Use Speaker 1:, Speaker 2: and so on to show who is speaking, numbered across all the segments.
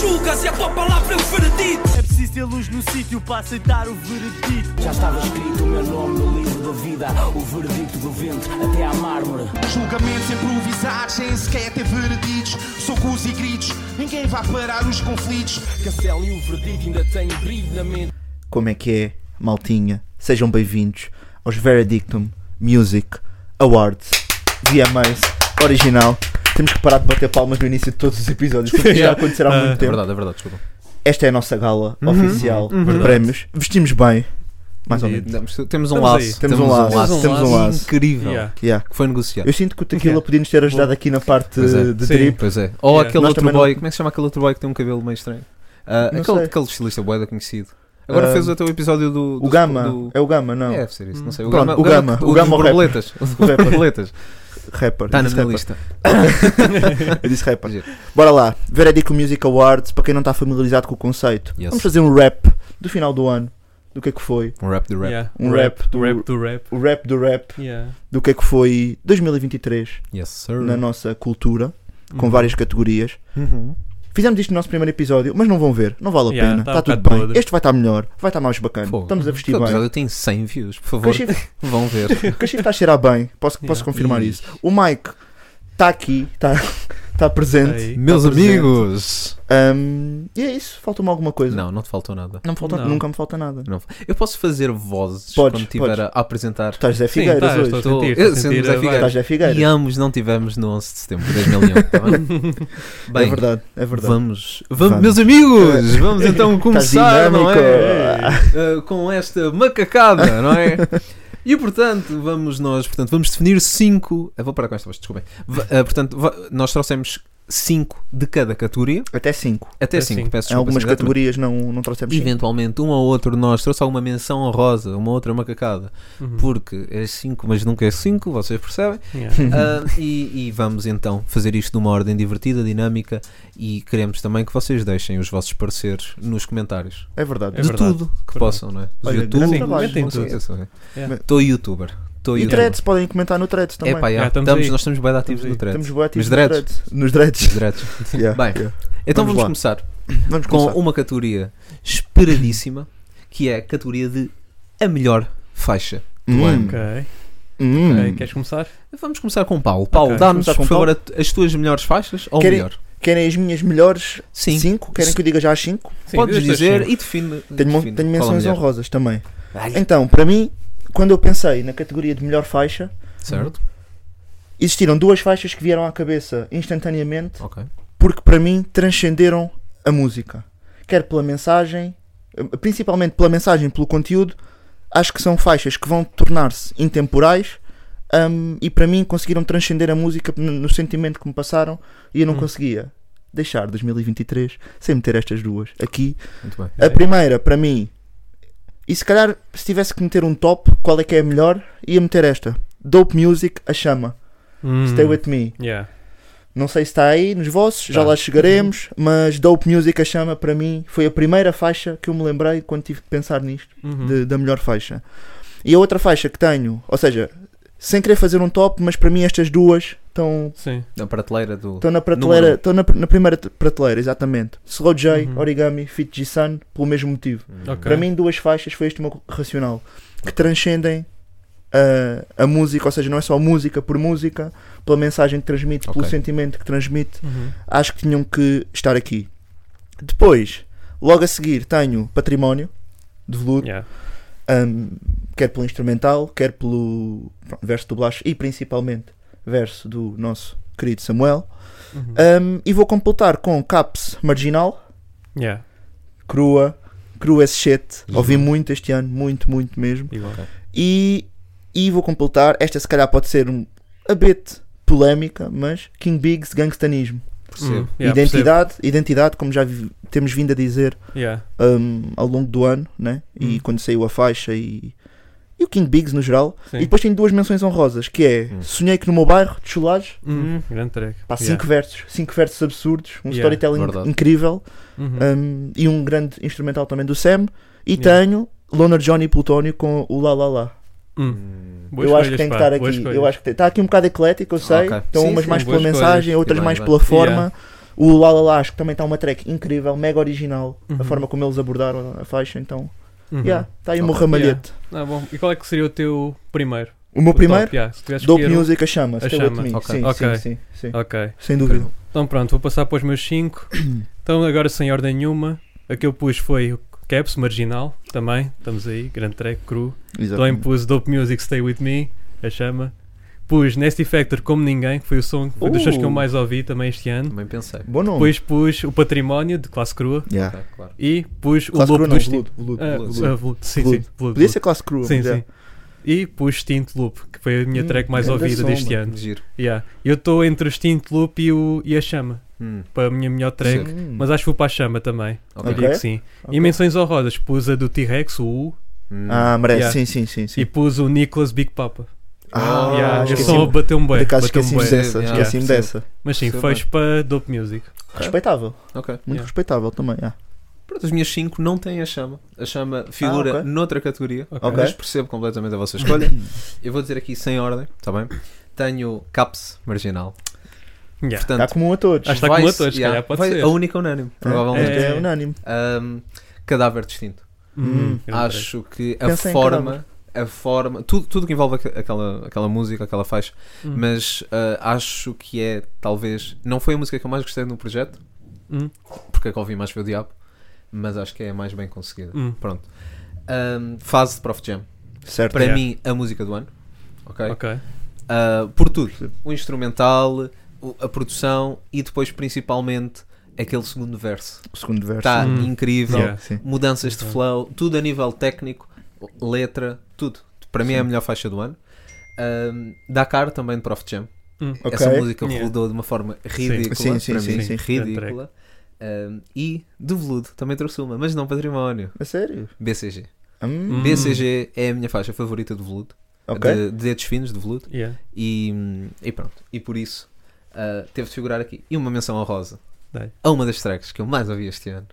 Speaker 1: julgas e a tua palavra é o veredito.
Speaker 2: É preciso ter luz no sítio para aceitar o veredito.
Speaker 3: Já estava escrito o meu nome no livro da vida, o veredito do vento até à mármore.
Speaker 4: Julgamentos improvisados, sem sequer ter vereditos, socos e gritos, ninguém vai parar os conflitos.
Speaker 3: Castelo e o veredito ainda têm brilho na mente.
Speaker 5: Como é que é, maltinha? Sejam bem-vindos aos Veredictum Music Awards VMAs Original. Temos que parar de bater palmas no início de todos os episódios, porque já acontecerá há muito
Speaker 6: É
Speaker 5: tempo.
Speaker 6: verdade, é verdade, desculpa.
Speaker 5: Esta é a nossa gala oficial de
Speaker 6: Verdade.
Speaker 5: prémios. Vestimos bem, mais ou menos.
Speaker 6: Temos, temos um
Speaker 2: Estamos aí.
Speaker 6: laço.
Speaker 5: Temos um laço, temos um laço.
Speaker 6: Incrível.
Speaker 2: Yeah.
Speaker 5: Yeah.
Speaker 6: Que foi negociado.
Speaker 5: Eu sinto que o Tequila
Speaker 2: Yeah.
Speaker 5: podia nos ter ajudado aqui na parte
Speaker 6: Pois é.
Speaker 5: de
Speaker 2: Sim.
Speaker 5: drip.
Speaker 6: Pois é. Ou
Speaker 2: Yeah.
Speaker 6: aquele
Speaker 5: Nós
Speaker 6: outro
Speaker 5: também não-
Speaker 6: boy, como é que se chama aquele outro boy que tem um cabelo meio estranho? Ah,
Speaker 5: Não
Speaker 6: aquele,
Speaker 5: sei.
Speaker 6: aquele estilista boeda conhecido. Agora
Speaker 5: Ah,
Speaker 6: fez até o episódio do. do-
Speaker 5: O Gama,
Speaker 6: do-
Speaker 5: é o Gama, não.
Speaker 6: É, deve ser isso, não sei.
Speaker 5: Pronto, o Gama, o
Speaker 6: dos
Speaker 5: Gama, o rapper.
Speaker 6: borboletas.
Speaker 5: O rapper,
Speaker 6: borboletas.
Speaker 5: rapper.
Speaker 6: Está Tá na
Speaker 5: disse
Speaker 6: minha
Speaker 5: rapper.
Speaker 6: lista.
Speaker 5: Eu disse rapper.
Speaker 6: Giro.
Speaker 5: Bora lá, Veredict Music Awards, para quem não está familiarizado com o conceito,
Speaker 6: Yes.
Speaker 5: vamos fazer um rap do final do ano, do que é que foi,
Speaker 6: Um rap do rap.
Speaker 2: Yeah.
Speaker 5: Um rap do-
Speaker 2: rap do rap.
Speaker 5: o rap do rap,
Speaker 2: Yeah.
Speaker 5: do que é que foi 2023
Speaker 6: Yes, sir.
Speaker 5: na nossa cultura, com
Speaker 2: Uhum.
Speaker 5: várias categorias.
Speaker 6: Uhum.
Speaker 5: Fizemos isto no nosso primeiro episódio, mas não vão ver, não vale a
Speaker 2: Yeah,
Speaker 5: pena,
Speaker 2: tá
Speaker 5: está
Speaker 2: um
Speaker 5: tudo
Speaker 2: bocado
Speaker 5: bem.
Speaker 2: podre. Tá
Speaker 5: Este vai estar melhor, vai estar mais bacana,
Speaker 6: Fogo.
Speaker 5: estamos a vestir
Speaker 6: Aquele
Speaker 5: bem.
Speaker 6: episódio tem 100 views, por favor.
Speaker 5: Cachif
Speaker 6: Vão ver.
Speaker 5: Cachif está a cheirar bem, posso, posso
Speaker 2: Yeah.
Speaker 5: confirmar
Speaker 6: Ih.
Speaker 5: isso. O Mike está aqui, está está presente.
Speaker 2: Aí.
Speaker 6: Meus
Speaker 5: Tá presente.
Speaker 6: amigos!
Speaker 5: Ahm, e é isso, falta-me alguma coisa.
Speaker 6: Não, não te faltou nada.
Speaker 5: Não me falta,
Speaker 2: Não.
Speaker 5: nunca me falta nada.
Speaker 6: Eu posso fazer vozes
Speaker 5: Podes,
Speaker 6: quando estiver
Speaker 5: podes.
Speaker 6: a apresentar.
Speaker 5: Tu estás Zé
Speaker 2: Sim,
Speaker 5: Figueiras
Speaker 2: tá, eu
Speaker 5: hoje.
Speaker 2: estou a
Speaker 6: Estou-
Speaker 2: sentir.
Speaker 6: eu
Speaker 2: estou a
Speaker 6: sinto
Speaker 2: sentir
Speaker 6: Zé
Speaker 2: a vibe.
Speaker 6: Figueiras.
Speaker 5: Estás Zé Figueiras.
Speaker 6: E ambos não tivemos no 11 de setembro de 2001, tá bem?
Speaker 5: é
Speaker 6: Bem,
Speaker 5: verdade, é verdade.
Speaker 6: Vamos,
Speaker 5: Vamos. É. Tá
Speaker 6: vamos, meus amigos, vamos então começar não é?
Speaker 5: dinâmico.
Speaker 6: Eh, com esta macacada, não é? E portanto, vamos nós, portanto, vamos definir cinco. Eu vou parar com esta voz, desculpem. V- eh, portanto, va- nós trouxemos cinco de cada categoria,
Speaker 5: Até 5.
Speaker 6: até
Speaker 2: Até
Speaker 6: cinco,
Speaker 2: cinco.
Speaker 6: peço
Speaker 5: Em
Speaker 6: desculpa,
Speaker 5: algumas
Speaker 6: sim, exatamente.
Speaker 5: categorias não, não trouxemos cinco.
Speaker 6: Eventualmente, um ou outro de nós trouxe alguma menção honrosa, uma outra macacada,
Speaker 2: Uhum.
Speaker 6: porque é cinco, mas nunca é cinco, vocês percebem?
Speaker 2: Yeah.
Speaker 5: Uhum.
Speaker 6: Ah, e, e vamos então fazer isto numa ordem divertida, dinâmica e queremos também que vocês deixem os vossos pareceres nos comentários.
Speaker 5: É verdade.
Speaker 2: É
Speaker 6: de
Speaker 2: verdade.
Speaker 6: tudo
Speaker 2: Verdade.
Speaker 6: que
Speaker 2: assim,
Speaker 6: possam, não é? Do
Speaker 5: Olha,
Speaker 6: YouTube,
Speaker 5: grande
Speaker 6: não
Speaker 5: trabalho.
Speaker 6: sei,
Speaker 2: Comentem É.
Speaker 6: não sei.
Speaker 2: Yeah.
Speaker 6: Tô youtuber. Tô
Speaker 5: E
Speaker 6: youtuber.
Speaker 5: threads, podem comentar no threads também.
Speaker 6: É pá,
Speaker 2: Yeah, estamos
Speaker 6: estamos,
Speaker 2: aí.
Speaker 6: nós estamos bem ativos
Speaker 2: Estamos
Speaker 6: no thread.
Speaker 5: Estamos bué ativos nos
Speaker 6: Nos dreads.
Speaker 5: dreads. Nos dreads.
Speaker 6: Diretos.
Speaker 5: Yeah,
Speaker 6: Bem.
Speaker 5: yeah.
Speaker 6: Então
Speaker 5: Vamos
Speaker 6: vamos,
Speaker 5: lá.
Speaker 6: começar
Speaker 5: Vamos
Speaker 6: com
Speaker 5: começar.
Speaker 6: uma categoria esperadíssima que é a categoria de a melhor faixa.
Speaker 5: Hum,
Speaker 6: Bem.
Speaker 2: Ok.
Speaker 5: hum.
Speaker 2: Ok, Queres começar?
Speaker 6: Vamos começar com o Paulo. Paulo,
Speaker 2: Ok.
Speaker 6: dá-nos
Speaker 5: Vamos começar com
Speaker 6: por
Speaker 5: o
Speaker 6: favor a- as tuas melhores faixas ou
Speaker 5: Querem-
Speaker 6: melhor?
Speaker 5: Querem as minhas melhores
Speaker 6: Sim.
Speaker 5: 5? Querem que eu diga já as 5?
Speaker 2: Sim,
Speaker 6: Podes
Speaker 2: diz as
Speaker 6: dizer
Speaker 2: cinco.
Speaker 6: e define.
Speaker 5: Tenho, mon- tenho
Speaker 6: define qual a
Speaker 5: menções
Speaker 6: melhor.
Speaker 5: honrosas também. Então, para mim, quando eu pensei na categoria de melhor faixa,
Speaker 6: Certo?
Speaker 5: existiram duas faixas que vieram à cabeça instantaneamente
Speaker 6: Ok.
Speaker 5: porque para mim transcenderam a música. Quer pela mensagem, principalmente pela mensagem, pelo conteúdo, acho que são faixas que vão tornar-se intemporais hum, e para mim conseguiram transcender a música no, no sentimento que me passaram e eu não
Speaker 2: Hum.
Speaker 5: conseguia deixar 2023 sem meter estas duas aqui.
Speaker 6: Muito bem.
Speaker 2: É.
Speaker 5: A primeira, para mim, e se calhar se tivesse que meter um top, qual é que é a melhor, ia meter esta. Dope Music, A Chama,
Speaker 2: Hum.
Speaker 5: Stay With Me.
Speaker 2: Yeah.
Speaker 5: Não sei se está aí nos vossos, já
Speaker 2: Tá.
Speaker 5: lá chegaremos, mas Dope Music a chama para mim foi a primeira faixa que eu me lembrei quando tive de pensar nisto,
Speaker 2: Uhum.
Speaker 5: de- da melhor faixa. E a outra faixa que tenho, ou seja, sem querer fazer um top, mas para mim estas duas estão,
Speaker 2: Sim.
Speaker 6: Na prateleira do.
Speaker 5: estão na
Speaker 6: Número
Speaker 5: prateleira,
Speaker 6: um.
Speaker 5: estão na, na primeira t- prateleira, exatamente. Slow J,
Speaker 2: Uhum.
Speaker 5: Origami, Fit G-Sun, pelo mesmo motivo.
Speaker 6: Hum,
Speaker 2: Ok.
Speaker 5: Para mim duas faixas foi este o meu racional, que transcendem ah, a música, ou seja, não é só música por música, pela mensagem que transmite, pelo
Speaker 6: Ok.
Speaker 5: sentimento que transmite
Speaker 2: Uhum.
Speaker 5: acho que tinham que estar aqui. Depois, logo a seguir, tenho Património de Veludo,
Speaker 2: Yeah.
Speaker 5: hum, quer pelo instrumental, quer pelo pronto, verso do Blas e principalmente verso do nosso querido Samuel.
Speaker 2: Uhum.
Speaker 5: Hum, e vou completar com Caps Marginal,
Speaker 2: Yeah.
Speaker 5: Crua, Crua as shit,
Speaker 6: Uhum.
Speaker 5: ouvi muito este ano, muito, muito mesmo.
Speaker 2: Igual.
Speaker 5: E, e vou completar, esta se calhar pode ser um a bit polémica, mas King Biggs Gangstanismo.
Speaker 7: Hum.
Speaker 6: Percebo.
Speaker 2: Yeah,
Speaker 5: identidade, identidade, como já vi- temos vindo a dizer
Speaker 2: percebo. Yeah.
Speaker 5: um, ao longo do ano, né? E
Speaker 2: Hum.
Speaker 5: quando saiu a faixa e, e o King Biggs no geral.
Speaker 2: Sim.
Speaker 5: E depois tem duas menções honrosas, que é
Speaker 6: Hum.
Speaker 5: Sonhei que no meu bairro, de Chulage,
Speaker 2: Hum, Grande track.
Speaker 5: pá,
Speaker 2: Yeah.
Speaker 5: cinco versos, cinco versos absurdos, um
Speaker 2: Yeah.
Speaker 5: storytelling
Speaker 6: Verdade.
Speaker 5: incrível
Speaker 2: Uhum.
Speaker 5: um, e um grande instrumental também do Sam. E
Speaker 2: Yeah.
Speaker 5: tenho Loner Johnny Plutónio com o La La La.
Speaker 2: Hum. Boas
Speaker 5: eu acho que
Speaker 2: escolhas,
Speaker 5: tem que
Speaker 2: pá,
Speaker 5: estar
Speaker 2: boas
Speaker 5: aqui. Eu
Speaker 2: escolhas. Ah,
Speaker 5: acho que está aqui um bocado eclético, eu sei.
Speaker 6: Ok.
Speaker 5: Estão
Speaker 6: Sim,
Speaker 5: umas
Speaker 6: sim,
Speaker 5: mais pela
Speaker 6: boas
Speaker 5: mensagem,
Speaker 6: escolhas.
Speaker 5: outras
Speaker 6: Bem,
Speaker 5: mais
Speaker 6: bem.
Speaker 5: pela forma. O La La La acho que também está uma track incrível, mega original.
Speaker 2: Uhum.
Speaker 5: A forma como eles abordaram a faixa, então.
Speaker 7: Uhum.
Speaker 5: Yeah, está aí o meu
Speaker 6: Ok.
Speaker 5: ramalhete.
Speaker 7: Ah, bom. E qual é que seria o teu primeiro?
Speaker 5: O meu primeiro,
Speaker 7: Top, yeah, se tivesse que
Speaker 5: Dope
Speaker 7: escolher um.
Speaker 5: Music, a chama.
Speaker 7: A
Speaker 5: Stay With
Speaker 7: Chama,
Speaker 5: Me.
Speaker 6: ok.
Speaker 5: Sim,
Speaker 7: Ok.
Speaker 5: sim, sim, sim.
Speaker 7: Ok.
Speaker 5: Sem dúvida.
Speaker 7: Então pronto, vou passar para os meus 5. Então agora sem ordem nenhuma, a que eu pus foi o Caps, Marginal, também, estamos aí, grande track, cru. Também pus Dope Music, Stay With Me, a chama. Pus Nasty Factor Como Ninguém, que foi o som, foi dos sons que eu
Speaker 5: Uh.
Speaker 7: mais ouvi também este ano.
Speaker 6: Também pensei.
Speaker 5: Bom nome.
Speaker 7: Depois pus o Património, de Classe Crua,
Speaker 5: Yeah.
Speaker 6: Tá, claro.
Speaker 7: e pus o
Speaker 5: Classe é
Speaker 7: Loop
Speaker 5: Crua não,
Speaker 7: do Extinto.
Speaker 5: Veludo, Veludo,
Speaker 7: Ah,
Speaker 5: Veludo.
Speaker 7: ah, Veludo, Sim, sim,
Speaker 5: Veludo.
Speaker 7: Veludo,
Speaker 5: Podia ser Classe Crua.
Speaker 7: Sim,
Speaker 5: mas é.
Speaker 7: sim. E pus Stint Loop, que foi a minha
Speaker 5: Hum,
Speaker 7: track mais
Speaker 5: grande
Speaker 7: ouvida
Speaker 5: som,
Speaker 7: deste
Speaker 5: mano.
Speaker 7: ano.
Speaker 6: Giro.
Speaker 7: Yeah. Eu estou entre o Stint Loop e, o, e a Chama,
Speaker 6: Hum,
Speaker 7: para a minha melhor track.
Speaker 5: Hum,
Speaker 7: Mas acho que vou para a Chama também.
Speaker 6: ok.
Speaker 7: Eu diria que sim. E menções honrosas, pus a do T-Rex, o U,
Speaker 6: Hum.
Speaker 5: Ah, merece,
Speaker 7: Yeah.
Speaker 5: sim, sim, sim. sim.
Speaker 7: e pus o Nicholas Big Papa.
Speaker 5: Ah,
Speaker 7: yeah, esse
Speaker 5: esqueci-me.
Speaker 7: som bateu-me
Speaker 5: Por
Speaker 7: bem.
Speaker 5: acaso
Speaker 7: Bateu
Speaker 5: esqueci-me
Speaker 7: bem.
Speaker 6: bué.
Speaker 5: dessa,
Speaker 6: Yeah,
Speaker 5: esqueci-me
Speaker 6: percebo.
Speaker 5: dessa.
Speaker 7: Mas sim,
Speaker 6: Percebo
Speaker 7: fecho para Dope Music.
Speaker 5: Respeitável,
Speaker 6: Ok.
Speaker 5: muito
Speaker 7: Yeah.
Speaker 5: respeitável também. yeah.
Speaker 6: Pronto, as minhas 5 não têm a chama. A chama figura
Speaker 5: Ah, ok.
Speaker 6: noutra categoria,
Speaker 7: Ok.
Speaker 5: Ok.
Speaker 6: mas percebo completamente a vossa escolha. Eu vou dizer aqui sem ordem, está bem? Tenho Caps Marginal.
Speaker 7: Yeah.
Speaker 5: Está
Speaker 6: Portanto,
Speaker 5: comum a todos.
Speaker 7: Acho que está
Speaker 6: vai
Speaker 7: como a
Speaker 6: se-
Speaker 7: todos, se calhar pode
Speaker 6: vai-
Speaker 7: ser.
Speaker 6: A única unânime, provavelmente.
Speaker 5: É. É, é unânime.
Speaker 6: Ahm, cadáver distinto.
Speaker 5: Hum,
Speaker 7: grande track.
Speaker 6: Acho que a
Speaker 5: Pensa em
Speaker 6: forma, a forma, tudo, tudo que envolve aqu- aquela, aquela música, aquela faixa,
Speaker 7: Hum.
Speaker 6: mas ah, acho que é talvez. Não foi a música que eu mais gostei no projeto,
Speaker 7: Hum.
Speaker 6: porque a que ouvi mais foi o Diabo, mas acho que é a mais bem conseguida.
Speaker 7: Hum.
Speaker 6: Pronto. Ahm, fase de Prof Jam.
Speaker 5: Certo.
Speaker 6: Para
Speaker 7: Yeah.
Speaker 6: mim, a música do ano. Ok?
Speaker 7: Ok.
Speaker 6: Ah, por tudo. O instrumental, o- a produção e depois, principalmente, aquele segundo verso.
Speaker 5: O segundo verso.
Speaker 6: Está
Speaker 7: Hum.
Speaker 6: incrível.
Speaker 7: Yeah.
Speaker 5: Sim.
Speaker 6: Mudanças de
Speaker 7: Exato.
Speaker 6: flow, tudo a nível técnico, letra, tudo. Para mim é a melhor faixa do ano. Ahm, Dakar também de Prof Jam.
Speaker 7: Hum.
Speaker 5: Ok.
Speaker 6: Essa música
Speaker 7: Yeah. é
Speaker 6: rodou de uma forma ridícula.
Speaker 5: Sim, sim,
Speaker 6: para
Speaker 5: sim,
Speaker 6: mim,
Speaker 5: sim.
Speaker 6: ridícula. Ahm, e de veludo, também trouxe uma, mas não património.
Speaker 5: A sério?
Speaker 6: BCG.
Speaker 5: Hum,
Speaker 7: Hum.
Speaker 6: BCG é a minha faixa favorita de veludo.
Speaker 5: ok.
Speaker 6: de, de dedos finos, de veludo,
Speaker 7: Yeah.
Speaker 6: e, e pronto. E por isso ah, teve de figurar aqui. E uma menção honrosa
Speaker 7: Dai.
Speaker 6: a uma das tracks que eu mais ouvi este ano: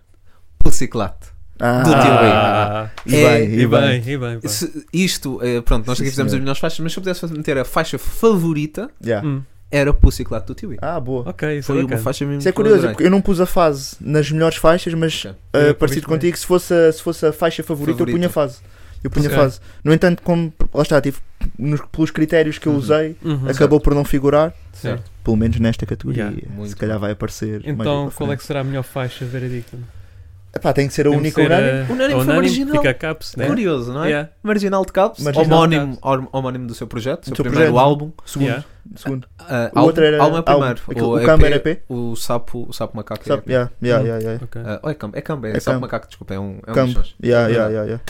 Speaker 6: Pussyclate.
Speaker 5: Ah,
Speaker 6: do tio Rui.
Speaker 7: Ah,
Speaker 5: e
Speaker 6: É,
Speaker 5: bem,
Speaker 7: e bem, e bem. pá.
Speaker 6: Se- Isto, eh, pronto, nós
Speaker 5: Sim,
Speaker 6: aqui fizemos
Speaker 5: senhor.
Speaker 6: as melhores faixas, mas se eu pudesse meter a faixa favorita,
Speaker 5: Yeah.
Speaker 7: Hum.
Speaker 6: era Pussyclate do Tiwi.
Speaker 5: Ah, boa.
Speaker 7: Ok, isso é
Speaker 6: é. Foi uma
Speaker 7: bacana.
Speaker 6: faixa mesmo.
Speaker 5: Isso é
Speaker 6: que Hum, eu
Speaker 5: curioso,
Speaker 6: adorei.
Speaker 5: porque eu não pus a fase nas melhores faixas, mas
Speaker 6: Ok.
Speaker 5: ah,
Speaker 7: Eu
Speaker 5: parecido
Speaker 7: pus também.
Speaker 5: contigo, se fosse, a, se fosse a faixa favorita, eu punha a
Speaker 6: Favorita.
Speaker 5: fase. Eu punha a
Speaker 7: Ok.
Speaker 5: fase. No entanto, como lá está, tive, nos- pelos critérios que eu
Speaker 6: Uhum.
Speaker 5: usei,
Speaker 7: Uhum.
Speaker 5: acabou por não figurar,
Speaker 6: Certo.
Speaker 5: pelo menos nesta categoria.
Speaker 7: Yeah,
Speaker 5: Se
Speaker 6: muito
Speaker 5: calhar vai aparecer. mais
Speaker 7: Então,
Speaker 5: lá para
Speaker 7: qual é
Speaker 5: frente.
Speaker 7: que será a melhor faixa veredicta?
Speaker 5: Epá, tem que ser a
Speaker 7: Tem que
Speaker 5: única
Speaker 7: ser a-
Speaker 5: unânime.
Speaker 6: Unânime
Speaker 7: a
Speaker 6: foi marginal.
Speaker 7: Fica a caps, né?
Speaker 6: Curioso, não é?
Speaker 7: Yeah.
Speaker 6: Marginal de Caps,
Speaker 5: Marginal de
Speaker 6: homónimo, or- homónimo do seu projeto, seu
Speaker 5: Do seu
Speaker 6: primeiro
Speaker 5: projeto.
Speaker 6: álbum.
Speaker 5: Segundo.
Speaker 7: Yeah.
Speaker 5: Segundo.
Speaker 6: Ah,
Speaker 5: O
Speaker 6: álbum-
Speaker 5: outro era
Speaker 6: álbum é o
Speaker 5: álbum.
Speaker 6: primeiro.
Speaker 5: Aquele- o
Speaker 6: EP,
Speaker 5: Câmara era EP?
Speaker 6: O sapo, o sapo macaco. é
Speaker 5: Sabe?
Speaker 6: EP.
Speaker 5: Yeah, yeah, yeah, yeah.
Speaker 7: Ok.
Speaker 6: Ah, ou é Cambo? É Cambo, é,
Speaker 5: É
Speaker 6: só
Speaker 5: Cambo.
Speaker 6: macaco, desculpa, é um, é um
Speaker 5: Campo.
Speaker 6: dos sons.
Speaker 5: Yeah, yeah, yeah, yeah.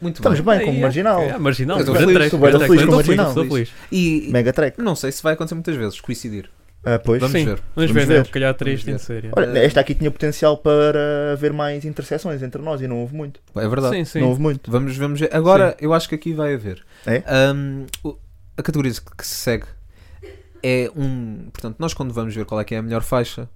Speaker 6: Muito
Speaker 5: Estamos
Speaker 6: bem.
Speaker 5: bem
Speaker 7: Ah,
Speaker 5: como
Speaker 7: yeah.
Speaker 5: marginal.
Speaker 7: É, marginal.
Speaker 6: Eu tô
Speaker 7: grande
Speaker 6: feliz,
Speaker 7: track,
Speaker 5: tô bué da
Speaker 7: grande
Speaker 5: feliz
Speaker 7: track,
Speaker 5: com
Speaker 7: tô
Speaker 5: marginal.
Speaker 7: tô feliz.
Speaker 6: E
Speaker 5: Mega track.
Speaker 6: não sei se vai acontecer muitas vezes, coincidir.
Speaker 5: Ah, pois.
Speaker 6: Vamos
Speaker 7: Sim,
Speaker 6: ver.
Speaker 7: Vamos
Speaker 5: Vamos
Speaker 7: ver, né?
Speaker 5: ver.
Speaker 7: Se calhar 3
Speaker 6: Vamos
Speaker 7: tem
Speaker 6: ver.
Speaker 7: de ser. yeah.
Speaker 5: Olha, esta aqui tinha potencial para haver mais interseções entre nós e não houve muito.
Speaker 6: É verdade.
Speaker 7: Sim, sim.
Speaker 5: Não houve muito.
Speaker 6: Vamos, vamos ver. Agora, eu acho que aqui vai haver.
Speaker 5: É?
Speaker 6: Ahm, o- a categoria que se segue é um... Portanto, nós quando vamos ver qual é que é a melhor faixa,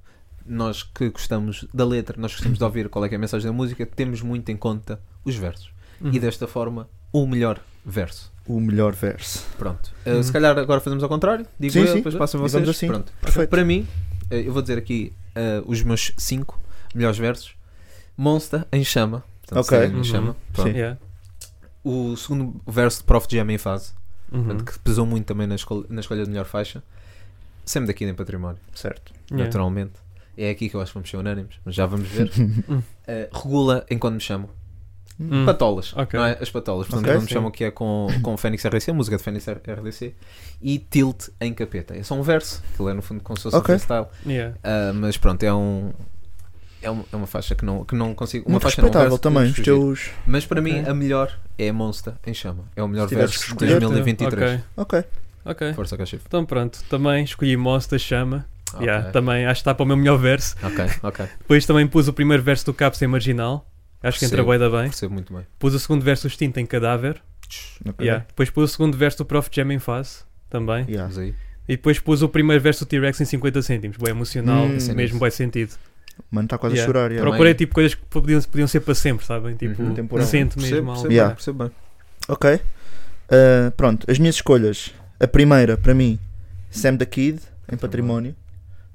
Speaker 6: nós que gostamos da letra, nós gostamos de ouvir qual é que é a mensagem da música, temos muito em conta os versos.
Speaker 5: Uhum.
Speaker 6: E desta forma, o melhor verso.
Speaker 5: O melhor verso.
Speaker 6: Pronto. Uh, se calhar agora fazemos ao contrário. Digo
Speaker 5: Uhum. Sim,
Speaker 6: eu,
Speaker 5: sim.
Speaker 6: depois passam
Speaker 5: Digamos
Speaker 6: vocês.
Speaker 5: assim.
Speaker 6: Pronto.
Speaker 5: Perfeito.
Speaker 6: Para mim, uh, eu vou dizer aqui uh, os meus 5 melhores versos. Monster em chama. Portanto,
Speaker 5: Ok.
Speaker 6: seguem Em
Speaker 7: Uhum.
Speaker 6: chama. Pronto.
Speaker 5: Sim.
Speaker 7: Yeah.
Speaker 6: O segundo verso de Prof Jam em fase,
Speaker 7: Uhum.
Speaker 6: portanto, que pesou muito também na, escol- na escolha de melhor faixa. Sempre daqui em património,
Speaker 5: Certo.
Speaker 7: Yeah.
Speaker 6: naturalmente. É aqui que eu acho que vamos ser unânimes, mas já vamos ver. Uh, regula em quando me chamam.
Speaker 7: Hum.
Speaker 6: Patolas,
Speaker 7: Ok.
Speaker 6: não é? As patolas, portanto,
Speaker 5: Ok,
Speaker 6: como me
Speaker 5: sim.
Speaker 6: chamam que é com, com Fênix RDC, música de Fênix RDC, e Tilt em capeta. É só um verso, aquilo é no fundo como se fosse um
Speaker 5: Ok.
Speaker 6: freestyle,
Speaker 7: Yeah.
Speaker 6: ah, mas pronto, é um. É um- é uma faixa que não, que não consigo. Uma
Speaker 5: Muito
Speaker 6: faixa não, um
Speaker 5: respeitável
Speaker 6: verso que
Speaker 5: também.
Speaker 6: não
Speaker 5: Os
Speaker 6: consigo
Speaker 5: teus.
Speaker 6: Mas para mim
Speaker 7: Ok.
Speaker 6: a melhor é a Monster em Chama. É o melhor
Speaker 5: Se tivesse
Speaker 6: verso
Speaker 5: que
Speaker 6: de
Speaker 5: escolher,
Speaker 6: 2023.
Speaker 5: Ok.
Speaker 7: Ok. Ok.
Speaker 6: Força, Cachif.
Speaker 7: Então pronto, também escolhi Monster Chama.
Speaker 6: Ok,
Speaker 7: Yeah, Também acho que está para o meu melhor verso.
Speaker 6: ok, ok.
Speaker 7: Depois também pus o primeiro verso do Caps em marginal. Acho que entra
Speaker 6: Percebo.
Speaker 7: bué da bem.
Speaker 6: Percebo muito bem.
Speaker 7: Pus o segundo verso do Extinto em cadáver.
Speaker 5: ok.
Speaker 7: Yeah. Depois pus o segundo verso do Prof Jam em fase. Também.
Speaker 5: Yeah.
Speaker 6: Vamos aí.
Speaker 7: E depois pus o primeiro verso do T-Rex em 50 cêntimos. Bem emocional,
Speaker 5: Hum.
Speaker 7: mesmo bem sentido.
Speaker 5: Mano, está quase
Speaker 7: Yeah.
Speaker 5: a chorar. yeah.
Speaker 7: Procurei tipo coisas que podiam, podiam ser para sempre, sabem? Tipo,
Speaker 6: Uhum.
Speaker 5: Temporal.
Speaker 7: sente
Speaker 6: Percebo,
Speaker 7: mesmo algo.
Speaker 6: percebo,
Speaker 5: Yeah.
Speaker 6: bem, percebo bem.
Speaker 5: Ok. Ah, pronto, as minhas escolhas. A primeira, para mim, Sam da Kid, em património.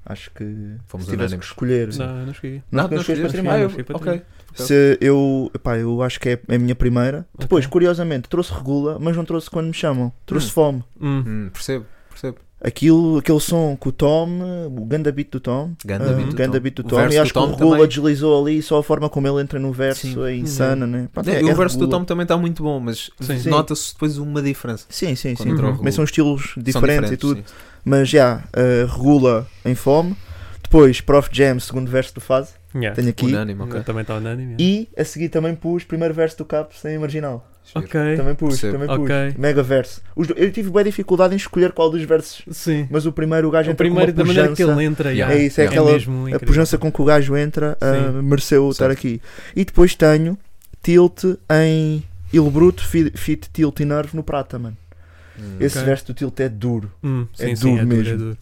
Speaker 5: Acho que
Speaker 6: Fomos
Speaker 5: se tivesse que
Speaker 6: unânimes.
Speaker 5: escolher.
Speaker 7: Não, não escolhi.
Speaker 5: Não,
Speaker 6: não
Speaker 5: não escolheste
Speaker 6: escolheste.
Speaker 5: património.
Speaker 7: Fui
Speaker 6: Ah, eu- ok.
Speaker 7: património.
Speaker 5: Se eu, epá, eu acho que é a minha primeira. Depois,
Speaker 7: Ok.
Speaker 5: curiosamente, trouxe regula, mas não trouxe quando me chamam. Trouxe fome.
Speaker 7: Hum.
Speaker 6: Hum, percebo, percebo.
Speaker 5: Aquilo, aquele som com o Tom, o ganda beat do Tom.
Speaker 6: Ganda
Speaker 5: ah,
Speaker 6: beat do
Speaker 5: ganda
Speaker 6: Tom.
Speaker 5: beat do
Speaker 6: O
Speaker 5: Tom.
Speaker 6: verso
Speaker 5: E
Speaker 6: do
Speaker 5: acho que o
Speaker 6: Tom
Speaker 5: regula
Speaker 6: também.
Speaker 5: deslizou ali, só a forma como ele entra no verso
Speaker 6: Sim. Uhum.
Speaker 5: é insana, né? Pá, é-
Speaker 6: e
Speaker 5: é
Speaker 6: o verso do
Speaker 5: Regula.
Speaker 6: Tom também está muito bom, mas
Speaker 7: Sim.
Speaker 5: Sim.
Speaker 6: nota-se depois uma diferença.
Speaker 5: Sim, sim,
Speaker 6: quando
Speaker 5: sim.
Speaker 6: entra o
Speaker 7: Uhum.
Speaker 6: Regula.
Speaker 5: Mas são estilos
Speaker 6: São
Speaker 5: diferentes e tudo.
Speaker 6: sim.
Speaker 5: Mas já, eh, regula em fome. Depois, Prof Jam, segundo verso do Fase.
Speaker 7: Yeah.
Speaker 5: Hum. Tenho aqui.
Speaker 6: Unânime, ok.
Speaker 7: Eu Também está unânime. yeah.
Speaker 5: E a seguir também pus primeiro verso do Caps em marginal.
Speaker 6: Giro.
Speaker 7: Ok.
Speaker 5: Também pus,
Speaker 6: Percebo.
Speaker 5: também pus.
Speaker 7: Ok.
Speaker 5: Mega verso. Os do- eu tive bem dificuldade em escolher qual dos versos.
Speaker 7: Sim.
Speaker 5: Mas o primeiro o gajo
Speaker 7: O
Speaker 5: entra
Speaker 7: primeiro
Speaker 5: com
Speaker 7: da
Speaker 5: uma
Speaker 7: maneira que
Speaker 5: pujança.
Speaker 7: ele entra.
Speaker 6: Yeah.
Speaker 7: Yeah.
Speaker 5: É isso, é
Speaker 7: é
Speaker 5: aquela-
Speaker 7: mesmo
Speaker 5: A
Speaker 7: incrível.
Speaker 5: pujança com que o gajo entra ah,
Speaker 7: Sim.
Speaker 5: mereceu estar
Speaker 6: Certo.
Speaker 5: aqui. E depois tenho Tilt em Il Bruto, fit, fit Tilt e Nerve no Prata, mano.
Speaker 6: Hum.
Speaker 5: Esse
Speaker 7: Ok.
Speaker 5: verso do Tilt é duro.
Speaker 7: Hum, sim,
Speaker 5: É
Speaker 7: sim,
Speaker 5: duro
Speaker 7: é duro,
Speaker 5: mesmo.
Speaker 7: é duro.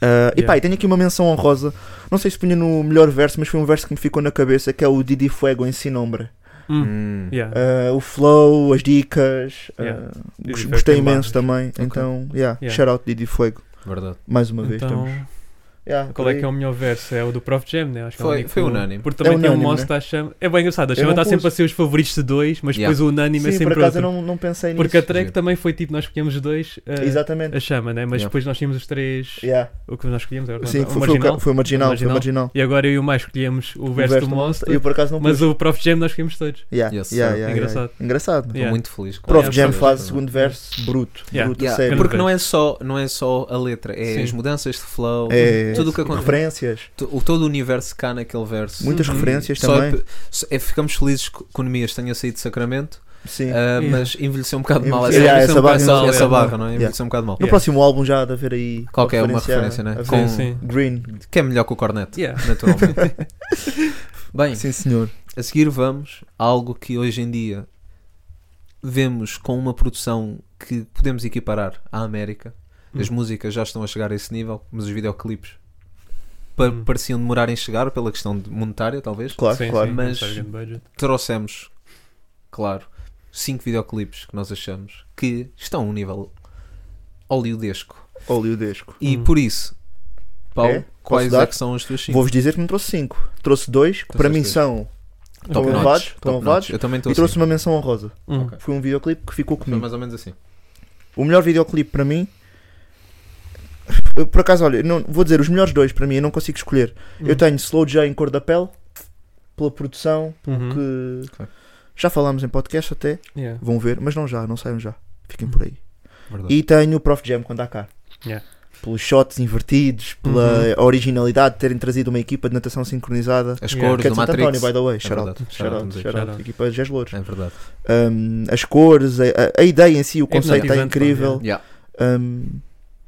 Speaker 5: Ah, E pá,
Speaker 7: Yeah.
Speaker 5: e tenho aqui uma menção honrosa. Não sei se punha no melhor verso, mas foi um verso que me ficou na cabeça, que é o Didi Fuego em Sinombre.
Speaker 7: Hum.
Speaker 6: Hum.
Speaker 7: Yeah.
Speaker 5: Ah, o flow, as dicas. ah,
Speaker 7: Yeah.
Speaker 5: gos-
Speaker 7: Didi Fuego
Speaker 5: gostei
Speaker 7: tem barras.
Speaker 5: imenso também. Então, yeah,
Speaker 7: Yeah.
Speaker 5: shout out Didi Fuego.
Speaker 6: Verdade.
Speaker 5: Mais uma vez.
Speaker 7: Então,
Speaker 5: Estamos... Yeah,
Speaker 7: qual é que é
Speaker 5: por
Speaker 7: o
Speaker 5: aí.
Speaker 7: melhor verso? É o do Prof Jam, né? Acho que é o
Speaker 6: Foi-
Speaker 7: único
Speaker 6: foi
Speaker 7: que-
Speaker 6: unânime.
Speaker 7: Porque também
Speaker 5: É
Speaker 7: tem um o
Speaker 5: unânime,
Speaker 7: Monster à chama. É bem engraçado, a
Speaker 5: Eu
Speaker 7: chama
Speaker 5: não
Speaker 7: está
Speaker 5: pus.
Speaker 7: sempre a ser os favoritos de dois, mas
Speaker 6: Yeah.
Speaker 7: depois o unânime é
Speaker 5: Sim, por
Speaker 7: sempre
Speaker 5: acaso eu
Speaker 7: outro.
Speaker 5: não, não pensei nisso.
Speaker 7: Porque a track
Speaker 6: Sim.
Speaker 7: também foi tipo, nós escolhemos dois. ah,
Speaker 5: Exatamente.
Speaker 7: A chama, né? Mas
Speaker 6: Yeah.
Speaker 7: depois nós tínhamos os três.
Speaker 5: Yeah.
Speaker 7: O que nós escolhemos era o,
Speaker 5: Sim,
Speaker 7: o
Speaker 5: foi, foi o
Speaker 7: marginal.
Speaker 5: ca- foi o marginal, foi o
Speaker 7: marginal.
Speaker 5: marginal.
Speaker 7: E agora eu e o mais escolhemos o
Speaker 5: O
Speaker 7: verso, do
Speaker 5: Monster.
Speaker 7: Monster.
Speaker 5: Eu por acaso não
Speaker 7: Mas
Speaker 5: pus.
Speaker 7: o Prof Jam nós escolhemos todos.
Speaker 5: Yeah,
Speaker 6: Yes,
Speaker 5: yeah,
Speaker 6: sir.
Speaker 5: yeah,
Speaker 7: Engraçado.
Speaker 5: yeah. Engraçado.
Speaker 6: Estou
Speaker 7: Yeah.
Speaker 6: muito feliz. com
Speaker 5: Prof
Speaker 6: essa
Speaker 5: Jam
Speaker 6: escolha
Speaker 5: faz o
Speaker 6: também.
Speaker 5: segundo verso, bruto.
Speaker 7: Yeah.
Speaker 5: Bruto,
Speaker 6: Yeah,
Speaker 5: sério.
Speaker 7: Grande
Speaker 6: Porque não é, só, não é só a letra, é
Speaker 7: Sim.
Speaker 6: as mudanças de flow,
Speaker 5: É,
Speaker 6: tudo o que acontece.
Speaker 5: referências,
Speaker 6: T- o- todo o universo cá naquele verso.
Speaker 5: muitas
Speaker 7: Uhum.
Speaker 5: referências
Speaker 6: Só
Speaker 5: também.
Speaker 6: é- só- é- ficamos felizes que o Nemias tenha saído de Sacramento,
Speaker 5: Sim.
Speaker 6: ah,
Speaker 7: Yeah.
Speaker 6: mas envelheceu um bocado mal
Speaker 5: Envelheceu- Yeah, essa barra
Speaker 6: essa,
Speaker 5: envelheceu
Speaker 6: essa
Speaker 5: mal.
Speaker 6: barra, não é?
Speaker 5: Yeah.
Speaker 6: Envelheceu um bocado mal.
Speaker 5: No
Speaker 7: Yeah.
Speaker 5: próxil próximo álbum já há de haver aí
Speaker 6: Qualquer uma referência,
Speaker 5: a
Speaker 6: né?
Speaker 5: ver.
Speaker 6: Com
Speaker 7: Sim.
Speaker 5: Green,
Speaker 6: que é melhor que o Cornet,
Speaker 7: Yeah.
Speaker 6: naturalmente. Bem,
Speaker 5: sim senhor.
Speaker 6: a seguir vamos a algo que hoje em dia vemos com uma produção que podemos equiparar à América.
Speaker 7: Hum.
Speaker 6: As músicas já estão a chegar a esse nível, mas os videoclipes pa-
Speaker 7: Hum.
Speaker 6: pareciam demorar em chegar pela questão de- monetária, talvez.
Speaker 5: Claro,
Speaker 7: Sim,
Speaker 5: claro.
Speaker 7: sim,
Speaker 6: Mas-
Speaker 7: Target Budget.
Speaker 6: trouxemos, claro, cinco videoclipes que nós achamos que estão a um nível hollywoodesco.
Speaker 5: Oleodesco.
Speaker 6: E
Speaker 7: Hum.
Speaker 6: por isso, Paulo,
Speaker 5: É? Posso
Speaker 6: quais
Speaker 5: dar?
Speaker 6: é que são os teus cinco?
Speaker 5: Vou-vos dizer que não trouxe cinco. Trouxe dois, que
Speaker 6: Trouxeste
Speaker 5: para mim
Speaker 6: dois.
Speaker 5: são. Estão
Speaker 6: Top
Speaker 5: elevados,
Speaker 6: notch,
Speaker 5: estão
Speaker 6: top
Speaker 5: elevados.
Speaker 6: notch. Eu também
Speaker 5: então
Speaker 6: estou
Speaker 5: E trouxe
Speaker 6: assim.
Speaker 5: uma menção honrosa.
Speaker 7: Hum.
Speaker 6: Ok.
Speaker 5: Foi um videoclipe que ficou
Speaker 6: Foi
Speaker 5: comigo.
Speaker 6: mais ou menos assim.
Speaker 5: O melhor videoclipe para mim. Eu, por acaso, olha, não, vou dizer os melhores dois para mim, eu não consigo escolher. Eu
Speaker 7: Hum.
Speaker 5: tenho Slow J em cor da pele, pela produção,
Speaker 6: Hum,
Speaker 7: Uhum.
Speaker 5: que
Speaker 6: Ok.
Speaker 5: já falámos em podcast até,
Speaker 7: Yeah.
Speaker 5: vão ver, mas não já, não saiam já.
Speaker 6: Hum.
Speaker 5: Fiquem por aí.
Speaker 6: Verdade.
Speaker 5: E tenho o Prof Jam quando há cá.
Speaker 7: Yeah.
Speaker 5: Pelos shots invertidos, pela originalidade de terem trazido uma equipa de natação sincronizada.
Speaker 6: As
Speaker 7: Yeah.
Speaker 6: Uhum. cores
Speaker 5: Que é
Speaker 6: do
Speaker 5: de Santo
Speaker 6: Matrix.
Speaker 5: António, by the way.
Speaker 6: É
Speaker 5: Shout out,
Speaker 6: verdade.
Speaker 5: shout out,
Speaker 6: Shout out.
Speaker 5: shout out.
Speaker 7: Shout out.
Speaker 5: Equipa de Jazz Louros.
Speaker 6: É verdade.
Speaker 5: Um, as cores, a, a ideia em si, o conceito é
Speaker 7: hipnotizante, pá,
Speaker 5: incrível.
Speaker 6: yeah.
Speaker 5: Um,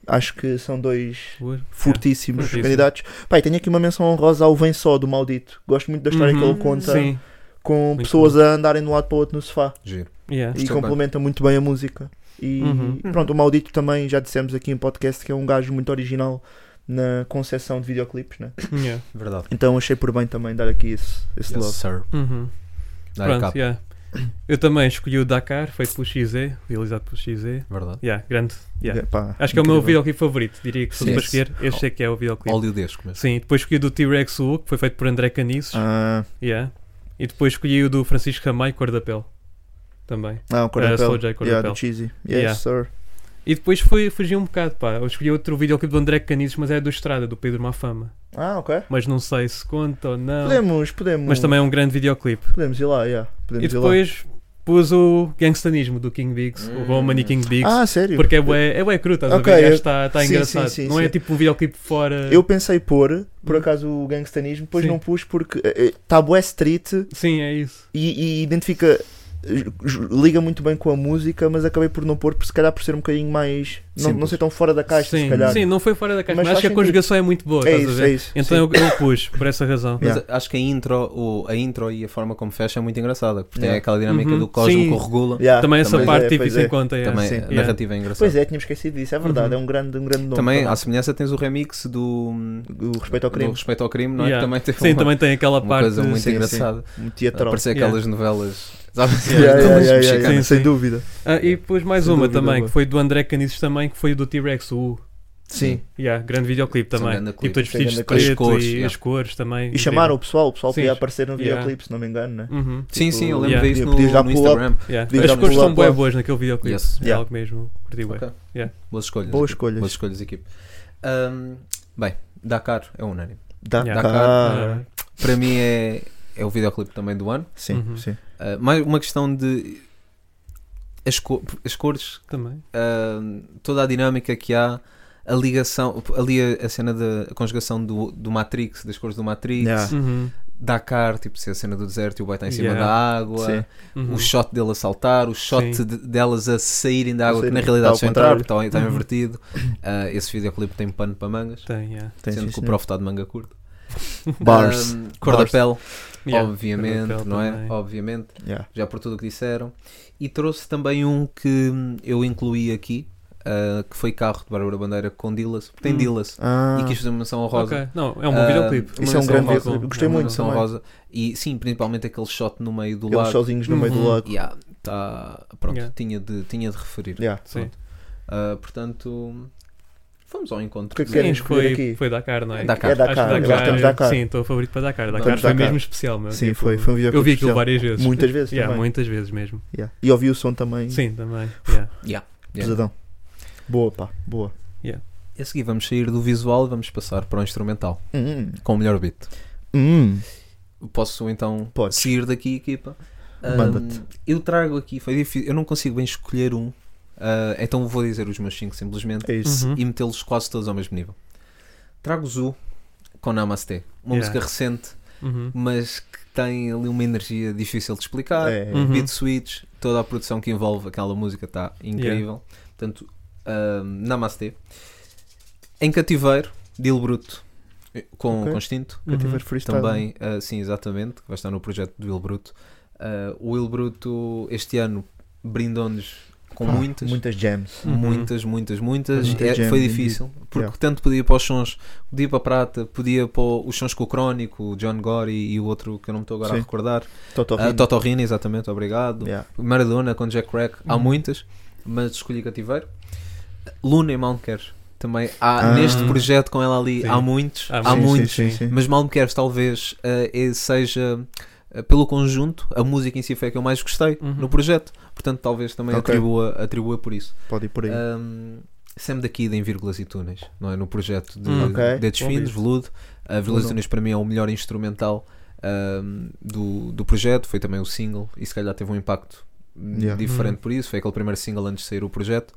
Speaker 5: acho que são dois
Speaker 7: Boa.
Speaker 5: fortíssimos
Speaker 7: Fortíssimo.
Speaker 5: candidatos. Pai, tenho aqui uma menção honrosa ao Vem Só do Maldito. Gosto muito da história que
Speaker 7: Uhum.
Speaker 5: ele conta
Speaker 7: Sim.
Speaker 5: com
Speaker 7: Muito
Speaker 5: pessoas a andarem de um lado para o outro no sofá
Speaker 6: Giro.
Speaker 7: Yeah.
Speaker 5: e
Speaker 6: Gostei
Speaker 5: complementa muito bem a música. E
Speaker 7: Uhum.
Speaker 5: pronto, o Maldito também já dissemos aqui em podcast que é um gajo muito original na concepção de videoclipes, né?
Speaker 7: Yeah.
Speaker 6: Verdade.
Speaker 5: Então achei por bem também dar aqui esse, esse
Speaker 6: Yes,
Speaker 5: love.
Speaker 6: sir.
Speaker 7: Uhum.
Speaker 6: Dá
Speaker 7: Pronto,
Speaker 6: cap.
Speaker 7: yeah. Eu também escolhi o Dakar, feito pelo XZ, realizado pelo XZ.
Speaker 6: Verdade.
Speaker 7: Yeah, grande. Yeah.
Speaker 5: É, pá,
Speaker 7: Acho que é o meu
Speaker 5: incrível.
Speaker 7: videoclipe favorito, diria que se
Speaker 6: Sim.
Speaker 7: para escolher, este é que é o videoclipe.
Speaker 6: Hollywoodesco mesmo.
Speaker 7: Sim, depois escolhi o do T-Rex Hulk, que foi feito por André Canices.
Speaker 5: Ah,
Speaker 7: Yeah. E depois escolhi o do Francisco Ramai, Cor da Pele. Também. Ah,
Speaker 5: ah, o
Speaker 7: Slow
Speaker 5: Corapel.
Speaker 7: J, Cor da
Speaker 5: yeah,
Speaker 7: Pele.
Speaker 5: do Cheesy. Yes,
Speaker 7: Yeah.
Speaker 5: sir.
Speaker 7: E depois fui, fugi um bocado, pá. Eu escolhi outro videoclipe do André Canices, mas é do Estrada, do Pedro Mafama.
Speaker 5: Ah, ok.
Speaker 7: Mas não sei se conta ou não.
Speaker 5: Podemos, podemos.
Speaker 7: Mas também é um grande videoclipe.
Speaker 5: Podemos ir lá, yeah. Podemos
Speaker 7: E depois pus o gangstanismo do King Biggs,
Speaker 6: Hum.
Speaker 7: o Roman e King
Speaker 5: ir
Speaker 7: Biggs.
Speaker 5: lá. Ah, sério?
Speaker 7: porque é bué, é bué cru, estás
Speaker 5: Ok,
Speaker 7: a ver? O gajo
Speaker 5: eu-
Speaker 7: Está tá
Speaker 5: sim,
Speaker 7: engraçado.
Speaker 5: sim, sim,
Speaker 7: não é
Speaker 5: sim.
Speaker 7: tipo um videoclipe fora.
Speaker 5: Eu pensei pôr, por
Speaker 7: Hum.
Speaker 5: acaso, o gangstanismo, depois
Speaker 7: Sim.
Speaker 5: não pus porque está bué street e,
Speaker 7: Sim, é isso.
Speaker 5: e identifica, ju- ju- liga muito bem com a música, mas acabei por não pôr, por, se calhar por ser um bocadinho mais, não, não
Speaker 6: Simples.
Speaker 5: ser tão fora da caixa,
Speaker 7: sim,
Speaker 5: se calhar.
Speaker 7: sim, não foi fora da caixa,
Speaker 5: Mas
Speaker 7: mas,
Speaker 5: faz
Speaker 7: acho que a
Speaker 5: sentido.
Speaker 7: conjugação é muito boa,
Speaker 5: é
Speaker 7: estás
Speaker 5: isso,
Speaker 7: a ver?
Speaker 5: é isso.
Speaker 7: Então
Speaker 5: sim.
Speaker 7: eu, eu pus, por essa razão.
Speaker 6: Mas
Speaker 5: Yeah.
Speaker 6: a- acho que a intro, o, a intro e a forma como fecha é muito engraçada, porque tem
Speaker 5: Yeah.
Speaker 6: aquela dinâmica
Speaker 7: Uhum.
Speaker 6: do cosmo
Speaker 7: Sim.
Speaker 6: que o regula.
Speaker 5: Yeah,
Speaker 7: também essa
Speaker 5: pois
Speaker 7: parte
Speaker 5: é,
Speaker 7: tipo
Speaker 5: pois
Speaker 7: isso em
Speaker 5: é.
Speaker 7: conta. é.
Speaker 6: Também
Speaker 5: sim.
Speaker 6: a narrativa é engraçada.
Speaker 5: Pois é, tínhamos esquecido disso, é verdade,
Speaker 7: Uhum.
Speaker 5: é um grande, um grande nome.
Speaker 6: Também, à
Speaker 5: também.
Speaker 6: semelhança, tens o remix do, hum,
Speaker 5: o respeito ao crime,
Speaker 6: do Respeito ao Crime, não é?
Speaker 7: Yeah.
Speaker 6: Também teve
Speaker 7: Sim,
Speaker 6: uma,
Speaker 7: também tem aquela
Speaker 6: uma
Speaker 7: parte.
Speaker 6: coisa muito
Speaker 5: sim,
Speaker 6: engraçada.
Speaker 5: um teatral.
Speaker 6: Parece
Speaker 7: Yeah.
Speaker 6: aquelas novelas, sabe?
Speaker 5: Yeah,
Speaker 6: Aquelas
Speaker 5: yeah, yeah, yeah,
Speaker 6: mexicanas.
Speaker 5: yeah,
Speaker 7: Sim,
Speaker 5: Sem
Speaker 7: sim.
Speaker 5: dúvida.
Speaker 7: Ah, e pus mais
Speaker 5: Sem
Speaker 7: uma
Speaker 5: dúvida,
Speaker 7: também,
Speaker 5: boa.
Speaker 7: que foi do André Canices também, que foi do T-Rex, o U.
Speaker 5: Sim.
Speaker 7: Yeah, grande videoclipe
Speaker 6: São
Speaker 7: também.
Speaker 6: grande
Speaker 7: tipo
Speaker 6: clipe.
Speaker 7: todos vestidos de preto
Speaker 5: Grande clipe.
Speaker 6: As cores,
Speaker 7: e
Speaker 6: yeah.
Speaker 7: as cores também.
Speaker 5: E chamaram o pessoal, o pessoal
Speaker 7: Sim.
Speaker 5: podia aparecer no
Speaker 7: Yeah.
Speaker 5: videoclipe, se não me engano, né?
Speaker 7: Uhum.
Speaker 6: Sim, sim, eu lembro
Speaker 7: Yeah.
Speaker 6: disso no,
Speaker 5: Podias dar
Speaker 6: no
Speaker 5: pull-up.
Speaker 6: Instagram.
Speaker 7: Yeah.
Speaker 5: Diz
Speaker 7: As
Speaker 5: lá
Speaker 7: cores
Speaker 5: pro
Speaker 7: são
Speaker 5: lado,
Speaker 7: bem
Speaker 5: lá.
Speaker 7: boas naquele videoclipe.
Speaker 6: Yes.
Speaker 7: É
Speaker 5: Yeah.
Speaker 7: algo mesmo. Curti bué.
Speaker 6: Ok.
Speaker 7: Yeah.
Speaker 6: Boas escolhas.
Speaker 5: Boas
Speaker 6: equipe.
Speaker 5: escolhas.
Speaker 6: Boas escolhas, equipe. Ahm, bem, Dakar é unânime.
Speaker 5: Dakar.
Speaker 7: Ah,
Speaker 5: Ah.
Speaker 6: Dakar.
Speaker 7: né?
Speaker 6: Para mim é, é o videoclipe também do ano.
Speaker 5: Sim,
Speaker 7: Uhum.
Speaker 5: sim.
Speaker 6: Ah, mais uma questão de. As, co- as cores,
Speaker 7: Também.
Speaker 6: ah, toda a dinâmica que há, a ligação, ali a, a cena da a conjugação do, do Matrix, das cores do Matrix,
Speaker 5: Yeah.
Speaker 7: Uhum.
Speaker 6: Dakar, tipo, se é a cena do deserto e o boy está em cima
Speaker 7: Yeah.
Speaker 6: da água,
Speaker 5: Sim.
Speaker 7: Uhum.
Speaker 6: o shot dele a saltar, o shot
Speaker 7: Sim.
Speaker 6: de- delas a saírem da água, que na
Speaker 5: Saírem,
Speaker 6: realidade
Speaker 5: está
Speaker 6: só
Speaker 5: ao
Speaker 6: entraram,
Speaker 5: contrário. Uhum.
Speaker 6: porque está, está tá invertido. Ah, esse videoclipe tem pano para mangas,
Speaker 7: Tem, yeah.
Speaker 5: Tem,
Speaker 6: sendo
Speaker 5: sim,
Speaker 6: que o
Speaker 5: senhor.
Speaker 6: prof está de manga curta.
Speaker 5: Bars.
Speaker 6: Ah, cor da
Speaker 5: Bars.
Speaker 6: pele,
Speaker 7: Yeah.
Speaker 6: obviamente,
Speaker 7: Cor da pele
Speaker 6: não é?
Speaker 7: também.
Speaker 6: Obviamente
Speaker 5: Yeah.
Speaker 6: já por tudo o que disseram. E trouxe também um que hum, eu incluí aqui, ah, que foi carro de Bárbara Bandeira com Dillas, porque tem
Speaker 7: Hum.
Speaker 6: Dillas,
Speaker 5: Ah,
Speaker 6: e quis fazer uma menção honrosa.
Speaker 7: Ok. Não, é um bom videoclipe.
Speaker 6: Ah,
Speaker 5: Isso é um
Speaker 6: uma
Speaker 5: grande
Speaker 6: menção
Speaker 5: videoclipe.
Speaker 6: honrosa.
Speaker 5: Gostei
Speaker 6: Uma
Speaker 5: muito
Speaker 6: menção
Speaker 5: também.
Speaker 6: honrosa. E sim, principalmente aquele shot no meio do
Speaker 5: eles
Speaker 6: lago.
Speaker 5: sozinhos no meio do
Speaker 7: Uhum.
Speaker 5: lago.
Speaker 6: Yeah, tá, pronto,
Speaker 7: Yeah.
Speaker 6: tinha, de, tinha de referir.
Speaker 5: Yeah.
Speaker 7: Sim.
Speaker 6: Ah, portanto, fomos ao encontro.
Speaker 5: Que
Speaker 6: de-
Speaker 5: Querem
Speaker 7: Sim,
Speaker 5: escolher
Speaker 7: foi,
Speaker 5: aqui?
Speaker 7: foi Dakar, não é?
Speaker 6: Dakar.
Speaker 5: É
Speaker 7: Acho que
Speaker 5: Dakar, eu acho que temos Dakar.
Speaker 7: Sim, estou favorito para Dakar. Dakar
Speaker 5: Temos
Speaker 7: foi
Speaker 5: Dakar.
Speaker 7: mesmo especial, meu.
Speaker 5: Sim,
Speaker 7: Tipo,
Speaker 5: foi, foi um
Speaker 7: Eu vi
Speaker 5: videoclipe
Speaker 7: aquilo
Speaker 5: especial.
Speaker 7: várias vezes.
Speaker 5: Muitas vezes
Speaker 7: Yeah,
Speaker 5: também.
Speaker 7: muitas vezes mesmo.
Speaker 5: Yeah. E ouvi o som também.
Speaker 7: Sim, também. Yeah.
Speaker 6: Yeah.
Speaker 5: Pesadão. Boa, pá. Boa.
Speaker 6: E a seguir vamos sair do visual e vamos passar para o instrumental,
Speaker 5: Hum,
Speaker 6: com o melhor beat.
Speaker 5: hum.
Speaker 6: posso então
Speaker 5: Podes.
Speaker 6: seguir daqui, equipa. Ahm,
Speaker 5: Manda-te.
Speaker 6: eu trago aqui, foi difícil, eu não consigo bem escolher um, ah, então vou dizer os meus cinco simplesmente
Speaker 5: É isso.
Speaker 7: Uhum.
Speaker 6: e metê-los quase todos ao mesmo nível. Trago Zu com Namaste, uma
Speaker 7: Yeah.
Speaker 6: música recente,
Speaker 7: Uhum.
Speaker 6: mas que tem ali uma energia difícil de explicar.
Speaker 5: É,
Speaker 7: Uhum.
Speaker 6: Beat switch, toda a produção que envolve aquela música está incrível. Portanto, ahm, Namaste. Em Cativeiro, Dil Bruto eh, com,
Speaker 5: Ok.
Speaker 6: com Extinto.
Speaker 5: Eu tive
Speaker 7: Uhum.
Speaker 5: a freestyle.
Speaker 6: Também, ah, sim, exatamente, que vai estar no projeto do Will Bruto. Ah, o Will Bruto este ano brindou-nos com
Speaker 5: Pá,
Speaker 6: muitas,
Speaker 5: Muitas jams.
Speaker 7: Uhum.
Speaker 6: muitas, muitas, muitas.
Speaker 5: Ah, Muita
Speaker 6: É,
Speaker 5: jam,
Speaker 6: foi
Speaker 5: indeed.
Speaker 6: difícil, porque
Speaker 5: Yeah.
Speaker 6: tanto podia ir para os sons, podia ir para a Prata, podia ir para os sons com o Crónico, o John Gore e o outro que eu não me estou agora a
Speaker 5: Sim.
Speaker 6: recordar,
Speaker 5: Toto
Speaker 6: Ah,
Speaker 5: Rino.
Speaker 6: Toto Rina, exatamente, obrigado.
Speaker 5: Yeah. Uhum.
Speaker 6: Maradona com Jack Crack, há muitas, mas escolhi Cativeiro. Luna e Malmequer também, há
Speaker 5: Ah.
Speaker 6: neste projeto com ela ali,
Speaker 7: Sim.
Speaker 6: há muitos,
Speaker 7: Há
Speaker 6: há
Speaker 5: Sim, sim,
Speaker 6: muitos.
Speaker 5: sim, sim.
Speaker 6: Mas mal me queres, talvez eh, eh, seja eh, pelo conjunto, a música em si foi a que eu mais gostei
Speaker 7: Uhum.
Speaker 6: no projeto, portanto, talvez também
Speaker 5: Ok.
Speaker 6: atribua, atribua por isso.
Speaker 5: Pode ir por aí.
Speaker 6: Ah. Ahm, Sam daqui em Vírgulas e Túneis, não é? No projeto de
Speaker 7: Hum.
Speaker 5: Ok.
Speaker 6: Dedos
Speaker 7: Bom
Speaker 6: Finos,
Speaker 7: mesmo.
Speaker 6: Veludo. A Vírgulas e
Speaker 5: Veludo.
Speaker 6: Túneis para mim é o melhor instrumental ahm, do, do projeto, foi também o single e se calhar teve um impacto hum,
Speaker 5: Yeah. Uhum.
Speaker 6: diferente
Speaker 7: Hum.
Speaker 6: por isso. Foi aquele primeiro single antes de sair o projeto.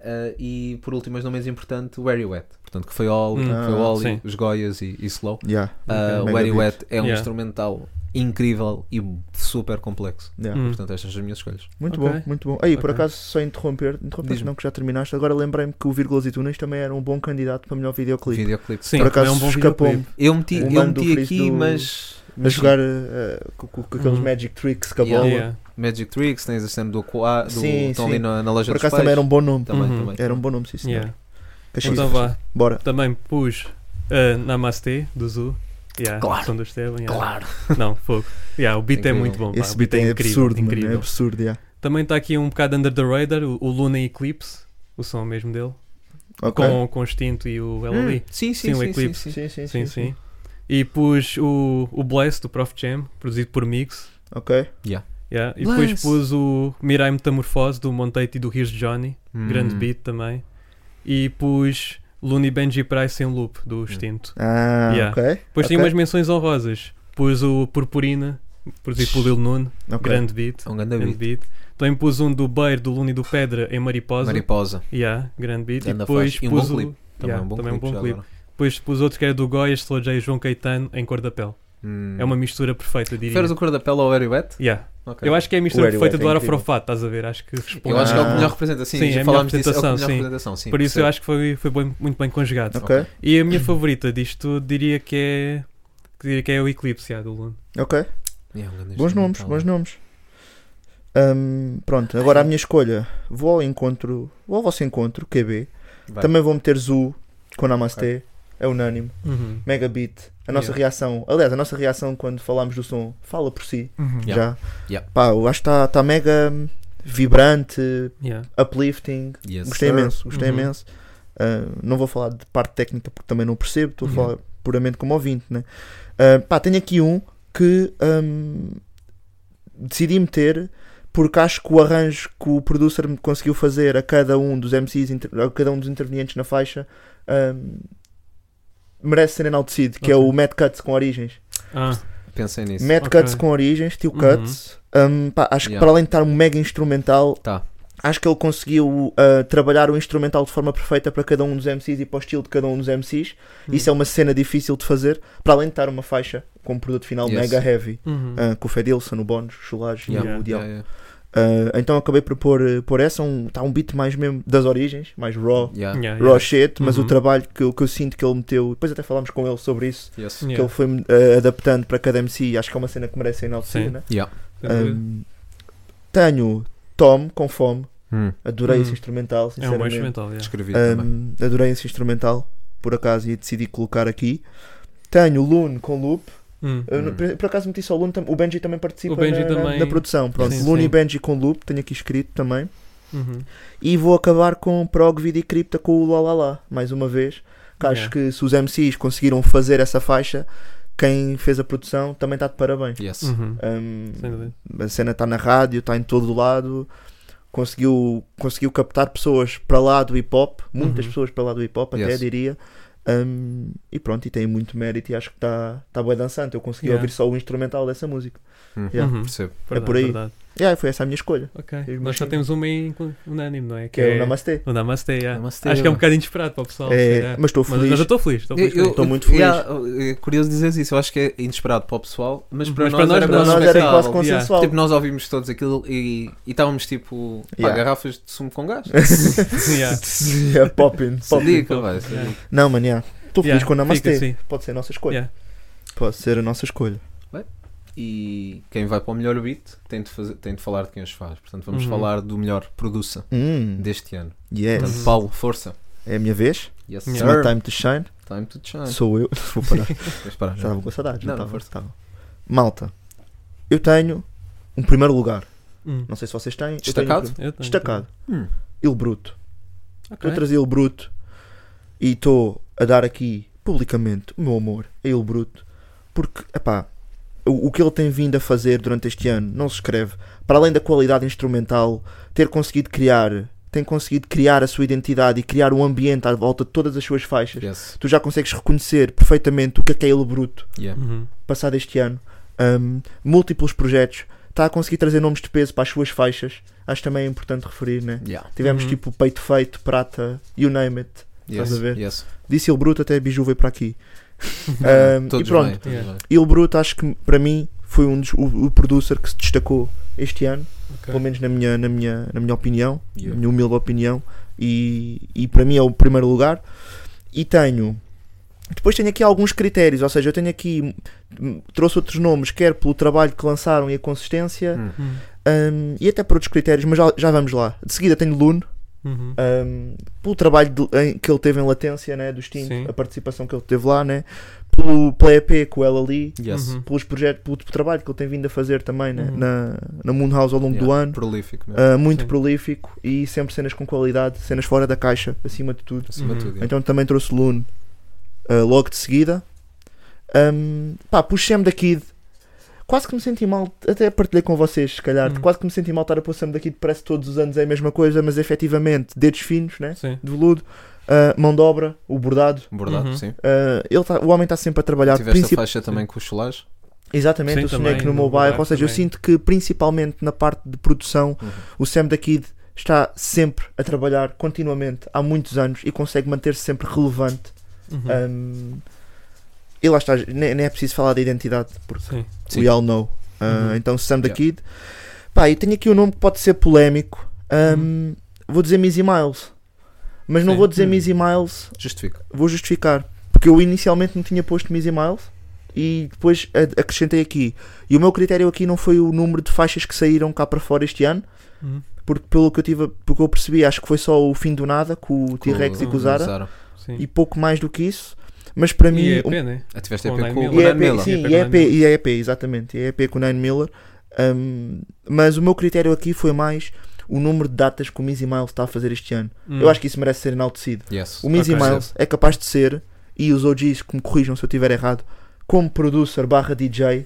Speaker 6: Ah, e por último, mas não menos importante, Where You At, portanto, que foi Oli,
Speaker 7: Hum.
Speaker 6: foi
Speaker 5: Ah,
Speaker 6: Oli,
Speaker 7: sim.
Speaker 6: os Goias e, e Slow.
Speaker 5: Yeah.
Speaker 6: Uh,
Speaker 5: Mega
Speaker 6: Wet
Speaker 5: beat.
Speaker 6: Wet é um
Speaker 7: Yeah.
Speaker 6: instrumental incrível e super complexo.
Speaker 5: Yeah.
Speaker 7: Hum.
Speaker 6: Portanto, estas são as minhas escolhas.
Speaker 5: Muito
Speaker 7: Ok.
Speaker 5: bom, muito bom. Aí, por
Speaker 7: Ok.
Speaker 5: acaso, só interromper, interromper,
Speaker 6: Diz-me.
Speaker 5: não que já terminaste. Agora lembrei-me que o Vírgulas e Túneis também era um bom candidato para melhor videoclipe.
Speaker 6: Videoclipe.
Speaker 7: Sim, também
Speaker 5: por
Speaker 7: é
Speaker 5: acaso
Speaker 7: um bom
Speaker 5: escapou-me
Speaker 7: videoclipe.
Speaker 6: Eu meti,
Speaker 5: O
Speaker 6: eu
Speaker 5: mano do
Speaker 6: meti
Speaker 5: Freeze
Speaker 6: aqui,
Speaker 5: do-
Speaker 6: mas.
Speaker 5: a
Speaker 6: mas sim.
Speaker 5: jogar eh, com, com- com aqueles
Speaker 7: Uhum.
Speaker 5: Magic Tricks com a
Speaker 6: Yeah.
Speaker 5: bola.
Speaker 7: Yeah.
Speaker 6: Magic Tricks, tens a cena do Aqua, do
Speaker 5: Sim,
Speaker 6: estão
Speaker 5: sim.
Speaker 6: ali na, na loja
Speaker 5: Por
Speaker 6: dos
Speaker 5: acaso
Speaker 6: pais.
Speaker 5: também era um bom nome.
Speaker 6: Também,
Speaker 7: Uhum.
Speaker 6: também.
Speaker 5: Era um bom nome, sim, senhor.
Speaker 7: Yeah.
Speaker 5: Caxias.
Speaker 7: Então vá.
Speaker 5: Bora.
Speaker 7: Também pus ah, Namaste do Zoo. Yeah,
Speaker 6: Claro.
Speaker 7: Som do Esteban. yeah.
Speaker 6: Claro.
Speaker 7: Não, fogo. Yeah, o beat é
Speaker 6: Incrível.
Speaker 7: muito bom. pá,
Speaker 5: Esse
Speaker 7: o
Speaker 5: beat é
Speaker 7: incrível,
Speaker 5: absurdo, mano,
Speaker 7: incrível.
Speaker 5: É absurdo, yeah.
Speaker 7: Também está aqui um bocado under the radar, o, o Luna Eclipse, o som mesmo dele,
Speaker 5: Ok.
Speaker 7: com, com o Extinto e o LOE.
Speaker 6: Hum, sim,
Speaker 7: Sim,
Speaker 6: sim, sim.
Speaker 7: o
Speaker 6: sim,
Speaker 7: Eclipse.
Speaker 6: sim, sim.
Speaker 5: Sim,
Speaker 7: Sim,
Speaker 5: sim,
Speaker 7: sim, E pus o, o Bless do Prof Jam, produzido por Mix.
Speaker 5: Ok.
Speaker 7: yeah. E
Speaker 6: Bless.
Speaker 7: depois pus o Mirai Metamorfose do Monteito e do Here's Johnny,
Speaker 6: Hum.
Speaker 7: grande beat também. E pus Luna e Benji Price em loop do Extinto.
Speaker 5: Ah,
Speaker 7: Yeah.
Speaker 5: ok.
Speaker 7: Depois
Speaker 5: Ok.
Speaker 7: tinha umas menções honrosas. Pus o Purpurina, produzido por Lil Nun,
Speaker 5: Ok.
Speaker 7: grande beat.
Speaker 6: É um grande
Speaker 7: Grande
Speaker 6: beat.
Speaker 7: beat. Também pus um do Beir, do Luna e do Pedra em Mariposa.
Speaker 6: Mariposa.
Speaker 7: Yeah, grande beat.
Speaker 6: Ganda
Speaker 7: e depois
Speaker 6: faixa. E um
Speaker 7: pus
Speaker 6: bom
Speaker 7: o-
Speaker 6: clipe. Também
Speaker 7: yeah,
Speaker 6: um bom
Speaker 7: também
Speaker 6: clipe. já
Speaker 7: clipe.
Speaker 6: agora.
Speaker 7: Depois pus outro que era do Goiás, Slowjay e João Caetano em cor da pele.
Speaker 6: Hum.
Speaker 7: É uma mistura perfeita, diria.
Speaker 6: Preferes o cor da pele ao Very Wet?
Speaker 7: Yeah.
Speaker 6: Ok.
Speaker 7: Eu acho que é a mistura
Speaker 5: O Eddie
Speaker 7: perfeita
Speaker 5: Wet é
Speaker 7: do
Speaker 5: incrível.
Speaker 7: Arafrofat, estás a ver? Acho que responde.
Speaker 6: Eu acho que é o que melhor representa.
Speaker 7: Sim,
Speaker 6: Sim,
Speaker 7: é a
Speaker 6: já
Speaker 7: melhor
Speaker 6: falámos disso. É o que melhor
Speaker 7: representação, sim.
Speaker 6: representação. Sim,
Speaker 7: Por isso eu
Speaker 6: percebo.
Speaker 7: acho que foi, foi bem- muito bem conjugado.
Speaker 5: Ok.
Speaker 7: E a minha favorita disto tudo diria que é. que diria que é o Eclipse, yeah, do Luno.
Speaker 5: Ok.
Speaker 6: É um grande
Speaker 5: Bons nomes,
Speaker 6: instrumental.
Speaker 5: bons nomes. Hum, pronto, agora a minha escolha. Vou ao encontro, vou ao vosso encontro, QB.
Speaker 6: Vai.
Speaker 5: Também vou meter Zu com Namaste. É unânime.
Speaker 7: Uhum.
Speaker 5: Mega beat. A nossa
Speaker 7: Yeah.
Speaker 5: reação, aliás, a nossa reação quando falámos do som fala por si.
Speaker 6: Yeah.
Speaker 5: Já.
Speaker 6: Yeah.
Speaker 5: Pá, eu acho que está tá mega hum, vibrante,
Speaker 7: Yeah.
Speaker 6: Uhum.
Speaker 5: uplifting.
Speaker 6: Yes,
Speaker 5: Gostei
Speaker 6: sir.
Speaker 5: imenso, gostei
Speaker 7: Uhum.
Speaker 5: imenso. Ah, não vou falar de parte técnica porque também não percebo, estou a falar puramente como ouvinte. Né? Ah, pá, tenho aqui um que hum, decidi meter porque acho que o arranjo que o producer me conseguiu fazer a cada um dos MCs, inter- a cada um dos intervenientes na faixa. hum, merece ser enaltecido, que é
Speaker 7: Ok.
Speaker 5: o Mad Cuts com origens.
Speaker 7: Ah,
Speaker 6: Pensei nisso.
Speaker 5: Mad
Speaker 7: Ok.
Speaker 5: Cuts com origens, Steel
Speaker 7: Uhum.
Speaker 5: Cuts. Um, pá, acho que
Speaker 6: Yeah.
Speaker 5: para além de estar um mega instrumental,
Speaker 6: Tá.
Speaker 5: acho que ele conseguiu uh, trabalhar o instrumental de forma perfeita para cada um dos MCs e para o estilo de cada um dos MCs.
Speaker 7: Uhum.
Speaker 5: Isso é uma cena difícil de fazer, para além de estar uma faixa com um produto final
Speaker 6: Yes.
Speaker 5: mega heavy,
Speaker 7: uhum.
Speaker 5: uh, com o Fedilson, o Bones, o Chulage
Speaker 7: Yeah.
Speaker 5: e o Dial.
Speaker 6: Yeah, yeah.
Speaker 5: Uh, então acabei por pôr, uh, pôr essa, um, tá um beat mais mesmo das origens, mais raw,
Speaker 6: Yeah.
Speaker 7: Oh. Ah, Yeah,
Speaker 5: raw shit, mas
Speaker 7: Uhum.
Speaker 5: o trabalho que, eu- que eu sinto que ele meteu, depois até falámos com ele sobre isso,
Speaker 6: Yes.
Speaker 7: yeah.
Speaker 5: que ele foi uh, adaptando para cada MC e acho que é uma cena que merece ser enaltecida,
Speaker 7: Sim.
Speaker 5: né?
Speaker 6: Yeah.
Speaker 7: Sem dúvida.
Speaker 5: Um, tenho Tom com fome.
Speaker 6: Hum.
Speaker 5: Adorei esse
Speaker 7: Hum.
Speaker 5: instrumental,
Speaker 7: é um bom
Speaker 5: sinceramente.
Speaker 7: instrumental, yeah.
Speaker 6: Escrevi também.
Speaker 5: Um, adorei esse instrumental, por acaso, e decidi colocar aqui. Tenho Lune com Loop.
Speaker 7: Hum.
Speaker 5: Eu não-
Speaker 6: Hum.
Speaker 5: por, por acaso meti só Lune, tam- o Benji também participa
Speaker 7: O Benji
Speaker 5: na, na-
Speaker 7: também-
Speaker 5: na produção. Pronto,
Speaker 7: Sim,
Speaker 5: Lune
Speaker 7: sim.
Speaker 5: e Benji com Loop, tenho aqui escrito também.
Speaker 7: Uhum.
Speaker 5: E vou acabar com Prog, Vida e Cripta com o Lalala, mais uma vez. Que acho
Speaker 7: Yeah.
Speaker 5: que se os MCs conseguiram fazer essa faixa, quem fez a produção também está de parabéns.
Speaker 6: Yes.
Speaker 7: Uhum.
Speaker 5: Um,
Speaker 7: Sem dúvida.
Speaker 5: a cena está na rádio, está em todo o lado, conseguiu, conseguiu captar pessoas para lá do hip hop, muitas
Speaker 7: Uhum.
Speaker 5: pessoas para lá do hip hop, até
Speaker 6: Yes.
Speaker 5: diria. Um, e pronto, e tem muito mérito e acho que está tá bem dançante. Eu consegui
Speaker 7: Yeah.
Speaker 5: ouvir só o instrumental dessa música.
Speaker 6: Hum.
Speaker 5: Yeah. É
Speaker 7: Uhum.
Speaker 6: Percebo.
Speaker 7: Verdade,
Speaker 5: por aí.
Speaker 7: verdade.
Speaker 5: E aí foi essa a minha escolha,
Speaker 7: Ok.
Speaker 5: Diz-me
Speaker 7: Nós só
Speaker 5: assim.
Speaker 7: temos uma em unânime, não é?
Speaker 5: que é, o Namastê.
Speaker 7: O Namaste, yeah.
Speaker 6: Namastê,
Speaker 7: Acho que é um
Speaker 6: mano.
Speaker 7: bocado inesperado para o pessoal.
Speaker 5: É,
Speaker 7: se calhar.
Speaker 5: mas estou
Speaker 7: mas,
Speaker 5: feliz.
Speaker 7: mas eu estou feliz, estou feliz. com
Speaker 6: Eu-
Speaker 7: isso.
Speaker 5: Estou muito feliz.
Speaker 6: Yeah, é curioso dizer isso. Eu acho que é inesperado para o pessoal, mas para
Speaker 7: Uhum. Mas para
Speaker 6: nós
Speaker 7: nós
Speaker 6: era
Speaker 5: Para
Speaker 7: não.
Speaker 5: nós era
Speaker 6: expectável.
Speaker 5: quase
Speaker 7: Yeah.
Speaker 5: consensual.
Speaker 6: Tipo, nós ouvimos todos aquilo e, e estávamos tipo pá,
Speaker 5: Yeah.
Speaker 6: garrafas de sumo com gás.
Speaker 7: Yeah.
Speaker 5: Yeah, popping, popping.
Speaker 6: Dica, vai.
Speaker 7: Yeah.
Speaker 5: é Não, mano, yeah. estou feliz
Speaker 7: Yeah,
Speaker 5: com o Namastê.
Speaker 7: fica assim.
Speaker 5: Pode ser a nossa escolha.
Speaker 7: Yeah.
Speaker 5: Pode ser a nossa escolha.
Speaker 6: E quem vai para o melhor beat tem de, fazer, tem de falar de quem os faz. Portanto, vamos
Speaker 7: Uhum.
Speaker 6: falar do melhor produça
Speaker 5: Hum,
Speaker 6: deste ano.
Speaker 5: yes.
Speaker 6: Portanto, Paulo, força.
Speaker 5: É a minha vez.
Speaker 6: Yes,
Speaker 7: Yeah.
Speaker 5: It's my
Speaker 6: sir.
Speaker 5: time to shine.
Speaker 6: Time to shine.
Speaker 5: Sou eu. Vou parar.
Speaker 6: Vais parar,
Speaker 5: Já
Speaker 6: não?
Speaker 5: estava com saudades,
Speaker 6: Ah. Não,
Speaker 5: não,
Speaker 6: não,
Speaker 5: estava,
Speaker 6: força.
Speaker 5: estava. Malta, eu tenho um primeiro lugar.
Speaker 7: Hum.
Speaker 5: Não sei se vocês têm. eu tenho um
Speaker 6: Destacado?
Speaker 5: prim-
Speaker 7: Eu tenho-
Speaker 5: Destacado.
Speaker 6: Hum.
Speaker 5: Il Bruto. Estou
Speaker 7: Ok.
Speaker 5: a trazer Il Bruto e estou a dar aqui publicamente o meu amor a Il Bruto porque, epá, o, o que ele tem vindo a fazer durante este ano não se escreve. Para além da qualidade instrumental, ter conseguido criar, tem conseguido criar a sua identidade e criar um ambiente à volta de todas as suas faixas.
Speaker 6: Yes.
Speaker 5: Tu já consegues reconhecer perfeitamente o que é que é Il Bruto
Speaker 6: Yeah.
Speaker 7: Uhum.
Speaker 5: passado este ano, um, múltiplos projetos, está a conseguir trazer nomes de peso para as suas faixas. Acho também é importante referir, né?
Speaker 6: Yeah.
Speaker 5: Tivemos
Speaker 7: Uhum.
Speaker 5: tipo Peito Feito, Prata, You Name It.
Speaker 6: Yes.
Speaker 5: Estás a ver?
Speaker 6: Yes.
Speaker 5: Disse Il Bruto, até Biju veio para aqui. Um, e
Speaker 6: Todos
Speaker 5: pronto,
Speaker 6: bem, todos
Speaker 7: Yeah.
Speaker 6: bem.
Speaker 5: Il Bruto acho que para mim foi um dos, o, o producer que se destacou este ano,
Speaker 7: Ok.
Speaker 5: pelo menos na minha, na minha, na minha opinião,
Speaker 6: Yeah.
Speaker 5: na minha humilde opinião, e, e para mim é o primeiro lugar. E tenho. Depois tenho aqui alguns critérios, ou seja, eu tenho aqui. hum, Trouxe outros nomes, quer pelo trabalho que lançaram e a consistência,
Speaker 6: Hum.
Speaker 7: Hum.
Speaker 5: hum, e até por outros critérios, mas já, já vamos lá. De seguida tenho Lune,
Speaker 7: Uhum.
Speaker 5: um, pelo trabalho de- em- que ele teve em latência, né, do Steam,
Speaker 7: Sim.
Speaker 5: a participação que ele teve lá, né, pelo Play EP com ela ali,
Speaker 6: Yes.
Speaker 7: Uhum.
Speaker 5: pelos projetos, pelo tipo de trabalho que ele tem vindo a fazer também né,
Speaker 7: Uhum.
Speaker 5: na, na Moon House ao longo do
Speaker 6: Yeah.
Speaker 5: ano.
Speaker 6: Prolífico mesmo.
Speaker 5: Uh, muito
Speaker 7: Sim.
Speaker 5: prolífico e sempre cenas com qualidade, cenas fora da caixa, acima de tudo.
Speaker 6: Acima de
Speaker 7: Uhum.
Speaker 6: tudo. yeah.
Speaker 5: Então também trouxe Lune uh, logo de seguida. Um, pá, puxei-me da Kid. Quase que me senti mal, até partilhei com vocês, se calhar.
Speaker 7: Uhum.
Speaker 5: Quase que me senti mal estar a pôr Sam da Kid, parece que todos os anos é a mesma coisa, mas efetivamente, dedos finos, né?
Speaker 7: Sim.
Speaker 5: De veludo, uh, mão de obra, o bordado.
Speaker 6: Bordado,
Speaker 7: Uhum.
Speaker 6: sim.
Speaker 5: Uh, ele tá- o homem está sempre a trabalhar.
Speaker 6: Tiveste
Speaker 5: princip-
Speaker 6: a faixa também com o cholage.
Speaker 5: Exatamente,
Speaker 7: Sim,
Speaker 5: o
Speaker 7: também,
Speaker 5: Snake no
Speaker 7: no
Speaker 5: meu bairro.
Speaker 7: bairro
Speaker 5: Ou seja, eu
Speaker 7: também.
Speaker 5: sinto que principalmente na parte de produção,
Speaker 6: Uhum.
Speaker 5: o Sam da Kid está sempre a trabalhar continuamente há muitos anos e consegue manter-se sempre relevante.
Speaker 7: Uhum.
Speaker 5: Um, e lá está, nem, nem é preciso falar da identidade, porque
Speaker 7: Sim.
Speaker 6: Sim.
Speaker 5: we all know. Uh,
Speaker 7: Uhum.
Speaker 5: Então, Sam da
Speaker 6: Yeah.
Speaker 5: Kid. Pá, e tenho aqui um nome que pode ser polémico. Um, Vou dizer Mizzy Miles, mas não
Speaker 7: Uhum. Sim.
Speaker 5: vou dizer
Speaker 6: Hum.
Speaker 5: Mizzy Miles
Speaker 6: Justifico.
Speaker 5: vou justificar. Porque eu inicialmente não tinha posto Mizzy Miles e depois a- acrescentei aqui. E o meu critério aqui não foi o número de faixas que saíram cá para fora este ano,
Speaker 7: Uhum.
Speaker 5: porque pelo que eu, tive, porque eu percebi, acho que foi só o fim do nada com o T-Rex e com o Zara
Speaker 7: Sim.
Speaker 5: e pouco mais do que isso. Mas para mim.
Speaker 7: E é
Speaker 5: um-
Speaker 7: pena, é?
Speaker 6: Ah, tiveste
Speaker 7: Com
Speaker 6: EP
Speaker 7: Nine
Speaker 6: com o
Speaker 7: Miller.
Speaker 6: Nine
Speaker 5: e
Speaker 6: Miller.
Speaker 5: EP, sim,
Speaker 7: EP
Speaker 5: e
Speaker 7: com
Speaker 5: EP,
Speaker 7: Nine
Speaker 5: e é Hum, EP, exatamente, e EP com o Nine Miller. Um, mas o meu critério aqui foi mais o número de datas que o Mizzy Miles está a fazer este ano.
Speaker 7: Hum.
Speaker 5: Eu acho que isso merece ser enaltecido.
Speaker 6: Yes.
Speaker 5: O Mizzy
Speaker 7: Ok.
Speaker 5: Miles é capaz de ser, e os OGs que me corrijam se eu estiver errado, como producer barra DJ,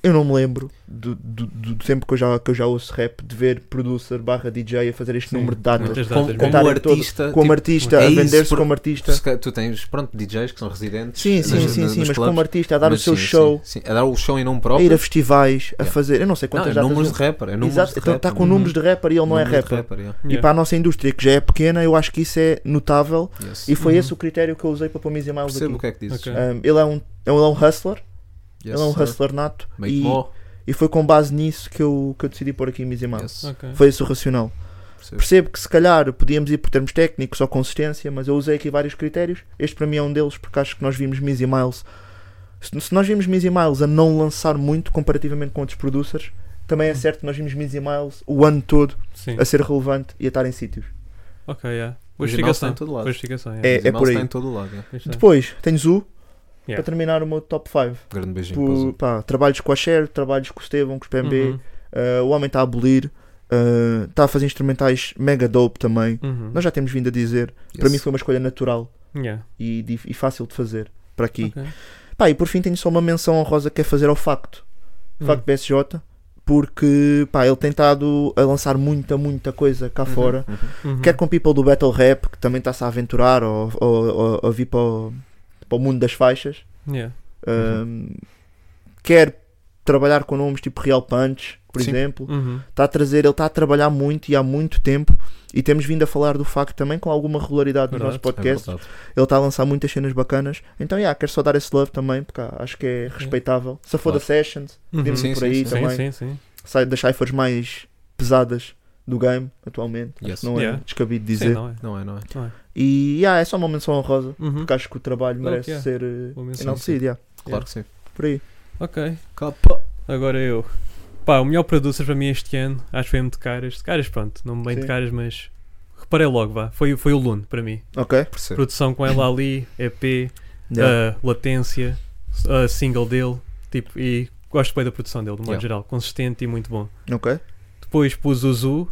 Speaker 5: eu não me lembro do, do, do- do tempo que eu, já, que eu já ouço rap de ver producer barra DJ a fazer este
Speaker 7: Sim,
Speaker 5: número de datas.
Speaker 7: muitas datas
Speaker 6: Como,
Speaker 7: mesmo.
Speaker 6: como
Speaker 5: Contarem
Speaker 6: artista,
Speaker 5: Como
Speaker 6: tipo,
Speaker 5: artista, a
Speaker 6: é isso,
Speaker 5: vender-se
Speaker 6: por-
Speaker 5: como artista.
Speaker 6: se calhar tu tens, pronto, DJs que são residentes.
Speaker 5: Sim, sim,
Speaker 6: nas-
Speaker 5: sim,
Speaker 6: nas-
Speaker 5: sim,
Speaker 6: nos
Speaker 5: mas
Speaker 6: clubs,
Speaker 5: como artista, a dar o
Speaker 6: mas
Speaker 5: seu
Speaker 6: sim,
Speaker 5: show,
Speaker 6: Sim, sim. A dar o show em nome
Speaker 5: a
Speaker 6: próprio.
Speaker 5: ir a festivais, a
Speaker 6: Yeah.
Speaker 5: fazer. Eu não sei
Speaker 6: não,
Speaker 5: quantas
Speaker 6: é
Speaker 5: datas.
Speaker 6: números de rapper. É números
Speaker 5: Exato,
Speaker 6: de
Speaker 5: então
Speaker 6: rapper.
Speaker 5: está com números de rapper e ele não é
Speaker 6: Números de
Speaker 5: rapper.
Speaker 6: yeah.
Speaker 5: E
Speaker 7: Uhum. Yeah.
Speaker 5: para a nossa indústria, que já é pequena, eu acho que isso é notável.
Speaker 6: Yes.
Speaker 5: E foi esse o critério que eu usei para pôr Mizzy Miles aqui.
Speaker 6: Percebo o que é que dizes.
Speaker 7: Ok.
Speaker 5: Um, ele, é um, ele é um hustler,
Speaker 6: Yes,
Speaker 5: ele é um
Speaker 6: sir.
Speaker 5: hustler nato.
Speaker 6: Make
Speaker 5: E,
Speaker 6: more.
Speaker 5: e foi com base nisso que eu, que eu decidi pôr aqui Mizzy Miles.
Speaker 6: Yes.
Speaker 7: Ok.
Speaker 5: Foi esse o racional.
Speaker 6: Percebo.
Speaker 5: Percebo que se calhar podíamos ir por termos técnicos ou consistência, mas eu usei aqui vários critérios. Este para mim é um deles, porque acho que nós vimos Mizzy Miles. Se, se nós vimos Mizzy Miles a não lançar muito comparativamente com outros producers, também é certo que nós vimos Mizzy Miles o ano todo
Speaker 7: Sim.
Speaker 5: a ser relevante e a estar em sítios.
Speaker 7: Ok, yeah.
Speaker 6: Os irmãos
Speaker 7: Justificação.
Speaker 6: estão em todo lado.
Speaker 7: Justificação, yeah.
Speaker 5: É,
Speaker 6: Os
Speaker 5: é por
Speaker 6: irmãos
Speaker 5: aí.
Speaker 6: estão em todo lado. yeah.
Speaker 7: Isto é.
Speaker 5: Depois tens o
Speaker 7: Yeah.
Speaker 5: para terminar o meu top 5.
Speaker 6: Grande beijinho. para o
Speaker 5: Por,
Speaker 6: Zoom.
Speaker 5: pá, trabalhos com a Cher, trabalhos com o Estevam, com os PMB.
Speaker 7: Uhum,
Speaker 5: Uh, o homem está a abolir, uh, está a fazer instrumentais mega dope também.
Speaker 7: uhum.
Speaker 5: Nós já temos vindo a dizer, para
Speaker 6: Yes.
Speaker 5: mim foi uma escolha natural
Speaker 7: Yeah,
Speaker 5: e, dif- e fácil de fazer para aqui.
Speaker 7: ok.
Speaker 5: Pá, e por fim tenho só uma menção honrosa que é fazer ao facto,
Speaker 7: Hum.
Speaker 5: facto BSJ, porque pá, ele tem estado a lançar muita, muita coisa cá fora.
Speaker 7: Uhum, uhum.
Speaker 5: Quer com people do Battle Rap, que também está-se a aventurar ou, ou, ou- ou vir para o, para o mundo das faixas.
Speaker 7: Yeah. Uhum.
Speaker 5: Um, quer trabalhar com nomes tipo Real Punch, por
Speaker 6: Sim.
Speaker 5: exemplo
Speaker 7: Uhum.
Speaker 5: está tá a trazer, ele está a trabalhar muito e há muito tempo e temos vindo a falar do facto também com alguma regularidade nos
Speaker 7: Verdade, é
Speaker 5: nossos
Speaker 6: É
Speaker 5: podcasts.
Speaker 6: verdade.
Speaker 5: ele está a lançar muitas cenas bacanas. Então, yeah, quero só dar esse love também, porque ah, acho que é respeitável. Safou da
Speaker 6: Claro. Uhum.
Speaker 5: Sessions, podemos
Speaker 6: Sim,
Speaker 5: ir por
Speaker 6: sim,
Speaker 5: aí
Speaker 6: sim.
Speaker 5: também.
Speaker 7: Sim, sim, sim.
Speaker 5: Sai das ciphers mais pesadas do game atualmente. Acho
Speaker 6: Yes.
Speaker 5: que Não
Speaker 7: Yeah.
Speaker 5: é descabido
Speaker 7: Sim,
Speaker 5: dizer.
Speaker 7: não é?
Speaker 6: Não é, não é.
Speaker 5: e yeah, é só uma menção honrosa,
Speaker 7: Uhum.
Speaker 5: porque acho que o trabalho
Speaker 7: Claro
Speaker 5: merece
Speaker 7: que é.
Speaker 5: ser eh,
Speaker 7: Uma menção,
Speaker 5: enaltecido. yeah.
Speaker 6: Claro que sim.
Speaker 5: Por aí.
Speaker 7: Ok.
Speaker 6: Capa.
Speaker 7: Agora eu. Pá, o melhor producer para mim este ano, acho que foi M de Caras. De Caras, pronto, não bem de
Speaker 5: Sim.
Speaker 7: Caras, mas reparei logo, vá. Foi, foi o Luno para mim.
Speaker 5: Ok?
Speaker 6: Percebo.
Speaker 7: Produção com ela ali, EP,
Speaker 5: Yeah.
Speaker 7: ah, latência, ah, single dele, tipo, e gosto bem da produção dele, de modo
Speaker 6: Yeah.
Speaker 7: geral. Consistente e muito bom.
Speaker 5: Ok?
Speaker 7: Depois pus o Zu,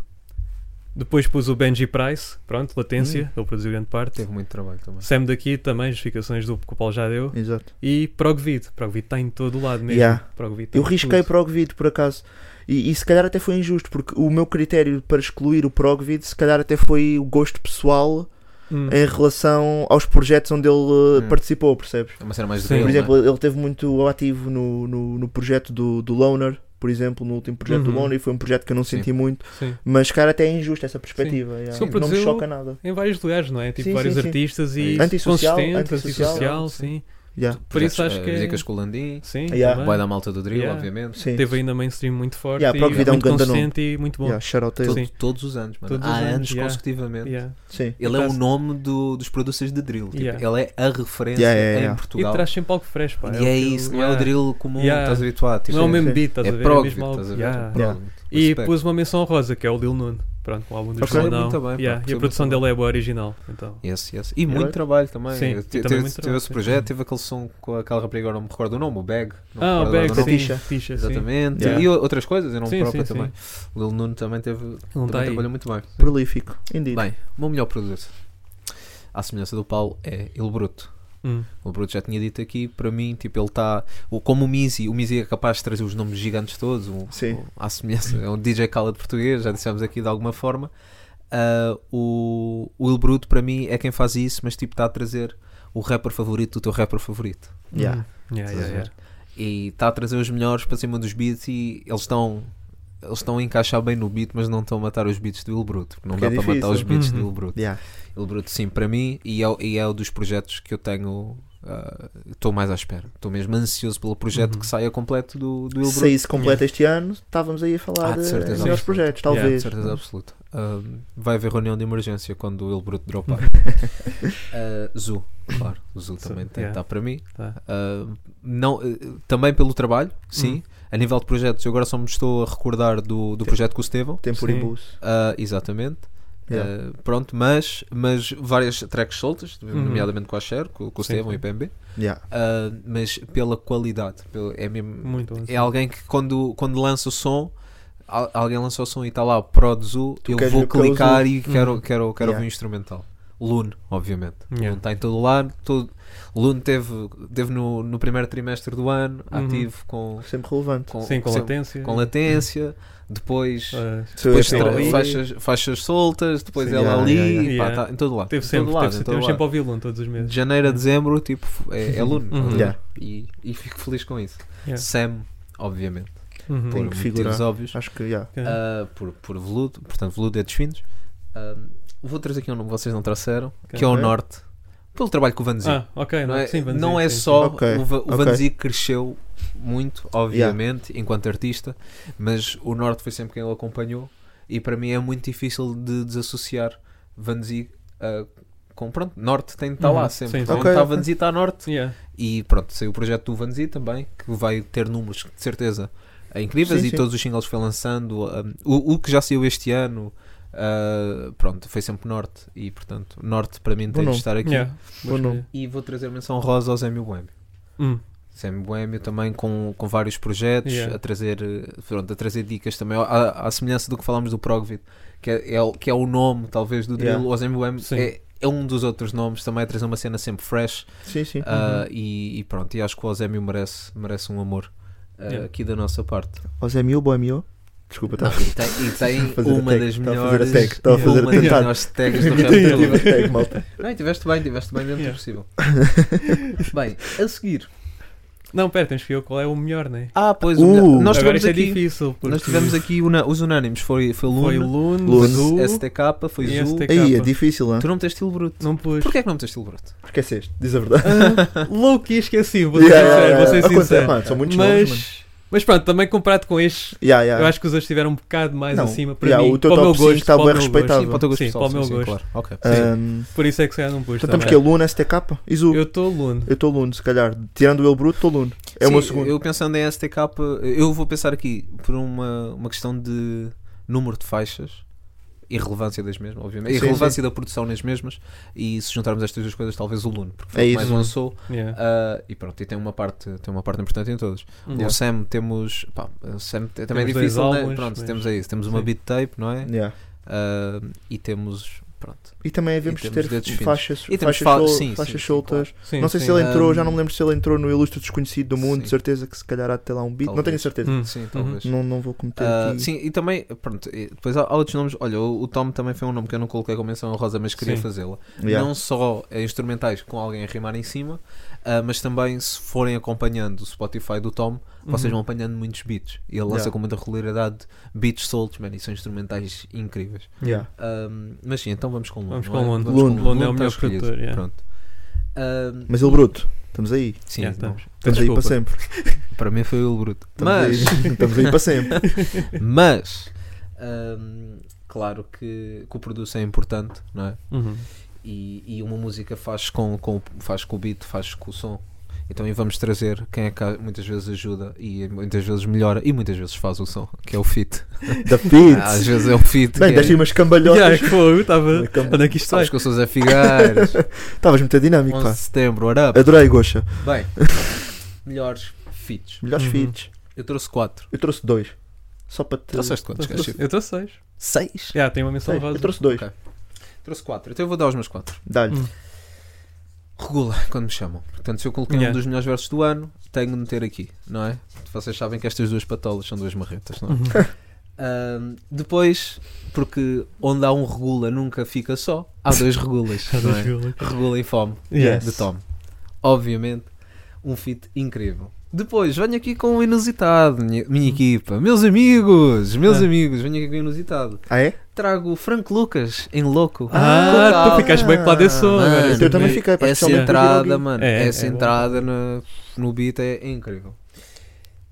Speaker 7: depois pus o Benji Price, pronto, latência,
Speaker 5: Hum.
Speaker 7: ele produziu grande parte.
Speaker 6: Teve muito trabalho também.
Speaker 7: Sam daqui também, justificações do que o Paulo já deu.
Speaker 5: Exato.
Speaker 7: E Progvid, Progvid está em todo lado mesmo.
Speaker 5: Yeah.
Speaker 7: Progvid tá
Speaker 5: Eu
Speaker 7: em
Speaker 5: risquei
Speaker 7: tudo.
Speaker 5: Progvid por acaso. E, e se calhar até foi injusto, porque o meu critério para excluir o Progvid, se calhar até foi o gosto pessoal
Speaker 7: Hum.
Speaker 5: em relação aos projetos onde ele uh,
Speaker 6: Hum.
Speaker 5: participou, percebes?
Speaker 6: É uma cena mais
Speaker 7: Sim.
Speaker 6: dele,
Speaker 5: Por
Speaker 6: não é?
Speaker 5: exemplo, ele teve muito ativo no, no, no projeto do, do Loner, por exemplo, no último projeto do
Speaker 7: Uhum.
Speaker 5: Loner, e foi um projeto que eu não
Speaker 6: Sim.
Speaker 5: senti muito,
Speaker 7: Sim.
Speaker 5: mas se calhar até é injusto essa perspectiva. yeah.
Speaker 7: Só
Speaker 5: Não me
Speaker 7: produziu-
Speaker 5: choca nada.
Speaker 7: em vários lugares, não é? Tipo,
Speaker 5: Sim,
Speaker 7: vários
Speaker 5: sim, sim.
Speaker 7: artistas
Speaker 6: É
Speaker 7: e
Speaker 6: isso.
Speaker 5: Antissocial,
Speaker 7: consistente,
Speaker 5: antissocial,
Speaker 7: antissocial, sim.
Speaker 5: Yeah.
Speaker 7: Por isso
Speaker 6: Projetos,
Speaker 7: acho
Speaker 6: eh,
Speaker 7: que é-
Speaker 6: Dicas com o Landim.
Speaker 7: Sim,
Speaker 5: Yeah.
Speaker 7: também.
Speaker 6: Boy da malta do drill,
Speaker 7: Yeah.
Speaker 6: obviamente.
Speaker 5: Sim.
Speaker 7: Teve ainda mainstream muito forte
Speaker 5: Yeah,
Speaker 7: e
Speaker 5: Progvid é um
Speaker 7: muito
Speaker 5: grande nome.
Speaker 7: consistente e muito bom.
Speaker 5: Yeah, shout out a ele.
Speaker 6: Todo- Todos os anos, mano.
Speaker 7: Todos
Speaker 6: Há
Speaker 7: os anos,
Speaker 6: anos
Speaker 7: yeah.
Speaker 6: consecutivamente.
Speaker 7: Yeah.
Speaker 5: Sim.
Speaker 6: Ele é o
Speaker 7: Caso-
Speaker 6: nome do- dos producers de drill. Tipo,
Speaker 7: Yeah.
Speaker 6: Ele é a referência
Speaker 5: Yeah, yeah, yeah.
Speaker 6: em
Speaker 7: E
Speaker 6: Portugal.
Speaker 7: traz sempre algo fresh, pá.
Speaker 6: E é
Speaker 7: o que eu-
Speaker 6: isso, não é o
Speaker 7: yeah.
Speaker 6: drill comum,
Speaker 7: Yeah.
Speaker 6: estás habituado. Tipo,
Speaker 7: Não é o mesmo
Speaker 5: Sim.
Speaker 7: beat, estás
Speaker 6: é
Speaker 7: a ver? É
Speaker 6: prog,
Speaker 7: mesmo algo-
Speaker 6: estás a ver?
Speaker 7: Yeah.
Speaker 6: é prog.
Speaker 7: E
Speaker 6: Respect.
Speaker 7: pus uma menção rosa, que é o Lil Nun. Pronto, o álbum do
Speaker 5: Ok.
Speaker 7: okay.
Speaker 6: Muito bem, pá,
Speaker 7: E a
Speaker 6: percebo
Speaker 7: produção
Speaker 6: muito bem.
Speaker 7: dele é boa original. Então.
Speaker 6: Yes, yes. E
Speaker 5: Right.
Speaker 6: muito trabalho também.
Speaker 7: Sim,
Speaker 6: Te-
Speaker 7: e
Speaker 6: teve,
Speaker 7: também muito
Speaker 6: teve
Speaker 7: trabalho,
Speaker 6: esse
Speaker 7: sim.
Speaker 6: projeto, teve aquele som com aquela rapariga, agora não me recordo o nome, o Bag. não me
Speaker 7: Ah,
Speaker 6: recordo
Speaker 7: o Beck,
Speaker 6: agora nome.
Speaker 7: sim.
Speaker 5: Tisha.
Speaker 7: Tisha, sim.
Speaker 6: Exatamente.
Speaker 5: Yeah.
Speaker 6: E o- outras coisas, eu não
Speaker 7: Sim,
Speaker 6: próprio
Speaker 7: sim,
Speaker 6: também. O Lil Nuno também teve.
Speaker 7: Ele não
Speaker 6: também
Speaker 7: está aí.
Speaker 6: trabalhou muito bem.
Speaker 5: Prolífico. Indeed.
Speaker 6: Bem, o meu melhor produto, à semelhança do Paulo, é Il Bruto.
Speaker 7: Hum.
Speaker 6: O Bruto já tinha dito aqui, para mim, tipo, ele está. Como o Mizzy, o Mizzy é capaz de trazer os nomes gigantes todos, um,
Speaker 5: Sim.
Speaker 6: um- à semelhança, é um DJ Cala de português, já dissemos aqui de alguma forma. Ah, o, o Il Bruto, para mim, é quem faz isso, mas tipo, está a trazer o rapper favorito do teu rapper favorito.
Speaker 5: Yeah.
Speaker 7: Yeah,
Speaker 6: Estás a
Speaker 7: Ah, yeah, yeah.
Speaker 6: E está a trazer os melhores para cima dos beats e eles estão. Eles estão a encaixar bem no beat, mas não estão a matar os beats do Il Bruto. Não
Speaker 5: Porque
Speaker 6: dá
Speaker 5: é
Speaker 6: para matar
Speaker 5: difícil.
Speaker 6: os beats do
Speaker 7: Uhum.
Speaker 6: Il Bruto.
Speaker 5: Yeah.
Speaker 6: Ele Bruto, sim, para mim, e é, o- e é o dos projetos que eu tenho. ah, Estou mais à espera. Estou mesmo ansioso pelo projeto
Speaker 7: Uhum.
Speaker 6: que saia completo do, do Il
Speaker 5: Se
Speaker 6: Bruto.
Speaker 5: isso completa este ano, estávamos aí a falar
Speaker 6: Ah, de
Speaker 5: de,
Speaker 6: certeza
Speaker 5: de melhores
Speaker 6: absoluta.
Speaker 7: Yeah,
Speaker 5: projetos,
Speaker 7: de
Speaker 5: talvez.
Speaker 6: É, De certeza absoluta. Ah, vai haver reunião de emergência quando o Il Bruto dropar. Ah, Zu, claro, o Zu também tem que
Speaker 7: yeah.
Speaker 6: estar para mim.
Speaker 7: Tá.
Speaker 6: Ah, não, ah, também pelo trabalho,
Speaker 7: Uhum.
Speaker 6: sim. A nível de projetos, eu agora só me estou a recordar do, do projeto com o Estevão.
Speaker 5: Temporibus.
Speaker 6: Ah, exatamente.
Speaker 5: Yeah.
Speaker 6: Ah, pronto, mas, mas várias tracks soltas, nomeadamente com a Cher, com, com o
Speaker 7: Uhum. Sim,
Speaker 6: Estevão
Speaker 7: sim.
Speaker 6: e PMB.
Speaker 5: Yeah.
Speaker 6: Uh, mas pela qualidade. pelo- é, mesmo-
Speaker 7: Muito bom.
Speaker 6: é alguém que quando, quando lança o som al- alguém lançou o som e está lá Pro de Zoo, eu
Speaker 5: queres
Speaker 6: vou
Speaker 5: ver o que é o
Speaker 6: clicar
Speaker 5: Zoo?
Speaker 7: Uhum.
Speaker 6: e quero, quero, quero
Speaker 5: Yeah.
Speaker 6: ouvir o instrumental. Lune, obviamente.
Speaker 7: Yeah.
Speaker 6: Lune está em todo lado. Todo... Lune teve, teve no, no primeiro trimestre do ano,
Speaker 7: Uhum.
Speaker 6: ativo com,
Speaker 5: Sempre relevante.
Speaker 6: com,
Speaker 7: Sim, com
Speaker 6: sempre-
Speaker 7: latência.
Speaker 6: com latência. Depois,
Speaker 7: Ah,
Speaker 6: depois
Speaker 7: Sim,
Speaker 6: tra-
Speaker 7: ali.
Speaker 6: faixas, faixas soltas, depois
Speaker 5: Sim,
Speaker 6: ela
Speaker 5: yeah,
Speaker 6: ali,
Speaker 5: yeah,
Speaker 7: yeah.
Speaker 6: pá,
Speaker 7: Yeah.
Speaker 6: tá em todo lado.
Speaker 7: teve
Speaker 6: em
Speaker 7: sempre,
Speaker 6: todo lado, então
Speaker 7: teve,
Speaker 6: em todo
Speaker 7: temos
Speaker 6: lado.
Speaker 7: sempre ao violão todos os meses.
Speaker 6: De janeiro a dezembro, tipo, é, é Lune.
Speaker 7: Uhum.
Speaker 5: Yeah.
Speaker 6: E, e fico feliz com isso.
Speaker 7: Yeah.
Speaker 6: Sam, obviamente,
Speaker 7: Uhum.
Speaker 6: por
Speaker 5: Tem que figurar.
Speaker 6: motivos óbvios.
Speaker 5: Acho que, yeah.
Speaker 7: Ok.
Speaker 6: Ah, por, por veludo, portanto, veludo é dos finos. Ah, vou trazer aqui um nome que vocês não trouxeram,
Speaker 7: Ok.
Speaker 6: que é o
Speaker 5: Ok.
Speaker 6: Norte. Pelo trabalho que o Vanzi.
Speaker 7: Ah, ok,
Speaker 6: não é,
Speaker 7: sim, vamos
Speaker 6: não
Speaker 7: dizer,
Speaker 6: é
Speaker 7: sim,
Speaker 6: só.
Speaker 5: Ok,
Speaker 6: O, Va- o
Speaker 5: ok.
Speaker 6: Vanzi cresceu muito, obviamente, enquanto artista, mas o Norte foi sempre quem o acompanhou e para mim é muito difícil de desassociar Vanzi ah, com. Pronto, Norte tem de estar
Speaker 7: Uhum,
Speaker 6: lá sempre.
Speaker 7: sim,
Speaker 6: Então,
Speaker 5: sim.
Speaker 6: está
Speaker 5: Ok, ok.
Speaker 6: Vanzi, está Norte.
Speaker 7: sim. Yeah.
Speaker 6: E pronto, saiu o projeto do Vanzi também, que vai ter números de certeza incríveis
Speaker 5: Sim,
Speaker 6: e
Speaker 5: sim.
Speaker 6: todos os singles que foi lançando. um, o, o que já saiu este ano, uh, pronto, foi sempre Norte. E portanto, Norte para mim
Speaker 5: Bom
Speaker 6: tem de
Speaker 5: nome.
Speaker 6: estar aqui.
Speaker 7: Yeah.
Speaker 5: Bom nome.
Speaker 6: E vou trazer menção rosa ao Zé Mil Boêmio.
Speaker 7: Hum.
Speaker 6: Zé Mil Boêmio também com, com vários projetos,
Speaker 7: Yeah.
Speaker 6: a, trazer, eh, pronto, a trazer dicas também, à, à semelhança do que falámos do Progvid, que é, é, o- que é o nome talvez do drill.
Speaker 5: Yeah.
Speaker 6: O Zé Mil Boêmio
Speaker 7: Sim.
Speaker 6: é, é um dos outros nomes, também a trazer uma cena sempre fresh.
Speaker 5: Sim,
Speaker 7: Uhum.
Speaker 5: sim.
Speaker 6: Ah, e, e pronto, e acho que o Ozemio merece, merece um amor ah,
Speaker 7: Yeah.
Speaker 6: aqui da nossa parte.
Speaker 5: Ou Zé Mio, Boa Mio. Desculpa, tá.
Speaker 6: E tem, e tem
Speaker 5: Fazer a
Speaker 6: uma
Speaker 5: tag,
Speaker 6: das
Speaker 5: tava a fazer a
Speaker 6: melhores,
Speaker 5: tag, tava a fazer a
Speaker 6: uma das
Speaker 5: tentar.
Speaker 6: melhores tags do
Speaker 5: Eu
Speaker 6: rap
Speaker 5: tive-
Speaker 6: dele.
Speaker 5: tive tag, malta.
Speaker 6: Não, e tiveste bem, tiveste bem dentro do
Speaker 7: Yeah.
Speaker 6: possível. bem, a seguir.
Speaker 7: Não, pera, temos que ver qual é o melhor, né?
Speaker 6: Ah, pois
Speaker 5: Uh,
Speaker 6: o melhor- nós
Speaker 7: Agora
Speaker 6: tivemos
Speaker 7: isto é
Speaker 6: aqui.
Speaker 7: difícil. Porque
Speaker 6: nós tivemos aqui una- os unânimes, foi, foi
Speaker 7: Foi
Speaker 6: Luna,
Speaker 7: Lune,
Speaker 5: Lune,
Speaker 7: Zu,
Speaker 6: STK, foi
Speaker 7: e
Speaker 6: Zu.
Speaker 7: STK.
Speaker 5: Aí, é difícil, hã?
Speaker 6: Tu não meteste estilo bruto.
Speaker 7: Não pus.
Speaker 6: Porquê é que não meteste estilo bruto?
Speaker 5: Esqueceste, diz a verdade.
Speaker 7: Ah, louco, e esqueci. Vou ser
Speaker 5: Yeah,
Speaker 7: sincero, vou
Speaker 5: yeah,
Speaker 7: ser
Speaker 5: yeah. Acontece,
Speaker 7: sincero.
Speaker 5: mano, São muitos nomes, mano.
Speaker 7: Mas, mas pronto, também comparado com este,
Speaker 5: Yeah, yeah.
Speaker 7: eu acho que os outros estiveram um bocado mais
Speaker 5: Não,
Speaker 7: acima. Para
Speaker 5: yeah,
Speaker 7: mim,
Speaker 5: o teu
Speaker 7: para o meu
Speaker 5: top cinco
Speaker 7: gosto,
Speaker 5: está
Speaker 7: para o
Speaker 5: bem
Speaker 7: meu gosto.
Speaker 5: respeitado.
Speaker 7: Sim,
Speaker 6: Para o teu gosto
Speaker 7: Sim,
Speaker 6: pessoal,
Speaker 7: para o meu
Speaker 6: sim, sim,
Speaker 7: gosto.
Speaker 6: claro. Ok.
Speaker 5: Ahm,
Speaker 7: Por isso é que se calhar não pus.
Speaker 5: então estamos
Speaker 7: também.
Speaker 5: que é Luna, STK, Izu.
Speaker 7: Eu estou Lune.
Speaker 5: Eu estou Lune, se calhar. Tirando o El Bruto, estou Lune. É o
Speaker 6: Sim,
Speaker 5: meu segundo.
Speaker 6: Eu pensando em STK, eu vou pensar aqui por uma, uma questão de número de faixas e relevância das mesmas, obviamente, e
Speaker 5: Sim,
Speaker 6: relevância da produção nas mesmas. E se juntarmos estas duas coisas, talvez o Luno, porque foi
Speaker 5: É
Speaker 6: o que
Speaker 5: isso.
Speaker 6: mais lançou.
Speaker 7: Yeah.
Speaker 6: ah, e pronto, e tem uma parte, tem uma parte importante em todos.
Speaker 5: Uhum.
Speaker 6: O Sam temos, pá, o Sam te- também
Speaker 7: Temos
Speaker 6: é
Speaker 7: dois
Speaker 6: difícil, né?
Speaker 7: álbuns,
Speaker 6: pronto,
Speaker 7: mas-
Speaker 6: temos é isso, temos uma
Speaker 7: Sim.
Speaker 6: beat tape, não é?
Speaker 5: Yeah.
Speaker 6: Ah, e temos, pronto.
Speaker 5: E também devemos
Speaker 6: temos
Speaker 5: ter
Speaker 6: dedos finos.
Speaker 5: faixas,
Speaker 6: E
Speaker 5: faixas,
Speaker 6: temos fa-
Speaker 5: sol-
Speaker 6: sim, sim,
Speaker 5: faixas
Speaker 6: sim,
Speaker 5: soltas.
Speaker 7: Sim,
Speaker 5: não sei
Speaker 7: sim.
Speaker 5: se ele entrou, já
Speaker 6: Ahm,
Speaker 5: não me lembro se ele entrou no Ilustre Desconhecido do Mundo.
Speaker 6: sim.
Speaker 5: De certeza que se calhar há até lá um beat. Não tenho
Speaker 6: Talvez.
Speaker 5: certeza.
Speaker 7: Hum.
Speaker 6: Sim, talvez.
Speaker 5: Não, não vou cometer
Speaker 6: Ah,
Speaker 5: aqui.
Speaker 6: sim, e também, pronto, e depois há, há outros nomes. Olha, o, o Tom também foi um nome que eu não coloquei como menção rosa, mas queria
Speaker 7: Sim.
Speaker 6: fazê-la.
Speaker 5: Yeah.
Speaker 6: Não só eh, instrumentais com alguém a rimar em cima, ah, mas também se forem acompanhando o Spotify do Tom,
Speaker 7: Uhum.
Speaker 6: vocês vão apanhando muitos beats. E ele lança
Speaker 5: Yeah.
Speaker 6: com muita regularidade beats soltos, man, e são instrumentais incríveis.
Speaker 5: Yeah.
Speaker 6: Ahm, mas sim, então vamos com o Lune.
Speaker 7: Vamos
Speaker 6: não
Speaker 7: com
Speaker 6: é?
Speaker 7: o Lune.
Speaker 6: Vamos
Speaker 5: Lune.
Speaker 6: com
Speaker 7: Lune é o
Speaker 6: tá
Speaker 7: melhor
Speaker 6: escolhido,
Speaker 7: produtor, yeah.
Speaker 6: Pronto. Ahm,
Speaker 5: Mas El Bruto, estamos aí.
Speaker 6: sim,
Speaker 7: Yeah, tá.
Speaker 6: não,
Speaker 7: estamos.
Speaker 5: Estamos aí
Speaker 7: Desculpa.
Speaker 5: para sempre.
Speaker 6: para mim foi o Bruto.
Speaker 5: Estamos,
Speaker 6: Mas.
Speaker 5: aí. estamos aí para sempre.
Speaker 6: Mas, hum, claro que, que o produto é importante, não é?
Speaker 7: Uhum.
Speaker 6: E, e uma música faz com, com, faz com o beat, faz com o som. Então, e vamos trazer quem é que há- muitas vezes ajuda e muitas vezes melhora e muitas vezes faz o som, que é o fit.
Speaker 5: Da Fit.
Speaker 6: Às vezes é o fit.
Speaker 5: Bem,
Speaker 6: que é-
Speaker 5: deixei umas cambalhotas.
Speaker 7: Yeah, que fogo, estava. Onde é que isto vai?
Speaker 6: Sabes que eu sou Zé Figueiras, 11
Speaker 5: Estavas muito dinâmico,
Speaker 6: de
Speaker 5: pá.
Speaker 6: setembro, what up?
Speaker 5: Adorei, Goxa.
Speaker 6: Bem, melhores fits.
Speaker 5: Melhores
Speaker 7: Uhum.
Speaker 5: feats.
Speaker 6: Eu trouxe 4.
Speaker 5: Eu trouxe dois. Só para te.
Speaker 6: Trouxeste quantos, Cachif?
Speaker 7: Eu estou 6.
Speaker 6: 6?
Speaker 7: Já, tem uma menção
Speaker 5: Sei,
Speaker 7: rosa.
Speaker 5: eu trouxe dois.
Speaker 6: Ok. Trouxe 4. Então eu vou dar os meus 4.
Speaker 5: Dá-lhe.
Speaker 7: Hum.
Speaker 6: Regula quando me chamam. Portanto, se eu coloquei um
Speaker 7: Yeah.
Speaker 6: dos melhores versos do ano, tenho de meter aqui, não é? Vocês sabem que estas duas patolas são duas marretas, não é? Ahm, depois, porque onde há um regula nunca fica só, há dois regulas, não é? Regula e fome,
Speaker 7: Yes.
Speaker 6: de Tom. Obviamente, um fit incrível. Depois, venho aqui com o inusitado, minha, minha equipa. Meus amigos, meus
Speaker 7: Hum. Ah.
Speaker 6: amigos, venho aqui com o inusitado.
Speaker 5: Ah, é?
Speaker 6: Trago o Frank Lucas em louco.
Speaker 7: Ah, é tu
Speaker 6: Cocal.
Speaker 7: ficaste bem para lá desse som
Speaker 6: Mano,
Speaker 7: agora.
Speaker 5: eu também
Speaker 7: Sim.
Speaker 5: fiquei, pá.
Speaker 6: Essa
Speaker 5: especialmente por vir
Speaker 6: entrada,
Speaker 5: alguém.
Speaker 6: mano,
Speaker 7: É,
Speaker 6: essa
Speaker 7: é bom.
Speaker 6: entrada na- no beat é incrível.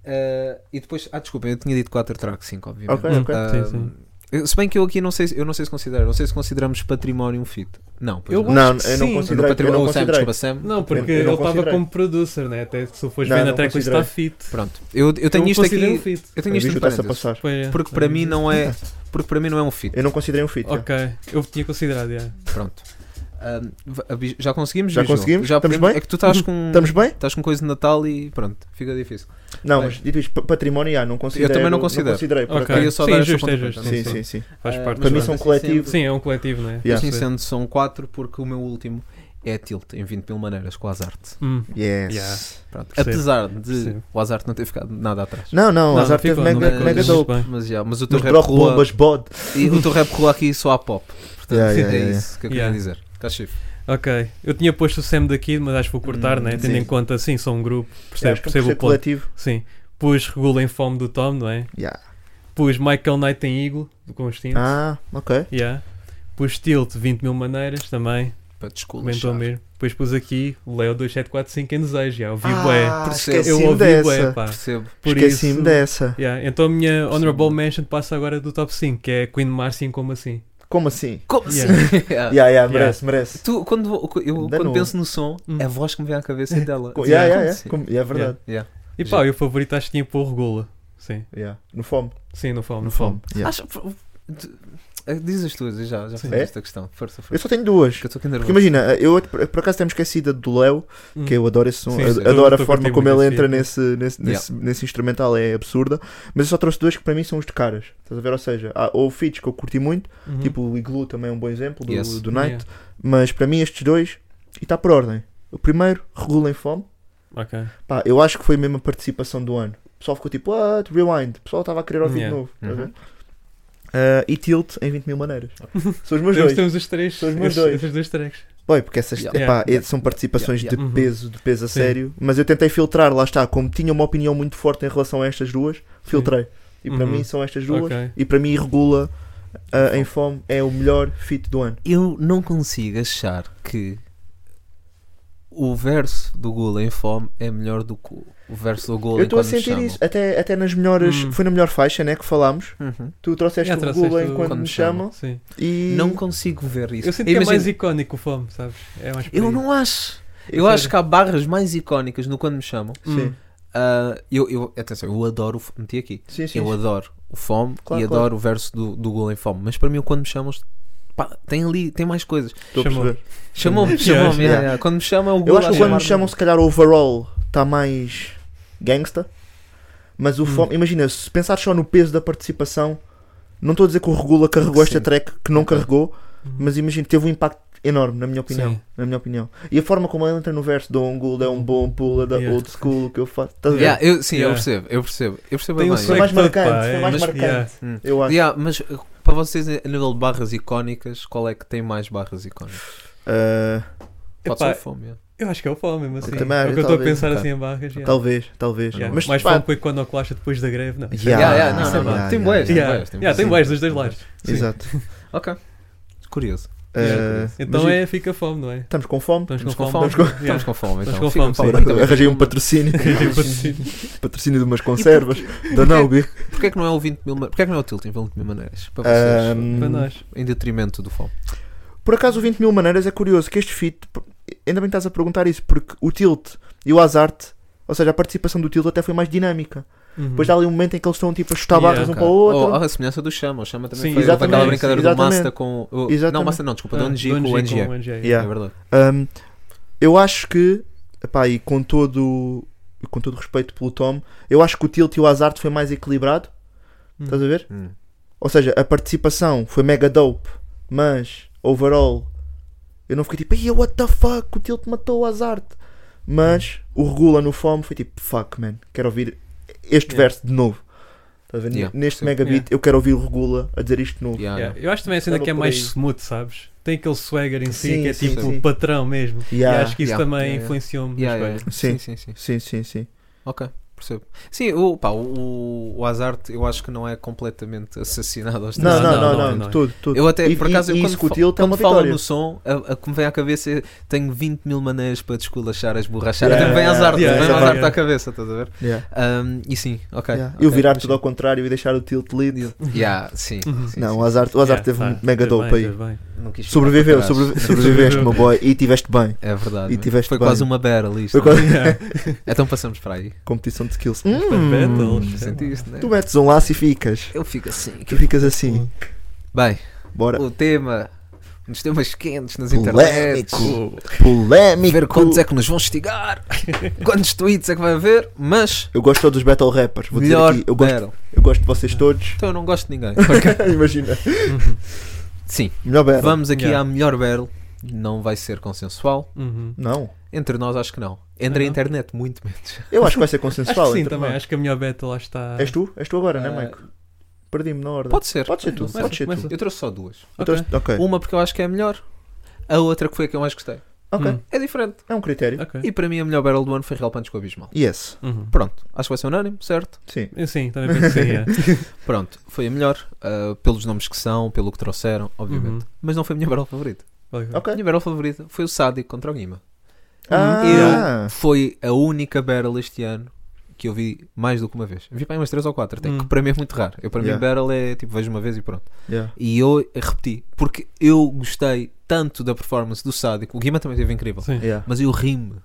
Speaker 6: Eh, e depois, ah, desculpa, eu tinha dito 4 tracks, 5, obviamente.
Speaker 5: Ok, ok.
Speaker 6: Ah,
Speaker 7: Sim, sim.
Speaker 6: eu- Se bem que eu aqui não sei, se- eu não sei se considero, não sei se consideramos património um fit. Não, pois
Speaker 7: Eu
Speaker 6: não.
Speaker 7: acho
Speaker 5: Não,
Speaker 7: que
Speaker 5: eu não
Speaker 7: sim.
Speaker 6: No
Speaker 5: considerei. Eu
Speaker 6: património-
Speaker 5: não
Speaker 6: oh, Sam,
Speaker 5: considerei.
Speaker 6: desculpa, Sam.
Speaker 7: Não, porque
Speaker 5: Eu não
Speaker 7: ele estava
Speaker 5: considerei.
Speaker 7: como producer, né? Até se tu fores
Speaker 5: Não,
Speaker 7: ver na
Speaker 5: não
Speaker 7: tracklist
Speaker 5: considerei.
Speaker 7: está fit.
Speaker 6: Pronto, eu, eu tenho
Speaker 7: não
Speaker 6: isto
Speaker 7: considero
Speaker 6: aqui.
Speaker 7: um fit.
Speaker 6: Eu tenho
Speaker 5: Eu vi
Speaker 6: isto
Speaker 5: que
Speaker 6: em
Speaker 5: tu estás a
Speaker 6: parênteses,
Speaker 5: passar.
Speaker 7: Pois é,
Speaker 6: Porque para
Speaker 7: não
Speaker 6: mim
Speaker 7: existe.
Speaker 6: não é. Porque para mim não é um fit.
Speaker 5: Eu não considerei um feat. já.
Speaker 7: Ok, eu tinha considerado, já.
Speaker 6: Pronto. Ahm, va- avi- já conseguimos?
Speaker 5: Já
Speaker 6: Ju, João?
Speaker 5: conseguimos?
Speaker 6: Já
Speaker 5: Estamos
Speaker 6: podemos-
Speaker 5: bem?
Speaker 6: É que tu estás com,
Speaker 5: Estamos bem?
Speaker 6: estás com coisa de Natal e pronto, fica difícil.
Speaker 5: Não,
Speaker 6: Bem.
Speaker 5: mas dito isto, pa- património, ah, não considero.
Speaker 6: também não considero.
Speaker 5: considerei, por
Speaker 7: Ok.
Speaker 5: acaso.
Speaker 6: Queria só
Speaker 7: Sim,
Speaker 6: dar
Speaker 7: justo,
Speaker 6: essa
Speaker 7: é justo.
Speaker 5: Sim,
Speaker 7: Sim,
Speaker 5: sim, sim. É,
Speaker 7: Faz
Speaker 6: Ah,
Speaker 7: parte.
Speaker 5: Para
Speaker 6: mas
Speaker 5: mim
Speaker 6: pronto,
Speaker 5: são
Speaker 6: assim
Speaker 5: coletivos.
Speaker 6: sempre-
Speaker 7: Sim, é um coletivo, não é?
Speaker 5: Yeah.
Speaker 6: Assim
Speaker 7: Sim.
Speaker 6: sendo, são quatro porque o meu último é Tilt, em 20 mil maneiras, com o Azarte.
Speaker 7: Hum.
Speaker 5: Yes.
Speaker 7: Yeah.
Speaker 6: Pronto.
Speaker 7: Percebo.
Speaker 6: Apesar de
Speaker 7: Percebo.
Speaker 6: o Azarte não ter ficado nada atrás.
Speaker 5: Não, não,
Speaker 7: Não,
Speaker 5: Azar teve
Speaker 7: ficou,
Speaker 5: mega,
Speaker 6: não é?
Speaker 5: mega
Speaker 6: Mas-
Speaker 5: dope.
Speaker 7: Bem.
Speaker 6: Mas, já, mas o teu
Speaker 5: Nos
Speaker 6: rap
Speaker 5: drop
Speaker 6: rua,
Speaker 5: bombas, bod.
Speaker 6: e o teu rap rua aqui só há pop. Portanto,
Speaker 5: Yeah, yeah,
Speaker 6: é
Speaker 5: yeah, yeah.
Speaker 6: isso que eu queria
Speaker 7: Yeah.
Speaker 6: dizer. Cachifo.
Speaker 7: Ok. Eu tinha posto o Sam daqui, mas acho que vou cortar,
Speaker 6: Hum,
Speaker 7: né? Tendo
Speaker 5: sim.
Speaker 7: em conta, sim, são um grupo. Percebo,
Speaker 5: Acho que é por
Speaker 7: percebo
Speaker 5: ser
Speaker 7: o ponto.
Speaker 5: coletivo.
Speaker 7: Sim. Pus Regulem Fome do Tom, não é?
Speaker 5: Yeah.
Speaker 7: Pus Michael Knight em Eagle, do Constantino.
Speaker 5: Ah, ok.
Speaker 7: Yeah. Pus Tilt, 20 mil maneiras também.
Speaker 6: Para desculpa.
Speaker 7: Comentou mesmo. Depois pus aqui Leo 2745 em desejo. Yeah, ouvi bué.
Speaker 5: Ah,
Speaker 6: percebo.
Speaker 7: Eu
Speaker 5: esqueci-me
Speaker 7: ouvi bué,
Speaker 5: dessa.
Speaker 7: pá.
Speaker 6: Percebo.
Speaker 7: Por
Speaker 5: Esqueci-me
Speaker 7: isso-
Speaker 5: dessa.
Speaker 7: Yeah, Então a minha Honorable
Speaker 6: Sim.
Speaker 7: Mention passa agora do top 5, que é Queen Marcy em como assim.
Speaker 5: Como assim?
Speaker 6: Como
Speaker 7: Ah, Yeah.
Speaker 6: assim?
Speaker 5: Yeah, yeah, merece, merece.
Speaker 6: Tu, quando eu
Speaker 5: Ainda
Speaker 6: quando
Speaker 5: não.
Speaker 6: penso no som,
Speaker 7: Hum.
Speaker 6: é a voz que me vem à cabeça é dela.
Speaker 5: Co- Yeah,
Speaker 6: Como
Speaker 5: yeah,
Speaker 6: assim?
Speaker 5: yeah. Como- É verdade.
Speaker 6: Yeah.
Speaker 7: E pá, eu favorito acho que tinha pôr Regula. Sim,
Speaker 5: Yeah. No fome.
Speaker 7: sim, no fome.
Speaker 5: No fome. Yeah.
Speaker 6: Acho- eh, Diz as tuas, eu já, já fiz
Speaker 5: É?
Speaker 6: esta questão. Força,
Speaker 5: Eu é
Speaker 6: força.
Speaker 5: só tenho duas.
Speaker 6: Que eu estou aqui nervoso.
Speaker 5: Porque imagina, eu por por acaso temos esquecido a do Leo,
Speaker 7: Hum.
Speaker 5: que é eu adoro esse som,
Speaker 7: Sim,
Speaker 5: ad-
Speaker 7: sim.
Speaker 5: adoro
Speaker 7: Tô-
Speaker 5: a
Speaker 7: tô
Speaker 5: forma
Speaker 7: curtindo
Speaker 5: como
Speaker 7: muito
Speaker 5: ele
Speaker 7: esse
Speaker 5: entra
Speaker 7: beat.
Speaker 5: nesse, nesse,
Speaker 6: Yeah.
Speaker 5: nesse, nesse instrumental, é absurda. Mas eu só trouxe dois que para mim são os de caras, estás a ver? Ou seja, há, ou feats que eu curti muito,
Speaker 7: Uhum.
Speaker 5: tipo o Igloo também é um bom exemplo do,
Speaker 6: Yes.
Speaker 5: do Night,
Speaker 7: Yeah.
Speaker 5: mas para mim estes dois, e está por ordem. O primeiro, Regulem Fome,
Speaker 7: Ok.
Speaker 5: pá, eu acho que foi mesmo a participação do ano. O pessoal ficou tipo, ah, rewind, o pessoal estava a querer ouvir
Speaker 7: Yeah.
Speaker 5: de novo, estás a
Speaker 6: Uhum.
Speaker 5: ver? Ah, e Tilt em 20 mil maneiras. são os meus
Speaker 7: Temos,
Speaker 5: dois.
Speaker 7: temos os três.
Speaker 5: São os meus
Speaker 7: esses-
Speaker 5: dois.
Speaker 7: Esses dois tracks.
Speaker 5: Boy, porque essas
Speaker 6: Yeah.
Speaker 5: epá,
Speaker 6: Yeah.
Speaker 5: é- são participações
Speaker 6: Yeah.
Speaker 5: de
Speaker 7: Yeah.
Speaker 5: peso, de peso a
Speaker 7: Sim.
Speaker 5: sério. Mas eu tentei filtrar, lá está, como tinha uma opinião muito forte em relação a estas duas, filtrei. E para
Speaker 7: Uhum.
Speaker 5: mim são estas duas.
Speaker 7: Ok.
Speaker 5: E para mim, regula ah, em fome é o melhor fit do ano.
Speaker 6: eu não consigo achar que o verso do Gula em fome é melhor do que o verso do Gula
Speaker 5: eu
Speaker 6: em
Speaker 5: estou a
Speaker 6: quando me
Speaker 5: sentir
Speaker 6: chamam.
Speaker 5: isso. Até, até nas melhores.
Speaker 7: Hum.
Speaker 5: Foi na melhor faixa, né? Que falámos.
Speaker 6: Uhum.
Speaker 5: Tu trouxeste
Speaker 7: Já
Speaker 5: o
Speaker 7: trouxeste
Speaker 5: regula
Speaker 7: o-
Speaker 5: enquanto
Speaker 6: Quando
Speaker 5: me
Speaker 6: me
Speaker 5: chamam.
Speaker 7: Sim.
Speaker 5: E.
Speaker 6: Não consigo ver isso.
Speaker 7: Eu sinto que é
Speaker 6: Imagina-
Speaker 7: mais icónico o fome, sabes? É mais por
Speaker 6: Eu
Speaker 7: aí.
Speaker 6: não acho. Eu acho que há barras mais icónicas no quando me chamam.
Speaker 5: Sim.
Speaker 7: Hum.
Speaker 6: Ah, eu, eu- atenção, eu adoro. o F- Meti aqui.
Speaker 5: Sim, sim.
Speaker 6: eu adoro o fome
Speaker 5: Claro,
Speaker 6: e
Speaker 5: claro.
Speaker 6: adoro o verso do, do Gula em fome. Mas para mim, o quando me chamam, pá, tem ali, tem mais coisas.
Speaker 5: Estou a
Speaker 7: Chamou.
Speaker 5: perceber.
Speaker 6: Chamou-me,
Speaker 7: Yeah,
Speaker 6: chamou-me.
Speaker 5: yeah.
Speaker 6: yeah, yeah. Quando me chamam, o
Speaker 5: Eu
Speaker 6: Gula
Speaker 5: acho
Speaker 6: a
Speaker 5: que quando me é um
Speaker 6: chamar-me.
Speaker 5: chamam, se calhar, overall está mais gangsta. Mas
Speaker 7: Hum.
Speaker 5: o fome, imagina, se pensar só no peso da participação, não estou a dizer que o Regula carregou esta
Speaker 6: Sim.
Speaker 5: track que não carregou,
Speaker 7: Uhum.
Speaker 5: mas imagina, teve um impacto enorme, na minha opinião.
Speaker 7: Sim.
Speaker 5: Na minha opinião. E a forma como ele entra no verso do Ongul é um bom pula da
Speaker 7: Yeah.
Speaker 5: old school que eu faço. Estás a ver?
Speaker 6: Yeah, eu, sim,
Speaker 7: Yeah.
Speaker 6: eu percebo, eu percebo. Eu percebo
Speaker 7: Tem um
Speaker 6: bem.
Speaker 5: Foi mais
Speaker 7: swag todo, pá,
Speaker 5: marcante, foi
Speaker 7: é,
Speaker 5: mais
Speaker 7: mas-
Speaker 5: marcante.
Speaker 7: yeah.
Speaker 6: Hum.
Speaker 5: Eu acho.
Speaker 6: Yeah, mas uh, para vocês, a nível de barras icónicas, qual é que tem mais barras icónicas?
Speaker 5: Ah,
Speaker 6: Pode
Speaker 7: Epá,
Speaker 6: ser o fome. yeah.
Speaker 7: Eu acho que é o fome mesmo assim.
Speaker 5: também
Speaker 7: é
Speaker 5: acho,
Speaker 7: o que eu estou a
Speaker 5: talvez,
Speaker 7: pensar
Speaker 6: ok.
Speaker 7: assim em barras. yeah.
Speaker 5: Talvez, talvez.
Speaker 7: Yeah.
Speaker 5: Mas
Speaker 7: Mais
Speaker 5: pá,
Speaker 7: fome que o Iconoclasta depois da greve, não.
Speaker 5: Yeah,
Speaker 6: Yeah,
Speaker 5: isso
Speaker 6: yeah,
Speaker 5: é
Speaker 6: não, não,
Speaker 5: verdade,
Speaker 6: não. Tem
Speaker 5: yeah,
Speaker 6: boés, tem
Speaker 7: Yeah,
Speaker 6: boés, tem
Speaker 7: yeah, tem
Speaker 6: boés.
Speaker 7: boés dos dois lados. Sim.
Speaker 5: Exato.
Speaker 6: Ok. Curioso.
Speaker 5: Ah,
Speaker 6: Yeah.
Speaker 7: Então
Speaker 5: mas
Speaker 7: é fica fome, não é?
Speaker 5: Estamos com fome.
Speaker 6: Estamos com fome. Tipo Estamos com,
Speaker 7: Yeah.
Speaker 6: fome, então.
Speaker 7: Estamos com
Speaker 6: Fica-
Speaker 7: fome, sim.
Speaker 6: Paulo,
Speaker 5: Agora,
Speaker 6: também
Speaker 5: Arranjei um
Speaker 6: fica-
Speaker 5: patrocínio.
Speaker 6: assim.
Speaker 7: Sim.
Speaker 5: patrocínio de umas conservas. Da Naubi.
Speaker 6: Porquê é que não é o 20 mil... ma- Porquê é que não é o tilt em 20 mil maneiras? Para vocês.
Speaker 5: Ahm,
Speaker 7: Para nós.
Speaker 6: Em detrimento do fome.
Speaker 5: Por acaso, o 20 mil maneiras é curioso que este feat, por- ainda bem que estás a perguntar isso, porque o Tilt e o Azarte, ou seja, a participação do Tilt até foi mais dinâmica.
Speaker 6: Uhum.
Speaker 5: Depois
Speaker 7: tá,
Speaker 5: há ali um momento em que eles estão tipo a chutar
Speaker 7: Hum. Yeah,
Speaker 5: barras um
Speaker 6: Ok. Oh,
Speaker 5: para o
Speaker 6: Ou
Speaker 5: outro.
Speaker 6: a semelhança é do Chama. O Chama também
Speaker 7: Sim,
Speaker 6: foi
Speaker 5: exatamente,
Speaker 6: aquela brincadeira
Speaker 5: exatamente.
Speaker 6: do Masta com... o- Não,
Speaker 5: Exatamente.
Speaker 6: Masta não, desculpa. do
Speaker 7: Ah,
Speaker 6: NG
Speaker 7: do
Speaker 6: com
Speaker 7: NG
Speaker 6: o NG.
Speaker 7: com o NG, yeah.
Speaker 5: Yeah.
Speaker 6: É verdade.
Speaker 5: Um, eu acho que, epá, e com todo, com todo respeito pelo Tom, eu acho que o Tilt e o Azarte foi mais equilibrado.
Speaker 7: Hum.
Speaker 5: Estás a ver?
Speaker 6: Hum.
Speaker 5: Ou seja, a participação foi mega dope, mas overall eu não fiquei tipo, "Ia, what the fuck, o Tilt matou o Azarte. Mas o Regula no Fome foi tipo, fuck man, quero ouvir este
Speaker 7: Yeah.
Speaker 5: verso de novo. Estás a ver?
Speaker 6: Yeah,
Speaker 5: Neste
Speaker 6: sim.
Speaker 5: mega beat eu quero oouvir o Regula a dizer isto de novo.
Speaker 6: Yeah,
Speaker 7: Yeah.
Speaker 6: yeah.
Speaker 7: Eu acho também a cena
Speaker 5: Estava
Speaker 7: que é
Speaker 5: por
Speaker 7: mais
Speaker 5: aí.
Speaker 7: smooth, sabes? Tem aquele swagger em si
Speaker 5: Sim,
Speaker 7: que é
Speaker 5: sim,
Speaker 7: tipo
Speaker 5: sim.
Speaker 7: patrão mesmo.
Speaker 5: Yeah,
Speaker 7: e acho que isso
Speaker 6: yeah,
Speaker 7: também
Speaker 6: yeah, yeah.
Speaker 7: influenciou-me
Speaker 6: Yeah,
Speaker 7: nas
Speaker 6: yeah,
Speaker 7: coisas.
Speaker 5: Sim.
Speaker 6: yeah. Sim, sim, sim.
Speaker 5: Sim, sim, sim.
Speaker 6: Ok, percebo. Sim, o, pá, o, o Hazard eu acho que não é completamente assassinado aos
Speaker 5: Não,
Speaker 6: três.
Speaker 5: não,
Speaker 7: não,
Speaker 5: não, não,
Speaker 7: não,
Speaker 5: de
Speaker 7: não.
Speaker 5: tudo, tudo.
Speaker 6: Eu até,
Speaker 5: E-
Speaker 6: por
Speaker 5: e-
Speaker 6: acaso,
Speaker 5: e
Speaker 6: eu
Speaker 5: isso
Speaker 6: quando,
Speaker 5: com o
Speaker 6: fa-
Speaker 5: Tilt é
Speaker 6: quando
Speaker 5: uma
Speaker 6: falo
Speaker 5: vitória.
Speaker 6: no som, a, a que me vem à cabeça é, tenho 20 mil maneiras para desculachar, esborrachar.
Speaker 5: Yeah,
Speaker 6: até me vem
Speaker 5: yeah,
Speaker 6: Hazard,
Speaker 7: yeah,
Speaker 6: vem
Speaker 7: yeah,
Speaker 6: Hazard
Speaker 7: yeah.
Speaker 6: à cabeça, estás a ver?
Speaker 5: Yeah,
Speaker 6: Ahm, e sim, ok.
Speaker 5: yeah.
Speaker 6: ok,
Speaker 5: eu virar tudo
Speaker 6: mas-
Speaker 5: ao contrário e deixar o Tilt lead.
Speaker 6: Yeah, sim,
Speaker 7: Uhum.
Speaker 6: sim,
Speaker 5: Não,
Speaker 6: sim.
Speaker 5: o Azarte, o Azarte
Speaker 7: Yeah,
Speaker 5: teve
Speaker 7: tá,
Speaker 5: um mega
Speaker 7: teve bem,
Speaker 5: dope aí.
Speaker 7: teve bem.
Speaker 6: Não quis ficar
Speaker 5: Sobreviveu,
Speaker 6: para trás.
Speaker 5: sobrevi- sobreviveste, meu boy, e tiveste bem.
Speaker 6: É verdade.
Speaker 5: E
Speaker 6: mano.
Speaker 5: tiveste
Speaker 6: Foi
Speaker 5: bem.
Speaker 6: quase uma battle
Speaker 5: Foi
Speaker 6: isto.
Speaker 5: quase-
Speaker 6: Então passamos para aí.
Speaker 5: Competição de skills.
Speaker 7: Foi
Speaker 5: Hum,
Speaker 7: battles.
Speaker 6: Sentiste, né?
Speaker 5: tu metes um laço e ficas.
Speaker 6: Eu fico assim.
Speaker 5: Tu ficas assim.
Speaker 6: Bem,
Speaker 5: Bora.
Speaker 6: o tema nos temas quentes, nas internets.
Speaker 5: Polémico. Polémico.
Speaker 6: Ver quantos é que nos vão estigar, quantos tweets é que vai haver, mas
Speaker 5: Eu gosto de todos dos battle rappers. Vou dizer
Speaker 6: melhor
Speaker 5: aqui, eu gosto,
Speaker 6: battle.
Speaker 5: eu gosto de vocês todos.
Speaker 6: Então eu não gosto de ninguém.
Speaker 5: Imagina.
Speaker 6: Sim,
Speaker 5: Melhor battle.
Speaker 6: vamos aqui
Speaker 7: Yeah.
Speaker 6: à melhor barrel. Não vai ser consensual.
Speaker 7: Uhum.
Speaker 5: Não.
Speaker 6: Entre nós, acho que não. Entre
Speaker 7: Ah,
Speaker 6: a
Speaker 7: não?
Speaker 6: internet, muito menos.
Speaker 5: Eu acho que vai ser
Speaker 7: Acho que
Speaker 5: consensual.
Speaker 7: sim
Speaker 5: entre
Speaker 7: também,
Speaker 5: nós.
Speaker 7: acho que tá- a minha beta lá está.
Speaker 5: então, És tu? És tu agora, não
Speaker 6: Ah,
Speaker 5: é, Maico? Perdi-me na ordem.
Speaker 6: Pode ser.
Speaker 5: Pode ser tu. Pode ser
Speaker 7: começa.
Speaker 5: tu.
Speaker 6: Eu trouxe só duas.
Speaker 5: Eu trouxe- Ok.
Speaker 6: Uma porque eu acho que é a melhor, a outra que foi a que eu mais gostei.
Speaker 5: Ok.
Speaker 7: Hum.
Speaker 6: É diferente.
Speaker 5: É um critério.
Speaker 7: Ok.
Speaker 6: E para mim, a melhor barrel do ano foi Real Punch com o Abismal.
Speaker 5: Yes.
Speaker 7: Uhum.
Speaker 6: Pronto, acho que vai ser unânime, certo?
Speaker 5: Sim.
Speaker 7: Eu Sim, também penso que sim, é.
Speaker 6: Pronto, foi a melhor, ah, pelos nomes que são, pelo que trouxeram,
Speaker 7: Uhum.
Speaker 6: obviamente. Mas não foi a minha barrel favorita.
Speaker 7: Hum.
Speaker 5: Ok.
Speaker 6: A minha barrel favorita foi o Sádico contra o Guima.
Speaker 5: Ah.
Speaker 6: Foi a única barrel este ano que eu vi mais do que uma vez. Vi para aí umas 3 ou 4, até
Speaker 7: Hum.
Speaker 6: que para mim é muito raro. Eu para mim
Speaker 5: Yeah.
Speaker 6: barrel é tipo vejo uma vez e pronto.
Speaker 5: Yeah.
Speaker 6: E eu repeti, porque eu gostei tanto da performance do Sádico. O Guima também teve incrível.
Speaker 7: Sim.
Speaker 5: Yeah.
Speaker 6: Mas eu rimo.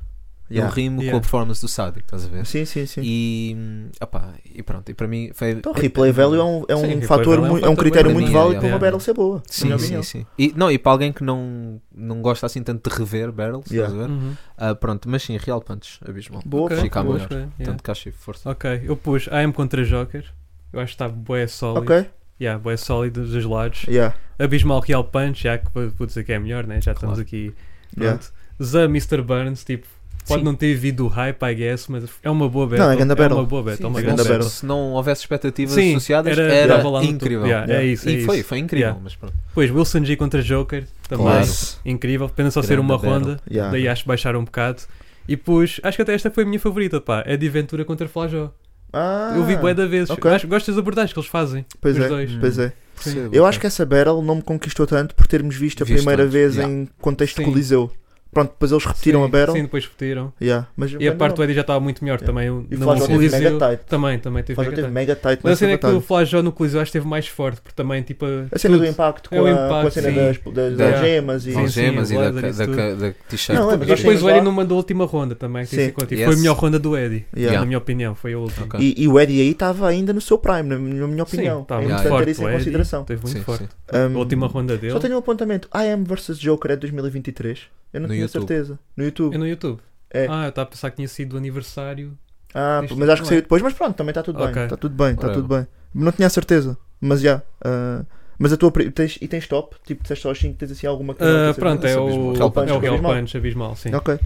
Speaker 6: Eu
Speaker 5: Yeah.
Speaker 6: rimo com
Speaker 7: Yeah.
Speaker 6: a performance do Sádico, estás a ver?
Speaker 5: Sim, sim, sim.
Speaker 6: E, hum, opá, e pronto, e para mim foi.
Speaker 5: Então, replay value é um, é um
Speaker 7: Sim, replay
Speaker 5: fator,
Speaker 7: value é um
Speaker 5: mu- é um,
Speaker 7: fator
Speaker 5: critério
Speaker 6: bem
Speaker 5: muito
Speaker 6: da minha,
Speaker 5: válido para uma
Speaker 7: yeah.
Speaker 5: battle ser boa. na
Speaker 6: Sim,
Speaker 5: minha
Speaker 6: sim,
Speaker 5: opinião.
Speaker 6: sim. E, não, e para alguém que não, não gosta assim tanto de rever barrels,
Speaker 5: Yeah.
Speaker 6: estás a ver?
Speaker 7: Uhum.
Speaker 6: Ah, pronto, mas sim, Real Punch, abismal.
Speaker 5: Boa,
Speaker 7: Ok,
Speaker 6: Fica a
Speaker 7: boa
Speaker 6: melhor.
Speaker 7: escolha, yeah.
Speaker 6: Portanto, caixa e força.
Speaker 7: Ok, eu pus AM contra Joker. Eu acho que está bué sólido.
Speaker 5: Ok.
Speaker 7: Yeah, bué sólido dos lados.
Speaker 5: Yeah.
Speaker 7: Abismal Real Punch, já que vou vou dizer que é melhor, né? Já estamos
Speaker 6: Claro.
Speaker 7: aqui.
Speaker 5: Yeah.
Speaker 7: Pronto. The Mr. Burns, tipo, pode
Speaker 6: Sim.
Speaker 7: não ter vivido o hype, I guess, mas é uma boa battle.
Speaker 5: Não, é grande battle. é
Speaker 7: uma boa battle.
Speaker 6: Sim,
Speaker 7: uma
Speaker 6: sim,
Speaker 5: grande
Speaker 6: sim.
Speaker 5: battle.
Speaker 6: Se não houvesse expectativas
Speaker 7: Sim,
Speaker 6: associadas,
Speaker 7: era-
Speaker 6: era,
Speaker 7: estava lá no
Speaker 6: incrível.
Speaker 7: topo. Yeah, é
Speaker 5: Yeah.
Speaker 7: isso, é
Speaker 6: E foi,
Speaker 7: isso.
Speaker 6: foi incrível,
Speaker 7: Yeah.
Speaker 6: mas pronto.
Speaker 7: Depois, Wilson G contra Joker, também
Speaker 6: Claro.
Speaker 5: Yes.
Speaker 7: incrível. Pena só ser
Speaker 6: Grande
Speaker 7: uma
Speaker 6: battle.
Speaker 7: ronda,
Speaker 5: Yeah.
Speaker 7: daí acho que baixaram um bocado. E pus, acho que até esta foi a minha favorita, pá. É de Ventura contra Flajó.
Speaker 5: Ah,
Speaker 7: eu vi bué da vezes.
Speaker 5: ok.
Speaker 7: Acho, gosto das abordagens que eles fazem.
Speaker 5: Pois
Speaker 7: os
Speaker 5: é,
Speaker 7: dois.
Speaker 5: pois é.
Speaker 6: Percebo,
Speaker 5: Eu
Speaker 6: Uhum. ok.
Speaker 5: acho que essa battle não me conquistou tanto por termos visto a
Speaker 6: Visto
Speaker 5: primeira
Speaker 6: antes,
Speaker 5: vez
Speaker 6: yeah.
Speaker 5: em contexto
Speaker 7: Sim.
Speaker 5: coliseu. Pronto, depois eles repetiram
Speaker 7: Sim,
Speaker 5: a battle.
Speaker 7: Sim, depois repetiram.
Speaker 5: Yeah, mas
Speaker 7: E a parte do
Speaker 5: não.
Speaker 7: Eddie já estava muito melhor
Speaker 5: Yeah.
Speaker 7: também. Eu
Speaker 5: É. E o
Speaker 7: não
Speaker 5: Flajó teve
Speaker 7: Coliseu-
Speaker 5: mega tight.
Speaker 7: Também, também teve
Speaker 5: Flajó
Speaker 7: mega
Speaker 5: teve
Speaker 7: tight.
Speaker 5: mega tight
Speaker 7: Mas a
Speaker 5: nessa
Speaker 7: cena é que o
Speaker 5: batalha.
Speaker 7: Flajó no Coliseu acho que teve mais forte, porque também, tipo.
Speaker 5: A cena do
Speaker 7: tudo.
Speaker 5: impacto com,
Speaker 7: É o
Speaker 5: a, com a
Speaker 7: impacto,
Speaker 5: cena
Speaker 7: sim.
Speaker 5: das, das,
Speaker 6: Yeah.
Speaker 5: das gemas e.
Speaker 7: Sim,
Speaker 6: As
Speaker 7: sim,
Speaker 6: gemas e
Speaker 7: o
Speaker 6: da,
Speaker 7: laser,
Speaker 6: da,
Speaker 7: isso tudo.
Speaker 6: da, da t-shirt.
Speaker 5: Não, é,
Speaker 7: E
Speaker 5: mas
Speaker 7: depois
Speaker 5: Sim.
Speaker 7: o Eddie não mandou a última ronda também, que tem
Speaker 5: Sim.
Speaker 7: sido contigo.
Speaker 6: Yes.
Speaker 7: Foi a melhor ronda do Eddie,
Speaker 5: Yeah.
Speaker 7: na minha opinião, foi a última.
Speaker 6: Ok.
Speaker 5: E, e o Eddie aí estava ainda no seu prime, na, na minha opinião.
Speaker 7: estava
Speaker 5: é
Speaker 7: muito
Speaker 5: importante
Speaker 6: yeah.
Speaker 5: ter
Speaker 7: forte.
Speaker 5: isso
Speaker 7: o
Speaker 5: em
Speaker 7: Eddie,
Speaker 5: consideração.
Speaker 7: Teve muito
Speaker 6: Sim,
Speaker 7: forte.
Speaker 6: sim.
Speaker 5: Um,
Speaker 7: A última ronda dele
Speaker 5: Só tenho um apontamento. I Am vs Joker é de 2023. Eu não
Speaker 6: No
Speaker 5: tinha
Speaker 6: YouTube.
Speaker 5: certeza. No YouTube.
Speaker 7: é no YouTube.
Speaker 5: É.
Speaker 7: Ah, eu estava a pensar que tinha sido o aniversário.
Speaker 5: Ah,
Speaker 7: Isto
Speaker 5: mas acho que
Speaker 7: não
Speaker 5: saiu
Speaker 7: é.
Speaker 5: depois, mas pronto, também está tudo
Speaker 7: Ok.
Speaker 5: bem. Está Tá tudo bem, está
Speaker 6: Whatever.
Speaker 5: tudo bem. Não tinha a certeza, mas já. ah, mas a tua. pri- Tens, e tens top? Tipo, disseste só aos 5, tens assim alguma que não
Speaker 7: Ah,
Speaker 5: tens
Speaker 7: pronto, é
Speaker 6: esse
Speaker 7: o
Speaker 6: abismal.
Speaker 7: é o
Speaker 6: Real
Speaker 5: Punch,
Speaker 7: Real
Speaker 5: abismal.
Speaker 7: Punch Abismal, sim.
Speaker 5: certeza? Ok.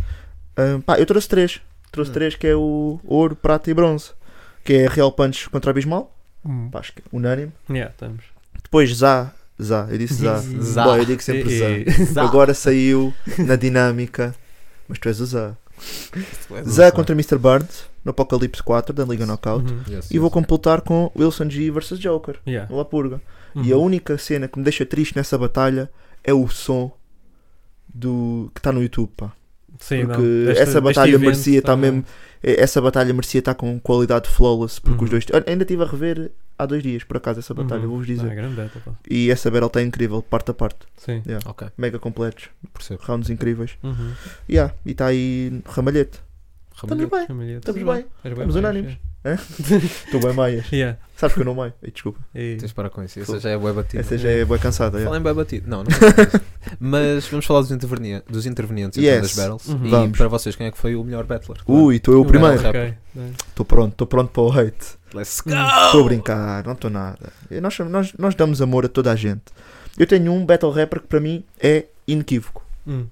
Speaker 5: Ah, pá, eu trouxe 3. Trouxe
Speaker 7: Hum.
Speaker 5: 3 que é o ouro, prata e bronze. Que é Real Punch contra Abismal.
Speaker 7: Hum.
Speaker 5: Pá, acho que é unânime.
Speaker 7: Yeah, estamos.
Speaker 5: Depois Zá. Zá, eu disse Zá.
Speaker 6: Zá.
Speaker 5: Boy, eu digo sempre Zá.
Speaker 7: E- e-
Speaker 5: Agora saiu na dinâmica. Mas tu és o Zá. Zé contra Mr. Burns no Apocalipse 4 da Liga Knockout.
Speaker 7: Uhum.
Speaker 6: Yes,
Speaker 5: E vou
Speaker 6: yes.
Speaker 5: completar com Wilson G vs Joker
Speaker 7: Yeah.
Speaker 5: no La É Purga.
Speaker 7: Uhum.
Speaker 5: E a única cena que me deixa triste nessa batalha é o som do que está no YouTube, pá.
Speaker 7: Sim,
Speaker 5: porque
Speaker 7: não. Esta-
Speaker 5: essa
Speaker 7: este
Speaker 5: batalha
Speaker 7: evento
Speaker 5: merecia estar
Speaker 7: tá-
Speaker 5: mesmo. eh, Essa batalha merecia estar com qualidade flawless, porque
Speaker 7: Uhum.
Speaker 5: os dois. Olha, Ainda estive a rever há dois dias, por acaso, essa batalha,
Speaker 7: Uhum.
Speaker 5: vou-vos
Speaker 7: Não,
Speaker 5: dizer.
Speaker 7: é grande battle, pá.
Speaker 5: E essa battle está incrível, parte a parte.
Speaker 7: Sim.
Speaker 6: Ok,
Speaker 5: Mega completos,
Speaker 6: percebo.
Speaker 5: rounds incríveis.
Speaker 7: Uhum.
Speaker 5: Yeah, e está aí ramalhete. Estamos bem,
Speaker 7: Família.
Speaker 5: estamos
Speaker 7: Estás
Speaker 5: bem.
Speaker 7: Estás mais,
Speaker 5: Estamos unânimes.
Speaker 7: é.
Speaker 5: Estou bem, Maias.
Speaker 7: Yeah.
Speaker 5: Sabes que eu não maio. Ei, Desculpa.
Speaker 7: E-
Speaker 6: Tens de parar com isso.
Speaker 5: Fogo.
Speaker 6: Essa já é web batida.
Speaker 5: Essa já é boa cansada. é.
Speaker 6: Falem bem batido. Não, não é Mas vamos falar dos, intervenia- dos intervenientes então,
Speaker 5: Yes.
Speaker 6: das battles.
Speaker 7: Uhum.
Speaker 6: E
Speaker 5: Vamos.
Speaker 6: para vocês, quem é que foi o melhor battler?
Speaker 5: Ui, estou eu o
Speaker 7: Ok,
Speaker 5: primeiro.
Speaker 7: é ok.
Speaker 5: Estou pronto, estou pronto para o hate.
Speaker 6: Let's go!
Speaker 5: Estou a brincar, não estou nada. Eu- Nós, nós, nós damos amor a toda a gente. Eu tenho um battle rapper que para mim é inequívoco.
Speaker 7: Hum,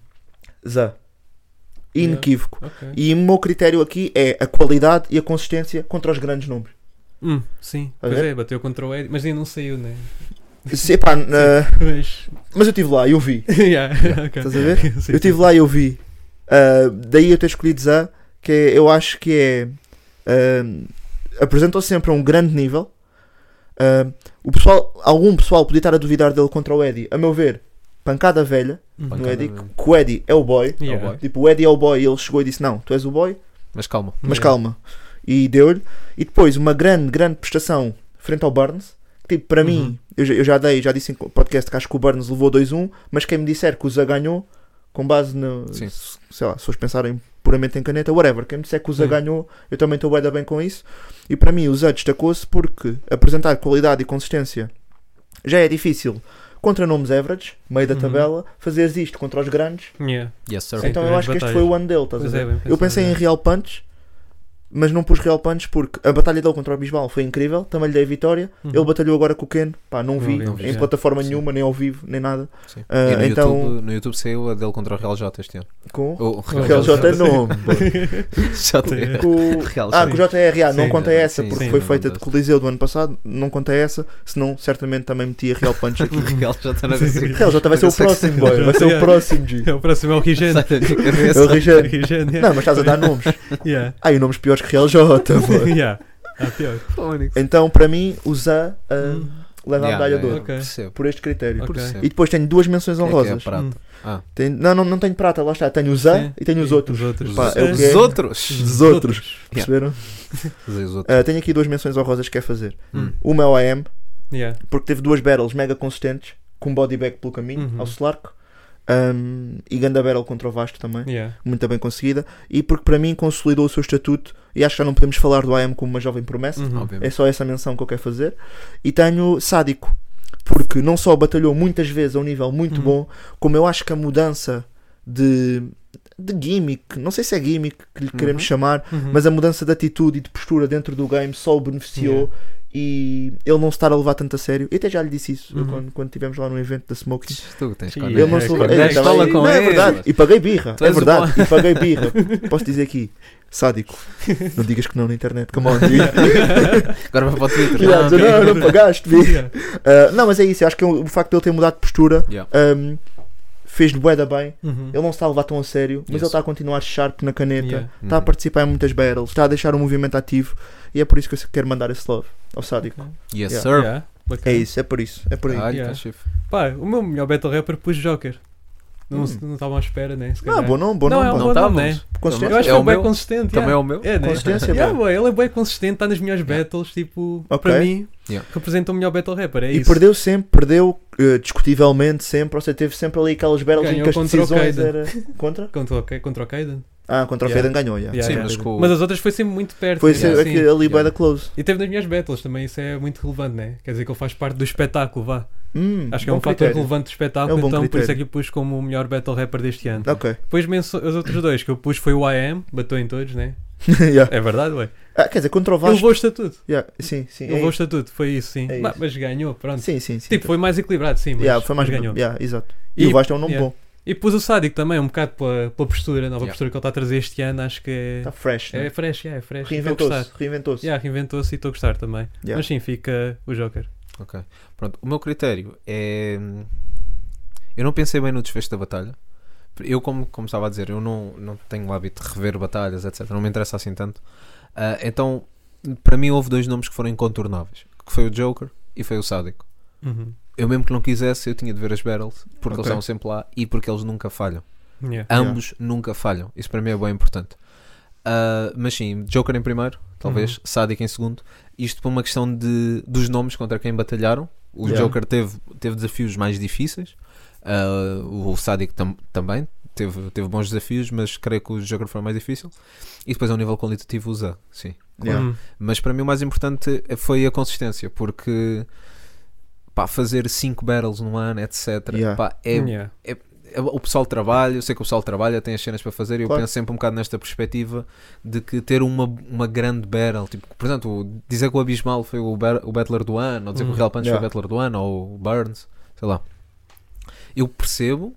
Speaker 5: Zá. Inequívoco.
Speaker 7: ok.
Speaker 5: E o meu critério aqui é a qualidade e a consistência contra os grandes números.
Speaker 7: Hum, sim,
Speaker 5: A
Speaker 7: pois
Speaker 5: ver?
Speaker 7: é, bateu contra o Eddie, mas ainda não saiu, né?
Speaker 5: Se, epá, eh,
Speaker 7: Mas.
Speaker 5: mas eu estive lá e eu vi.
Speaker 7: yeah, ok.
Speaker 5: Estás a ver?
Speaker 7: Sim,
Speaker 5: Eu estive lá e eu vi. Ah, daí eu ter escolhido Zá, que é- eu acho que é. ah, apresentou-se sempre a um grande nível. Ah, o pessoal, algum pessoal podia estar a duvidar dele contra o Eddie. A meu ver, pancada velha
Speaker 7: Uhum.
Speaker 5: no
Speaker 6: Pancada
Speaker 5: Eddie,
Speaker 6: velha.
Speaker 5: é que o Eddie é o boy.
Speaker 7: Yeah.
Speaker 6: Oh, boy.
Speaker 5: Tipo, o Eddie é o boy e ele chegou e disse: Não, tu és o boy,
Speaker 6: Mas calma.
Speaker 5: mas
Speaker 7: Yeah.
Speaker 5: calma. E deu-lhe. E depois uma grande, grande prestação frente ao Burns. que, Tipo, para
Speaker 7: Uhum.
Speaker 5: mim, eu, já- eu já dei, já disse em podcast que acho que o Burns levou 2-1, mas quem me disser que o Zé ganhou, com base no.
Speaker 6: Sim.
Speaker 5: se- Sei lá, se vocês pensarem puramente em caneta, whatever, quem me disser que o Zé
Speaker 7: Sim.
Speaker 5: ganhou, eu também estou bué da bem com isso. E para mim, o Zé destacou-se porque apresentar qualidade e consistência já é difícil contra nomes average, meio da tabela, fazeres isto contra os grandes.
Speaker 7: Yeah.
Speaker 6: Yes, sir.
Speaker 7: Sim,
Speaker 5: então eu
Speaker 7: também
Speaker 5: acho que este
Speaker 7: batalhas.
Speaker 5: foi o ano dele, estás a
Speaker 7: Pois
Speaker 5: ver?
Speaker 7: é, bem
Speaker 5: eu
Speaker 7: pensado,
Speaker 5: pensei em
Speaker 7: é.
Speaker 5: Real Punch, mas não pus Real Punch porque a batalha dele contra o Bisbal foi incrível, também lhe dei a vitória.
Speaker 7: Uhum.
Speaker 5: Ele batalhou agora com o Ken, pá, não
Speaker 7: Não
Speaker 5: vi,
Speaker 7: vi,
Speaker 6: não vi,
Speaker 5: em
Speaker 6: já.
Speaker 5: plataforma
Speaker 6: Sim.
Speaker 5: nenhuma, nem ao vivo, nem nada.
Speaker 6: Sim.
Speaker 5: Ah,
Speaker 6: e no,
Speaker 5: então-
Speaker 6: YouTube, no YouTube saiu a dele contra o Real J este ano.
Speaker 5: Com
Speaker 6: O
Speaker 7: Real
Speaker 5: Real
Speaker 7: J.
Speaker 5: J nome. pô.
Speaker 6: J.
Speaker 5: Com-
Speaker 6: Real
Speaker 5: Ah,
Speaker 6: J.
Speaker 5: com o JRA, não
Speaker 7: Sim,
Speaker 5: conta
Speaker 6: sim,
Speaker 5: essa,
Speaker 6: sim,
Speaker 5: porque
Speaker 7: sim,
Speaker 5: foi
Speaker 6: não
Speaker 5: feita de
Speaker 6: conta.
Speaker 5: Coliseu do ano passado, não conta essa, senão certamente também metia Real Punch aqui.
Speaker 6: Real J não consigo.
Speaker 5: Real J vai ser o próximo, boy, vai ser o próximo, G.
Speaker 7: O próximo é o Rigen.
Speaker 6: Sai da minha
Speaker 5: É o
Speaker 6: cabeça.
Speaker 5: Rigério.
Speaker 7: Rigen,
Speaker 5: Não, mas estás a dar nomes.
Speaker 7: é. Yeah.
Speaker 5: Ah, e nomes piores que Real J, boy.
Speaker 7: yeah. Ah, pior.
Speaker 6: Fónix.
Speaker 5: Então, para mim, o Zan ah, leva a
Speaker 6: Hum. Yeah,
Speaker 5: medalha de
Speaker 6: yeah,
Speaker 5: ouro,
Speaker 7: Ok.
Speaker 6: Percebo.
Speaker 5: por este critério.
Speaker 7: Ok.
Speaker 6: percebo.
Speaker 5: E depois tenho duas menções
Speaker 6: Quem é que é a
Speaker 5: honrosas.
Speaker 6: prata?
Speaker 7: Hum.
Speaker 5: Tenho- Não, não, não tenho prata, lá está. Tenho o Zan
Speaker 7: Sim.
Speaker 5: e tenho os outros.
Speaker 7: Os outros.
Speaker 5: Pá,
Speaker 6: Os-
Speaker 5: é o que é.
Speaker 6: Os outros.
Speaker 5: Os outros. Perceberam?
Speaker 6: Os outros.
Speaker 5: Ah, tenho aqui duas menções honrosas que quer fazer.
Speaker 6: Hum.
Speaker 5: Uma é o AM,
Speaker 7: Yeah.
Speaker 5: porque teve duas battles mega consistentes, com um body bag pelo caminho,
Speaker 7: Uhum.
Speaker 5: ao Slarco, um, e ganda battle contra o Vasto também,
Speaker 7: Yeah.
Speaker 5: muito bem conseguida, e porque para mim consolidou o seu estatuto, e acho que já não podemos falar do AM como uma jovem promessa,
Speaker 7: Uhum.
Speaker 6: Obviamente.
Speaker 5: é só essa menção que eu quero fazer, e tenho Sádico, porque não só batalhou muitas vezes a um nível muito
Speaker 6: Hum.
Speaker 7: Uhum.
Speaker 5: bom, como eu acho que a mudança de, de gimmick, não sei se é gimmick que lhe queremos chamar,
Speaker 6: Hum.
Speaker 7: Uhum.
Speaker 5: mas a mudança de atitude e de postura dentro do game só o beneficiou e ele não se estar a levar tanto a sério. Eu até já lhe disse isso eu
Speaker 7: Uhum.
Speaker 5: quando, quando estivemos lá no evento da Smoking.
Speaker 6: Tu tens cara.
Speaker 5: Ele não se
Speaker 7: é,
Speaker 5: levou.
Speaker 7: é,
Speaker 5: ele
Speaker 7: é,
Speaker 5: estava
Speaker 6: fala
Speaker 5: aí-
Speaker 6: com
Speaker 5: não, é
Speaker 6: ele.
Speaker 5: verdade. E paguei birra.
Speaker 6: Tu
Speaker 5: É
Speaker 6: és o
Speaker 5: verdade. E paguei birra. Posso dizer aqui. Sádico. Não digas que não na internet. Come on, dude.
Speaker 6: Agora vai para o Twitter.
Speaker 5: Não,
Speaker 6: Ah,
Speaker 5: não, não pagaste, bicho.
Speaker 7: Yeah.
Speaker 5: Ah, Não, mas é isso. Eu acho que o facto de ele ter mudado de postura
Speaker 6: Yeah.
Speaker 5: ahm, fez-lhe bué da bem.
Speaker 7: Uhum.
Speaker 5: Ele não se está a levar tão a sério, mas
Speaker 6: Yes.
Speaker 5: ele está a continuar sharp na caneta.
Speaker 7: Yeah.
Speaker 5: Está a
Speaker 6: Uhum.
Speaker 5: participar em muitas battles, está a deixar o movimento ativo e é por isso que eu quero mandar esse love ao sádico.
Speaker 6: Yes,
Speaker 5: Yeah.
Speaker 6: sir.
Speaker 7: Yeah.
Speaker 5: É
Speaker 7: Bacana.
Speaker 5: isso, é por isso, é por aí.
Speaker 6: Olha,
Speaker 7: Yeah.
Speaker 6: tá chifre.
Speaker 7: Pá, o meu melhor battle rapper pus Joker. Não
Speaker 5: Hum.
Speaker 7: se- não estava à espera, né? se
Speaker 5: não, é
Speaker 7: calhar.
Speaker 5: bom não, bom
Speaker 7: Não,
Speaker 5: não.
Speaker 7: é um
Speaker 5: pá.
Speaker 7: bom-
Speaker 6: estávamos.
Speaker 7: né?
Speaker 5: Consistente.
Speaker 7: Eu acho
Speaker 6: É
Speaker 7: que
Speaker 6: o
Speaker 7: ele é
Speaker 6: meu.
Speaker 7: bem consistente.
Speaker 6: tá Também
Speaker 7: yeah.
Speaker 6: é o meu.
Speaker 7: É, né?
Speaker 5: Consistência,
Speaker 7: Yeah,
Speaker 5: bem.
Speaker 7: boy, ele é bem consistente, está nas melhores battles, tipo, para
Speaker 5: Ok.
Speaker 7: mim,
Speaker 6: Yeah.
Speaker 7: representa o melhor battle rapper, é
Speaker 5: E
Speaker 7: isso.
Speaker 5: perdeu sempre, perdeu eh, discutivelmente sempre, ou seja, teve sempre ali aquelas battles em
Speaker 7: Ganhou
Speaker 5: que as
Speaker 7: contra o
Speaker 5: decisões
Speaker 7: Kaiden.
Speaker 5: era contra?
Speaker 7: Contra o, Ka- contra o Kaiden.
Speaker 5: Ah, contra o
Speaker 7: Yeah.
Speaker 5: Kaiden ganhou, yeah.
Speaker 7: Yeah,
Speaker 6: Sim,
Speaker 7: yeah.
Speaker 6: mas com o-
Speaker 7: Mas as outras foi sempre muito perto.
Speaker 5: Foi
Speaker 7: yeah,
Speaker 5: ser
Speaker 7: sim.
Speaker 5: aquele ali by
Speaker 6: Yeah.
Speaker 5: the close.
Speaker 7: E teve nas minhas battles também, isso é muito relevante, né? Quer dizer que ele faz parte do espetáculo, vá.
Speaker 5: Hum,
Speaker 7: Acho que é
Speaker 5: bom
Speaker 7: um fator
Speaker 5: critério.
Speaker 7: relevante do espetáculo,
Speaker 5: É um bom
Speaker 7: então por isso é
Speaker 5: critério.
Speaker 7: que eu pus como o melhor battle rapper deste ano.
Speaker 5: Ok,
Speaker 7: Depois menso- os outros dois que eu pus foi o IM, bateu em todos, né?
Speaker 5: yeah.
Speaker 7: É verdade, ué.
Speaker 5: Ah, quer dizer, contra o
Speaker 7: Ele
Speaker 5: Vasco.
Speaker 7: levou o estatuto.
Speaker 5: Yeah, Sim, sim.
Speaker 7: Ele
Speaker 5: é
Speaker 7: levou o
Speaker 5: isso.
Speaker 7: estatuto, foi isso, sim.
Speaker 5: É
Speaker 7: Ma-
Speaker 5: isso.
Speaker 7: mas ganhou, pronto.
Speaker 5: Sim, sim, sim.
Speaker 7: Tipo, foi mais equilibrado, sim, mas,
Speaker 5: Yeah, foi mais
Speaker 7: mas ganhou.
Speaker 5: yeah, exato. E,
Speaker 7: E-
Speaker 5: o Vasco é um nome
Speaker 7: yeah.
Speaker 5: bom.
Speaker 7: E pus o Sádico também, um bocado pela, pela postura, nova
Speaker 6: Yeah.
Speaker 7: postura que ele está a trazer este ano, acho que é,
Speaker 5: Está fresh,
Speaker 7: é
Speaker 5: né?
Speaker 7: fresh, yeah, é fresh. Estou a
Speaker 5: Reinventou-se,
Speaker 7: gostar.
Speaker 5: reinventou-se.
Speaker 7: Yeah, reinventou-se e estou a gostar também.
Speaker 5: Yeah.
Speaker 7: Mas sim, fica o Joker.
Speaker 6: Pronto, o meu critério é. Eu não pensei bem no desfecho da batalha. Eu, como, como estava a dizer, eu não, não tenho o hábito de rever batalhas, etc. Não me interessa assim tanto. Ah, então, para mim, houve dois nomes que foram incontornáveis: que foi o Joker e foi o Sádico.
Speaker 7: Uhum.
Speaker 6: Eu, mesmo que não quisesse, eu tinha de ver as battles, porque
Speaker 5: Ok.
Speaker 6: eles estavam sempre lá e porque eles nunca falham.
Speaker 7: Yeah.
Speaker 6: Ambos nunca falham. Isso para mim é bem importante. Ah, mas sim, Joker em primeiro, talvez,
Speaker 5: Uhum.
Speaker 6: Sádico em segundo. Isto por uma questão de, dos nomes contra quem batalharam. O
Speaker 5: Yeah.
Speaker 6: Joker teve, teve desafios mais difíceis. Ah, o Sádico tam- também teve, teve bons desafios, mas creio que o Joker foi o mais difícil. E depois, ao nível qualitativo, usa. Sim.
Speaker 5: Yeah.
Speaker 7: Uhum.
Speaker 6: Mas para mim o mais importante foi a consistência, porque pá, fazer 5 battles num ano, etc.
Speaker 5: Yeah. Uhum.
Speaker 6: pá, é,
Speaker 7: Yeah.
Speaker 6: é- o pessoal trabalha, eu sei que o pessoal trabalha, tem as cenas para fazer e
Speaker 5: Claro.
Speaker 6: eu penso sempre um bocado nesta perspectiva de que ter uma, uma grande battle, tipo, portanto, o- dizer que o Abismal foi o, ba- o Battler do ano, ou dizer que
Speaker 7: Uhum.
Speaker 6: o Real Punch
Speaker 5: Hum, Yeah.
Speaker 6: foi o Battler do ano, ou o Burns, sei lá. Eu percebo,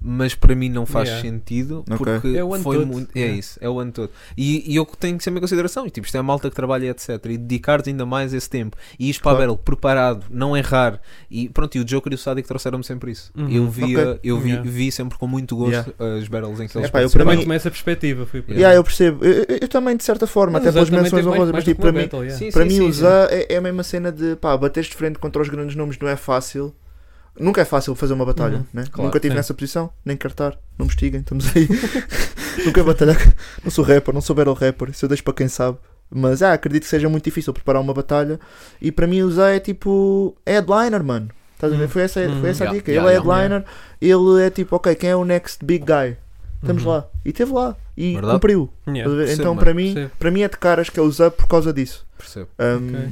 Speaker 6: mas para mim não faz
Speaker 7: Yeah.
Speaker 6: sentido
Speaker 5: Ok.
Speaker 6: porque
Speaker 7: É o ano
Speaker 6: foi
Speaker 7: todo.
Speaker 6: muito. É
Speaker 7: Yeah.
Speaker 6: isso, é o ano todo. E, e eu tenho que sempre em consideração, e, tipo, isto é a malta que trabalha, etc. E dedicar-te ainda mais esse tempo e ir para a
Speaker 5: Claro.
Speaker 6: battle preparado, não errar. E pronto, e o Joker e o Sadik trouxeram-me sempre isso.
Speaker 7: Uhum.
Speaker 6: Eu via,
Speaker 5: Ok.
Speaker 6: eu vi,
Speaker 7: Yeah.
Speaker 6: vi sempre com muito gosto
Speaker 5: Yeah.
Speaker 6: as battles em que eles
Speaker 5: Epá, eu para
Speaker 7: Também
Speaker 5: mim-
Speaker 7: tomei essa perspectiva. Fui por
Speaker 5: Yeah, eu percebo. Eu, eu- eu também, de certa forma, até pelas menções honrosas, mas tipo, para mim,
Speaker 6: Sim,
Speaker 5: para mim
Speaker 6: sim,
Speaker 5: o
Speaker 6: sim.
Speaker 5: Zá é, é a mesma cena de pá, bateres de frente contra os grandes nomes não é fácil. Nunca é fácil fazer uma batalha,
Speaker 7: Uhum.
Speaker 5: né?
Speaker 6: Claro.
Speaker 5: Nunca estive
Speaker 7: Sim.
Speaker 5: nessa posição, nem cartar, não me estiguem, estamos aí. Nunca batalhar. Não sou rapper, não sou battle rapper, isso eu deixo para quem sabe. Mas ah, acredito que seja muito difícil preparar uma batalha. E para mim o Zá é tipo. É headliner, mano. Estás a ver?
Speaker 7: Uhum.
Speaker 5: Foi essa,
Speaker 7: Uhum.
Speaker 5: foi essa a
Speaker 6: Yeah,
Speaker 5: dica.
Speaker 6: Hum. yeah,
Speaker 5: ele é
Speaker 6: yeah.
Speaker 5: headliner, ele é tipo, ok, quem é o next big guy? Estamos
Speaker 6: Uhum.
Speaker 5: lá. E esteve lá. E
Speaker 6: Verdade.
Speaker 5: cumpriu. Estás a
Speaker 7: Uhum. Yeah.
Speaker 5: ver?
Speaker 6: Percebo,
Speaker 5: Então
Speaker 6: mano,
Speaker 5: para mim,
Speaker 7: percebo.
Speaker 5: para mim é de caras que eu usei por causa disso.
Speaker 6: Percebo.
Speaker 5: Um,
Speaker 7: Ok.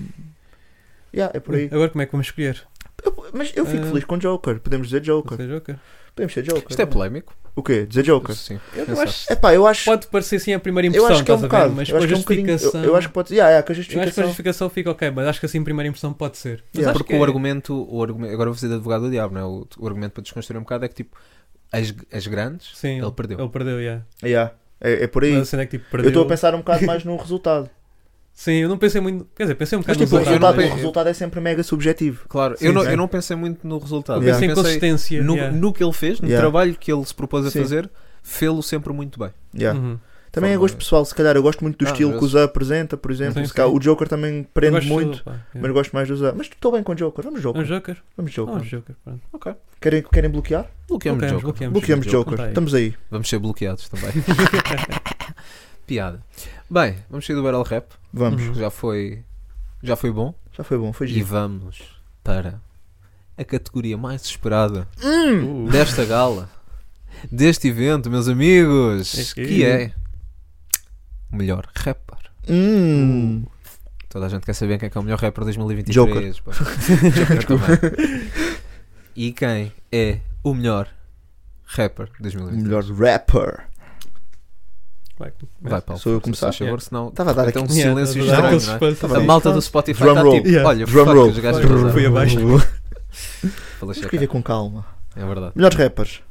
Speaker 5: yeah, é por aí.
Speaker 7: Agora como é que vamos escolher?
Speaker 5: Eu- Mas eu fico
Speaker 7: Ah.
Speaker 5: feliz com Joker. Podemos dizer Joker.
Speaker 7: Seja Joker.
Speaker 5: Podemos ser Joker.
Speaker 6: Isto é polémico.
Speaker 5: O quê? Dizer Joker?
Speaker 6: Sim.
Speaker 7: Eu
Speaker 6: Pensar.
Speaker 7: acho-
Speaker 5: É pá, eu acho.
Speaker 7: Pode parecer sim a primeira
Speaker 5: Eu
Speaker 7: impressão,
Speaker 5: acho que é um
Speaker 7: estás a ver?
Speaker 5: bocado.
Speaker 7: Mas
Speaker 5: eu
Speaker 7: com a
Speaker 5: acho que é um bocadinho- eu-
Speaker 7: justificação.
Speaker 5: Eu acho que pode. Yeah, yeah, com a
Speaker 7: Eu acho que a
Speaker 5: justificação.
Speaker 7: justificação fica ok, mas acho que assim, primeira impressão pode ser. Mas
Speaker 5: Yeah.
Speaker 7: acho
Speaker 6: Porque
Speaker 7: que
Speaker 6: o
Speaker 7: é-
Speaker 6: argumento, o argumento, agora vou fazer de advogado do diabo, não é? O, o argumento para desconstruir um bocado é que tipo, as, as grandes,
Speaker 7: Sim,
Speaker 6: ele perdeu.
Speaker 7: Ele perdeu, yeah.
Speaker 5: Yeah, É, é por aí.
Speaker 7: Mas a cena é que tipo,
Speaker 5: eu
Speaker 7: perdeu.
Speaker 5: estou a pensar um bocado mais no resultado.
Speaker 7: Sim, eu não pensei muito. Quer dizer, pensei um
Speaker 5: Mas
Speaker 7: bocado
Speaker 5: tipo, o
Speaker 7: nos outros,
Speaker 5: resultado,
Speaker 6: pe-
Speaker 5: o
Speaker 7: mas
Speaker 6: eu-
Speaker 5: resultado é sempre mega subjetivo.
Speaker 6: Claro,
Speaker 7: Sim,
Speaker 6: eu, não,
Speaker 7: sim.
Speaker 6: eu não pensei muito no resultado.
Speaker 7: Eu
Speaker 5: Yeah.
Speaker 7: pensei em
Speaker 6: Pensei
Speaker 7: consistência.
Speaker 6: no,
Speaker 7: yeah.
Speaker 6: no que ele fez, no
Speaker 5: Yeah.
Speaker 6: trabalho que ele se propôs a
Speaker 5: Sim.
Speaker 6: fazer, fê-lo sempre muito bem.
Speaker 5: Yeah.
Speaker 7: Uhum.
Speaker 5: Também é
Speaker 6: Forma-
Speaker 5: gosto pessoal, se calhar. Eu gosto muito do
Speaker 6: Ah,
Speaker 5: estilo
Speaker 6: às
Speaker 5: que o Zé apresenta, por exemplo.
Speaker 7: Sim,
Speaker 5: Se calhar
Speaker 7: sim.
Speaker 5: o Joker também
Speaker 7: Eu
Speaker 5: prende
Speaker 7: gosto de
Speaker 5: muito,
Speaker 7: tudo, pá, yeah.
Speaker 5: mas gosto mais do Zé. Mas estou bem com o Joker. Vamos
Speaker 7: É um
Speaker 5: Joker.
Speaker 7: Joker?
Speaker 5: Vamos
Speaker 7: Não, é um
Speaker 5: Joker.
Speaker 7: Joker, pronto.
Speaker 5: Querem, querem bloquear?
Speaker 6: Bloqueamos
Speaker 7: Bloqueamos,
Speaker 6: Joker.
Speaker 7: bloqueamos.
Speaker 5: Bloqueamos Joker.
Speaker 7: Tá aí.
Speaker 5: Estamos aí.
Speaker 6: Vamos ser bloqueados também. Piada. Bem, vamos sair do Battle Rap.
Speaker 5: Vamos.
Speaker 7: Uhum.
Speaker 6: Já foi, já foi bom.
Speaker 5: Já foi bom, foi
Speaker 6: E
Speaker 5: giro.
Speaker 6: vamos para a categoria mais esperada
Speaker 5: Hum.
Speaker 7: Uh,
Speaker 6: desta gala, deste evento, meus amigos,
Speaker 7: É que-
Speaker 6: que é o melhor rapper.
Speaker 5: Hum.
Speaker 6: Toda a gente quer saber quem é, que é o melhor rapper de 2023.
Speaker 5: Joker.
Speaker 6: pá. Joker também. E quem é o melhor rapper de
Speaker 5: O
Speaker 6: 2023?
Speaker 5: melhor rapper.
Speaker 7: vai,
Speaker 6: Vai, Paulo.
Speaker 5: Sou eu a
Speaker 6: se
Speaker 5: começar?
Speaker 6: faz favor, senão
Speaker 5: Estava a dar
Speaker 6: até um
Speaker 5: aqui.
Speaker 7: Yeah,
Speaker 6: silêncio
Speaker 7: tá- tá- tá-
Speaker 6: estranho,
Speaker 7: tá-
Speaker 6: não é?
Speaker 7: tá- tá-
Speaker 6: A
Speaker 7: tá-
Speaker 6: malta do Spotify
Speaker 5: Drum
Speaker 6: está
Speaker 5: roll.
Speaker 6: tipo,
Speaker 7: Yeah.
Speaker 6: olha,
Speaker 5: Drum
Speaker 6: fuck,
Speaker 5: roll.
Speaker 6: os gajos
Speaker 7: Foi-
Speaker 6: atrasaram.
Speaker 7: foi abaixo.
Speaker 6: Falei
Speaker 5: Temos que
Speaker 6: chato.
Speaker 5: viver com calma.
Speaker 6: É verdade.
Speaker 5: Melhores rappers.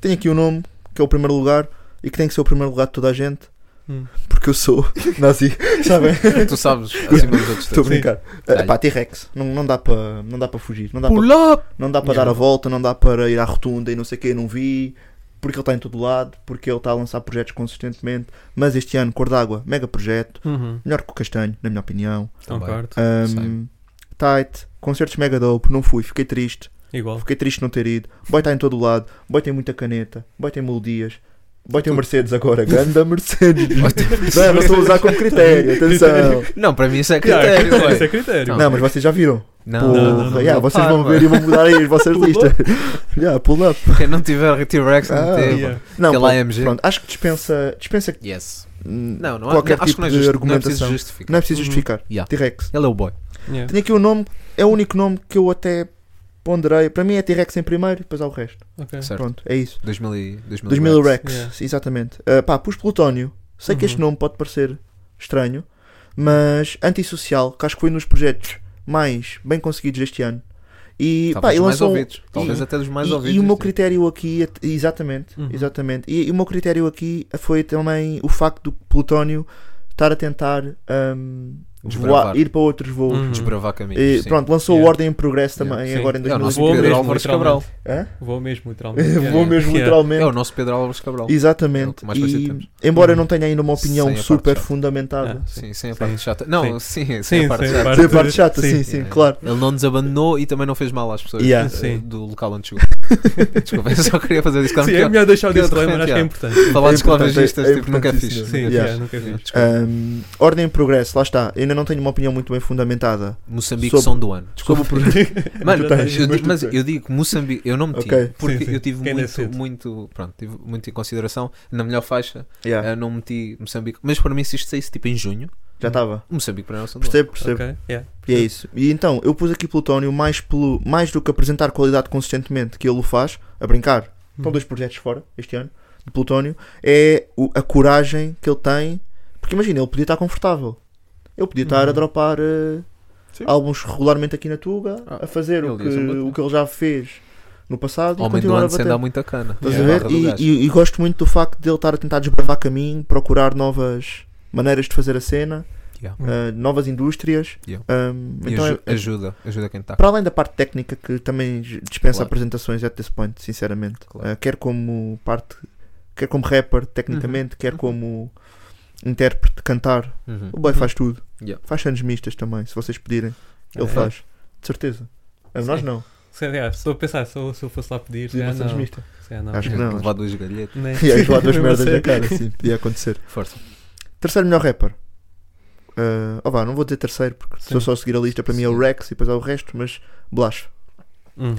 Speaker 5: Tenho aqui o nome, que é o primeiro lugar, e que tem que ser o primeiro lugar de toda a gente,
Speaker 7: Hum.
Speaker 5: porque eu sou nazi, sabem?
Speaker 6: Tu sabes, acima dos outros
Speaker 5: Estou a
Speaker 6: todos.
Speaker 5: brincar.
Speaker 6: Dá-lhe.
Speaker 5: Eh, pá, T-Rex. Não, não dá para não dá para fugir. Não dá para
Speaker 6: Pull up!
Speaker 5: não dá para dar a volta, não dá para ir à rotunda e não sei o quê, não vi. Porque ele está em todo lado, porque ele está a lançar projetos consistentemente. Mas este ano, Cor d'Água, mega projeto.
Speaker 7: Uhum.
Speaker 5: Melhor que o Castanho, na minha opinião.
Speaker 6: Também.
Speaker 7: Concordo.
Speaker 5: Um, tight, concertos mega dope, não fui, fiquei triste.
Speaker 7: Igual.
Speaker 5: Fiquei triste de não ter ido. Boy está em todo o lado. Boy tem muita caneta. Boy tem melodias. Boy tem Mercedes agora. Ganda Mercedes. não, não estou a usar como critério. Atenção.
Speaker 6: Não, para mim isso é
Speaker 7: Yeah,
Speaker 6: critério.
Speaker 7: critério,
Speaker 6: ué.
Speaker 7: Isso é critério.
Speaker 5: Não, mas vocês já viram.
Speaker 6: Não,
Speaker 5: Porra.
Speaker 7: não, não, não.
Speaker 5: Yeah, vocês vão
Speaker 6: Para,
Speaker 5: ver e vão mudar aí as vossas listas. yeah, pull up.
Speaker 6: Quem não tiver T-Rex
Speaker 5: Ah,
Speaker 6: não teve.
Speaker 7: Yeah.
Speaker 5: Não,
Speaker 6: Aquela
Speaker 5: pô,
Speaker 6: AMG.
Speaker 5: pronto, acho que dispensa, dispensa
Speaker 6: Yes.
Speaker 5: hum,
Speaker 6: Não, não, há-
Speaker 5: qualquer
Speaker 6: não, acho que
Speaker 5: tipo
Speaker 6: não é,
Speaker 5: de
Speaker 6: justi- não é preciso
Speaker 5: argumentação.
Speaker 6: justificar.
Speaker 5: Não é preciso
Speaker 7: Uhum.
Speaker 5: justificar.
Speaker 6: Yeah.
Speaker 5: T-Rex.
Speaker 6: Ele é o boy.
Speaker 7: Yeah.
Speaker 5: Tenho aqui um nome, é o único nome que eu até ponderei. Para mim é T-Rex em primeiro e depois há o resto.
Speaker 7: Ok.
Speaker 6: Certo.
Speaker 5: Pronto, é isso.
Speaker 6: 2000 e, 2000
Speaker 5: 2000
Speaker 6: Rex.
Speaker 5: Rex,
Speaker 7: Yeah.
Speaker 5: exatamente. Uh, pá, pus Plutónio. Sei que
Speaker 7: Uhum.
Speaker 5: este nome pode parecer estranho, mas antissocial, que acho que foi um dos projetos mais bem conseguidos deste ano. E, pá,
Speaker 6: Talvez
Speaker 5: e
Speaker 6: dos mais
Speaker 5: lançou.
Speaker 6: ouvidos. Talvez
Speaker 5: e-
Speaker 6: até dos mais
Speaker 5: e,
Speaker 6: ouvidos.
Speaker 5: e o meu
Speaker 6: sim.
Speaker 5: critério aqui, at- exatamente,
Speaker 7: Uhum.
Speaker 5: exatamente. E, e o meu critério aqui foi também o facto do Plutónio estar a tentar hum,
Speaker 6: Desbravar.
Speaker 5: voar- ir para outros voos.
Speaker 7: Uhum.
Speaker 6: Desbravar caminhos.
Speaker 5: E,
Speaker 6: sim.
Speaker 5: pronto, lançou
Speaker 7: Yeah.
Speaker 5: o Ordem em Progresso também
Speaker 7: Yeah. Sim.
Speaker 5: agora em
Speaker 6: É o nosso
Speaker 5: 2020.
Speaker 7: Vou
Speaker 6: Pedro
Speaker 7: mesmo,
Speaker 6: Álvares Cabral.
Speaker 7: literalmente.
Speaker 5: Hã?
Speaker 7: Vou mesmo, literalmente.
Speaker 5: Vou
Speaker 7: Yeah.
Speaker 5: mesmo,
Speaker 7: Yeah.
Speaker 5: literalmente.
Speaker 6: É o nosso Pedro Álvares Cabral.
Speaker 5: Exatamente.
Speaker 6: É o mais parecido temos.
Speaker 5: e, embora eu
Speaker 7: Uhum.
Speaker 5: não tenha ainda uma opinião
Speaker 6: Sem a parte
Speaker 5: super
Speaker 6: chata.
Speaker 5: fundamentada.
Speaker 7: Ah,
Speaker 6: Sim, sem a
Speaker 7: Sim.
Speaker 6: parte chata. Não, sim, É. sem,
Speaker 7: Sim,
Speaker 6: a parte
Speaker 7: sem a
Speaker 6: chata.
Speaker 7: parte-
Speaker 5: Sem a parte chata, sim, sim,
Speaker 6: É.
Speaker 5: claro.
Speaker 6: Ele não nos abandonou e também não fez mal às pessoas
Speaker 5: Yeah.
Speaker 6: eh,
Speaker 7: Sim.
Speaker 6: do local onde chegou. Disculpa, eu só queria fazer isso.
Speaker 7: Sim, é melhor deixar o
Speaker 6: que eu de
Speaker 7: disclaimer, acho
Speaker 6: repente,
Speaker 7: que é
Speaker 6: yeah.
Speaker 7: importante.
Speaker 6: Falar
Speaker 5: importante,
Speaker 6: de esclavagistas,
Speaker 5: é
Speaker 6: tipo, nunca
Speaker 5: importante
Speaker 6: fiz.
Speaker 5: isso,
Speaker 7: Sim,
Speaker 5: Yeah.
Speaker 7: yeah, nunca é fiz.
Speaker 5: Ahm, Um, Ordem em Progresso, lá está. Ainda não tenho uma opinião muito bem fundamentada
Speaker 6: Moçambique
Speaker 5: Ah, Sobre-
Speaker 6: são do ano.
Speaker 5: sobre o projeto.
Speaker 6: Mano,
Speaker 5: Tu tens,
Speaker 6: eu,
Speaker 5: mas
Speaker 6: di-
Speaker 5: tu
Speaker 6: mas
Speaker 5: tens.
Speaker 6: eu digo Moçambique, eu não meti,
Speaker 5: Ok.
Speaker 6: porque
Speaker 7: Sim, sim.
Speaker 6: eu tive
Speaker 7: Quem desse
Speaker 6: muito,
Speaker 7: cedo.
Speaker 6: muito, pronto, tive muito em consideração, na melhor faixa,
Speaker 5: Yeah,
Speaker 6: eh, não meti Moçambique, mas para mim se isto saísse tipo em junho,
Speaker 5: já estava.
Speaker 6: Moçambique para nós são do ano.
Speaker 5: Percebo, percebo.
Speaker 7: Ok, yeah.
Speaker 5: E é isso. E então, eu pus aqui Plutónio mais, pelo, mais do que apresentar qualidade consistentemente que ele o faz, a brincar. Estão
Speaker 7: Uhum.
Speaker 5: dois projetos fora este ano, de Plutónio. É o- a coragem que ele tem. Porque imagina, ele podia estar confortável. Ele podia estar a
Speaker 7: Uhum.
Speaker 5: dropar eh,
Speaker 6: Sim.
Speaker 5: álbuns regularmente aqui na Tuga,
Speaker 6: Ah,
Speaker 5: a fazer o
Speaker 6: ele
Speaker 5: que,
Speaker 6: ia sempre
Speaker 5: o que ele já fez no passado e
Speaker 6: Homem do
Speaker 5: continuar a
Speaker 6: ano sem dar
Speaker 5: bater.
Speaker 6: muita cana.
Speaker 5: Estás
Speaker 6: Yeah.
Speaker 5: a
Speaker 6: Barra
Speaker 5: ver?
Speaker 6: do
Speaker 5: E,
Speaker 6: gajo.
Speaker 5: e- e gosto muito do facto de ele estar a tentar desbravar caminho, procurar novas maneiras de fazer a cena,
Speaker 6: Yeah.
Speaker 5: eh, novas indústrias.
Speaker 6: Uhum. Yeah.
Speaker 5: Ahm,
Speaker 6: E
Speaker 5: então,
Speaker 6: aju-
Speaker 5: é- é-
Speaker 6: ajuda, ajuda quem tá. está.
Speaker 5: para além da parte técnica que também j- dispensa
Speaker 6: Claro.
Speaker 5: apresentações at this point, sinceramente.
Speaker 6: Claro.
Speaker 5: Eh, quer como parte, quer como rapper tecnicamente, quer
Speaker 6: Uhum.
Speaker 5: como intérprete cantar.
Speaker 6: Uhum.
Speaker 5: O boy faz tudo.
Speaker 6: Yeah.
Speaker 5: Faz cenas mistas também, se vocês pedirem. Ele
Speaker 7: É.
Speaker 5: faz. De certeza. Ah, Nós não.
Speaker 7: Se- yeah, Estou a pensar, se eu, se eu fosse lá pedir, se
Speaker 5: Pedir
Speaker 7: calhar
Speaker 5: uma cenas
Speaker 7: não.
Speaker 5: mistas.
Speaker 7: Se calhar não.
Speaker 5: Acho é que não.
Speaker 6: Levar duas galhetas.
Speaker 7: Nem-
Speaker 5: E aí, lá duas
Speaker 7: Mesmo
Speaker 5: merdas
Speaker 7: assim.
Speaker 5: na cara, assim, podia acontecer.
Speaker 6: Força.
Speaker 5: Terceiro melhor rapper. Ah, oh vá, não vou dizer terceiro, porque se
Speaker 7: Sim.
Speaker 5: eu só seguir a lista, para mim é o
Speaker 6: Sim.
Speaker 5: Rex e depois há o resto, mas Blasfo.
Speaker 7: Hum.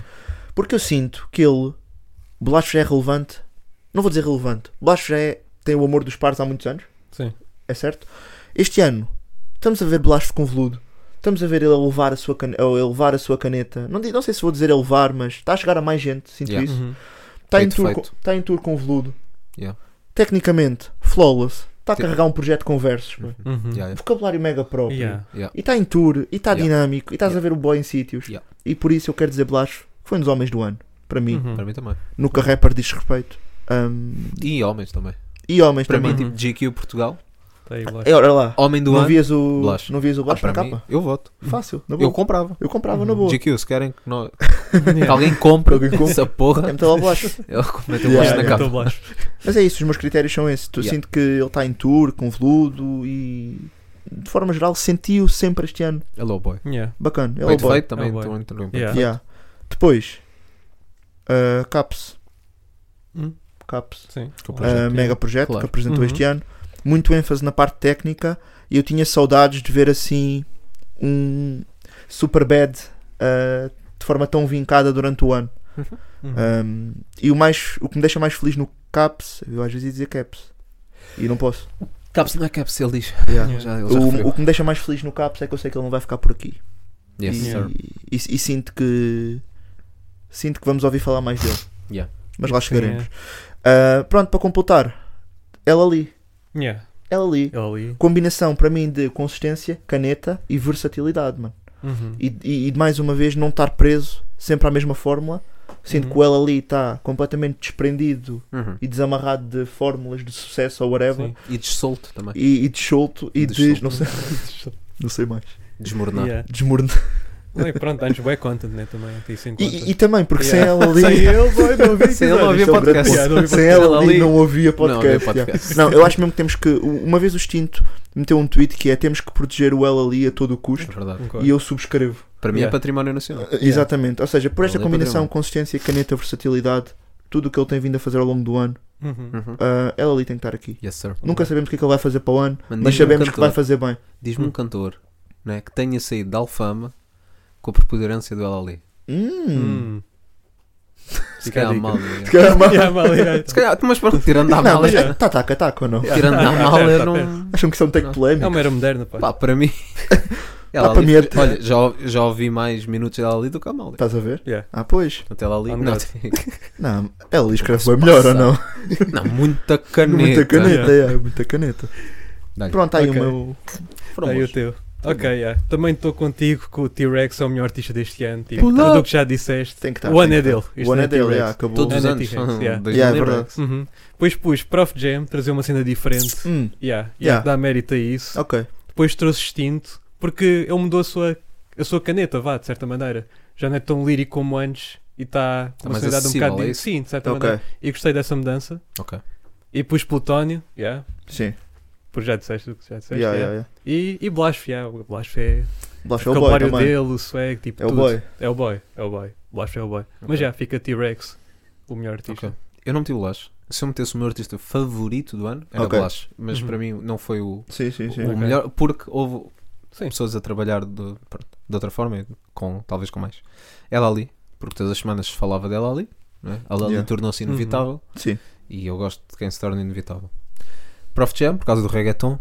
Speaker 5: Porque eu sinto que ele, Blasfo já é relevante. Não vou dizer relevante. Blasfo já é, tem o amor dos pares há muitos anos,
Speaker 7: Sim.
Speaker 5: é certo? Este ano, estamos a ver Blasfo com veludo. Estamos a ver ele a levar a sua caneta. Ou a levar a sua caneta. Não, di- não sei se vou dizer a levar, mas está a chegar a mais gente, sinto
Speaker 6: Yeah.
Speaker 5: isso.
Speaker 7: Uhum.
Speaker 5: Está em,
Speaker 6: Feito,
Speaker 5: tour com,
Speaker 6: feito.
Speaker 5: tá em tour com veludo.
Speaker 6: Yeah.
Speaker 5: Tecnicamente, flawless. Está a
Speaker 6: Sim.
Speaker 5: carregar um projeto com versos. pá.
Speaker 7: Uhum.
Speaker 6: Yeah, yeah.
Speaker 5: Vocabulário mega próprio.
Speaker 7: Yeah.
Speaker 5: E está em tour, e está
Speaker 6: Yeah.
Speaker 5: dinâmico, e estás
Speaker 6: Yeah.
Speaker 5: a ver o boy em sítios.
Speaker 6: Yeah.
Speaker 5: E por isso eu quero dizer, Blasco, foi um dos homens do ano. Para mim,
Speaker 7: Uhum.
Speaker 6: Para mim também.
Speaker 5: no que a rapper diz respeito. Ahm,
Speaker 6: E homens também.
Speaker 5: e homens
Speaker 6: Para
Speaker 5: também.
Speaker 6: mim,
Speaker 7: mim.
Speaker 6: tipo GQ Portugal,
Speaker 7: Tá aí, lá.
Speaker 5: É, olha lá.
Speaker 6: homem do
Speaker 5: Não
Speaker 6: ano.
Speaker 5: vias o
Speaker 6: Blasco.
Speaker 5: Não vias o
Speaker 6: Ah,
Speaker 5: Blasco
Speaker 6: para
Speaker 5: na
Speaker 6: mim,
Speaker 5: capa?
Speaker 6: eu voto.
Speaker 5: Fácil, na boa.
Speaker 6: Eu um
Speaker 5: Eu,
Speaker 6: comprava.
Speaker 5: comprava na boa.
Speaker 6: GQ, se querem que, nós- que
Speaker 7: Yeah.
Speaker 6: alguém compre
Speaker 5: É. Alguém compre.
Speaker 6: essa
Speaker 5: É
Speaker 6: porra,
Speaker 5: meter lá o Blasco.
Speaker 6: eu meto o
Speaker 5: Yeah,
Speaker 6: yeah,
Speaker 5: yeah.
Speaker 6: na
Speaker 7: Eu tô
Speaker 6: é capa.
Speaker 7: baixo.
Speaker 5: Mas é isso, os meus critérios são esses. Eu
Speaker 6: Yeah.
Speaker 5: sinto que ele está em tour, com veludo e. De forma geral, senti-o sempre este ano.
Speaker 6: Hello É boy.
Speaker 7: Yeah.
Speaker 5: Bacana. Ele é o
Speaker 6: Feito,
Speaker 5: boy.
Speaker 6: feito também.
Speaker 7: Hello boy.
Speaker 6: tô- tô- tô-
Speaker 7: Yeah.
Speaker 5: Yeah. Depois, ah, Caps.
Speaker 7: Hum.
Speaker 5: Caps.
Speaker 7: Sim.
Speaker 6: Com o
Speaker 5: Ah,
Speaker 6: projeto.
Speaker 5: mega projeto
Speaker 6: Claro.
Speaker 5: que apresentou
Speaker 7: Uhum.
Speaker 5: este ano. Muito ênfase na parte técnica e eu tinha saudades de ver assim um super bad ah, de forma tão vincada durante o ano.
Speaker 7: Uhum.
Speaker 5: Um, e o, mais, o que me deixa mais feliz no Caps, eu às vezes ia dizer Caps e não posso.
Speaker 6: Caps não é caps, ele diz.
Speaker 5: Yeah.
Speaker 6: Já, ele já
Speaker 5: O,
Speaker 6: referiu.
Speaker 5: o que me deixa mais feliz no Caps é que eu sei que ele não vai ficar por aqui.
Speaker 6: Yes,
Speaker 5: e,
Speaker 6: sir.
Speaker 5: e- e sinto que sinto que vamos ouvir falar mais dele.
Speaker 6: Yeah. é.
Speaker 5: Mas lá
Speaker 7: Sim, é.
Speaker 5: chegaremos. Ah, pronto, para completar, ela ali,
Speaker 7: é. Yeah.
Speaker 5: ela ali.
Speaker 7: Ele ali.
Speaker 5: combinação para mim de consistência, caneta e versatilidade, mano.
Speaker 7: Uhum.
Speaker 5: E, e, e, mais uma vez não estar preso sempre à mesma fórmula, sendo
Speaker 7: Uhum.
Speaker 5: que o L ali está completamente desprendido
Speaker 6: Uhum.
Speaker 5: e desamarrado de fórmulas de sucesso ou whatever,
Speaker 7: Sim.
Speaker 6: E dessolto também.
Speaker 5: e, e descholto e de,
Speaker 6: Descholto.
Speaker 5: não sei, não sei mais,
Speaker 6: Desmoronar.
Speaker 7: Yeah.
Speaker 5: desmornado.
Speaker 7: Não, e pronto, antes bué content, né? Também, aqui sem
Speaker 5: E,
Speaker 7: content.
Speaker 5: e- e também porque sem ela ali,
Speaker 7: Sem ele, boy, não vi
Speaker 6: Sem ele, não havia
Speaker 5: Isto é um grande
Speaker 6: podcast.
Speaker 5: ponto.
Speaker 7: Yeah, não havia
Speaker 5: sem
Speaker 6: podcast.
Speaker 5: ela
Speaker 6: Ela ali
Speaker 5: ali não havia
Speaker 6: Não, não é
Speaker 5: podcast. yeah.
Speaker 6: podcast.
Speaker 5: Não, eu acho mesmo que temos que, uma vez o Extinto meteu um tweet que é temos que proteger o L ali a todo o
Speaker 6: É
Speaker 5: custo
Speaker 6: verdade.
Speaker 7: Concordo.
Speaker 5: e eu subscrevo.
Speaker 6: Para mim é
Speaker 7: Yeah. um
Speaker 6: património nacional.
Speaker 5: Exatamente, ou seja, por esta
Speaker 6: Ele é padrão,
Speaker 5: combinação,
Speaker 6: né?
Speaker 5: consistência, caneta, versatilidade, tudo o que ele tem vindo a fazer ao longo do ano,
Speaker 7: Uhum.
Speaker 6: Uhum.
Speaker 5: ah, ela ali tem que estar aqui.
Speaker 6: Yes, sir.
Speaker 5: Nunca sabemos o que é que ele vai fazer para o ano,
Speaker 6: Mas
Speaker 5: mas
Speaker 6: diz-me um
Speaker 5: sabemos que
Speaker 6: cantor.
Speaker 5: vai fazer bem.
Speaker 6: Diz-me um
Speaker 7: Hum.
Speaker 6: cantor né, que tenha saído da Alfama com a preponderância do LLE.
Speaker 5: Hum.
Speaker 7: Hum.
Speaker 6: Se
Speaker 7: Fica a
Speaker 6: calhar
Speaker 7: dica.
Speaker 6: mal. Se
Speaker 5: Caramba.
Speaker 7: Yeah, mal, yeah.
Speaker 6: calhar, mas pronto, tirando a
Speaker 5: Não,
Speaker 6: mala,
Speaker 5: mas é, tá, taca, taca ou não?
Speaker 6: tirando a
Speaker 7: Tá
Speaker 6: mala,
Speaker 7: perto,
Speaker 6: era
Speaker 7: tá
Speaker 6: um.
Speaker 5: Acham que isso é um take
Speaker 7: É
Speaker 5: polémico?
Speaker 7: uma era moderna, pá.
Speaker 6: Pá, para mim.
Speaker 5: Pá, para mim é-
Speaker 6: Olha, já, já ouvi mais minutos da LLE do que a mala.
Speaker 5: Estás a ver?
Speaker 7: Yeah.
Speaker 5: Ah, pois.
Speaker 6: Portanto, ela ali.
Speaker 7: Ah,
Speaker 6: Não,
Speaker 7: não.
Speaker 5: Não, ela ali escreve bem melhor ou não?
Speaker 6: não, muita caneta.
Speaker 5: Muita caneta, é, muita caneta.
Speaker 6: Dá-lhe.
Speaker 5: Pronto, tá aí
Speaker 7: Ok.
Speaker 5: o meu.
Speaker 6: Foram
Speaker 7: Aí o
Speaker 6: bons.
Speaker 7: teu. Ok, yeah. também estou contigo que o T-Rex é o melhor artista deste ano. Tipo, tudo o que já disseste.
Speaker 5: Tem que estar.
Speaker 7: o ano
Speaker 5: tem
Speaker 7: é
Speaker 5: que
Speaker 7: dele.
Speaker 5: estar.
Speaker 7: Isto
Speaker 5: O ano
Speaker 7: não
Speaker 5: é dele,
Speaker 7: T-Rex.
Speaker 5: já, acabou.
Speaker 6: Todos os
Speaker 7: Ah,
Speaker 6: anos.
Speaker 7: Netflix, yeah.
Speaker 6: dois
Speaker 5: Yeah, é
Speaker 6: mil e
Speaker 5: verdade.
Speaker 7: Uhum. Depois pus Prof Jam, trazer uma cena diferente.
Speaker 5: Hum,
Speaker 7: Yeah,
Speaker 5: Yeah.
Speaker 7: yeah. Dá mérito a isso.
Speaker 5: ok.
Speaker 7: Depois trouxe extinto, porque ele mudou a sua, a sua caneta, vá, de certa maneira. Já não é tão lírico como antes e está
Speaker 6: Tá
Speaker 7: com uma
Speaker 6: mais
Speaker 7: sonoridade um bocado
Speaker 6: acessível, é
Speaker 7: de...
Speaker 6: isso?
Speaker 7: Sim, de certa
Speaker 5: Ok.
Speaker 7: maneira. E gostei dessa mudança.
Speaker 6: Ok.
Speaker 7: E pus Plutónio, yeah,
Speaker 5: Sim.
Speaker 7: por já disseste o que já disseste.
Speaker 5: Yeah,
Speaker 7: yeah.
Speaker 5: yeah, yeah.
Speaker 7: E, e Blasf, yeah, o Blasf é
Speaker 5: Blasco é
Speaker 7: o
Speaker 5: o boy
Speaker 7: vocabulário
Speaker 5: também.
Speaker 7: dele, o swag, tipo
Speaker 5: É o
Speaker 7: tudo.
Speaker 5: boy.
Speaker 7: É o boy, é o boy. Blasf é o boy.
Speaker 6: Ok.
Speaker 7: Mas já, fica T-Rex, o melhor artista.
Speaker 6: Ok. Eu não meti o Lash. Se eu metesse o meu artista favorito do ano, era
Speaker 5: Ok.
Speaker 6: o Lash. Mas
Speaker 7: Uhum.
Speaker 6: para mim não foi o,
Speaker 5: Sim, sim,
Speaker 6: o
Speaker 5: sim.
Speaker 7: Ok.
Speaker 6: melhor, porque houve
Speaker 7: Sim.
Speaker 6: pessoas a trabalhar de, pronto, de outra forma, e com, talvez com mais. Ela ali, porque todas as semanas se falava dela ali, não é? ela ali
Speaker 5: Yeah.
Speaker 6: tornou-se
Speaker 7: Uhum.
Speaker 6: inevitável
Speaker 5: Sim.
Speaker 6: e eu gosto de quem se torna inevitável. Prof Jam, por causa do reggaeton.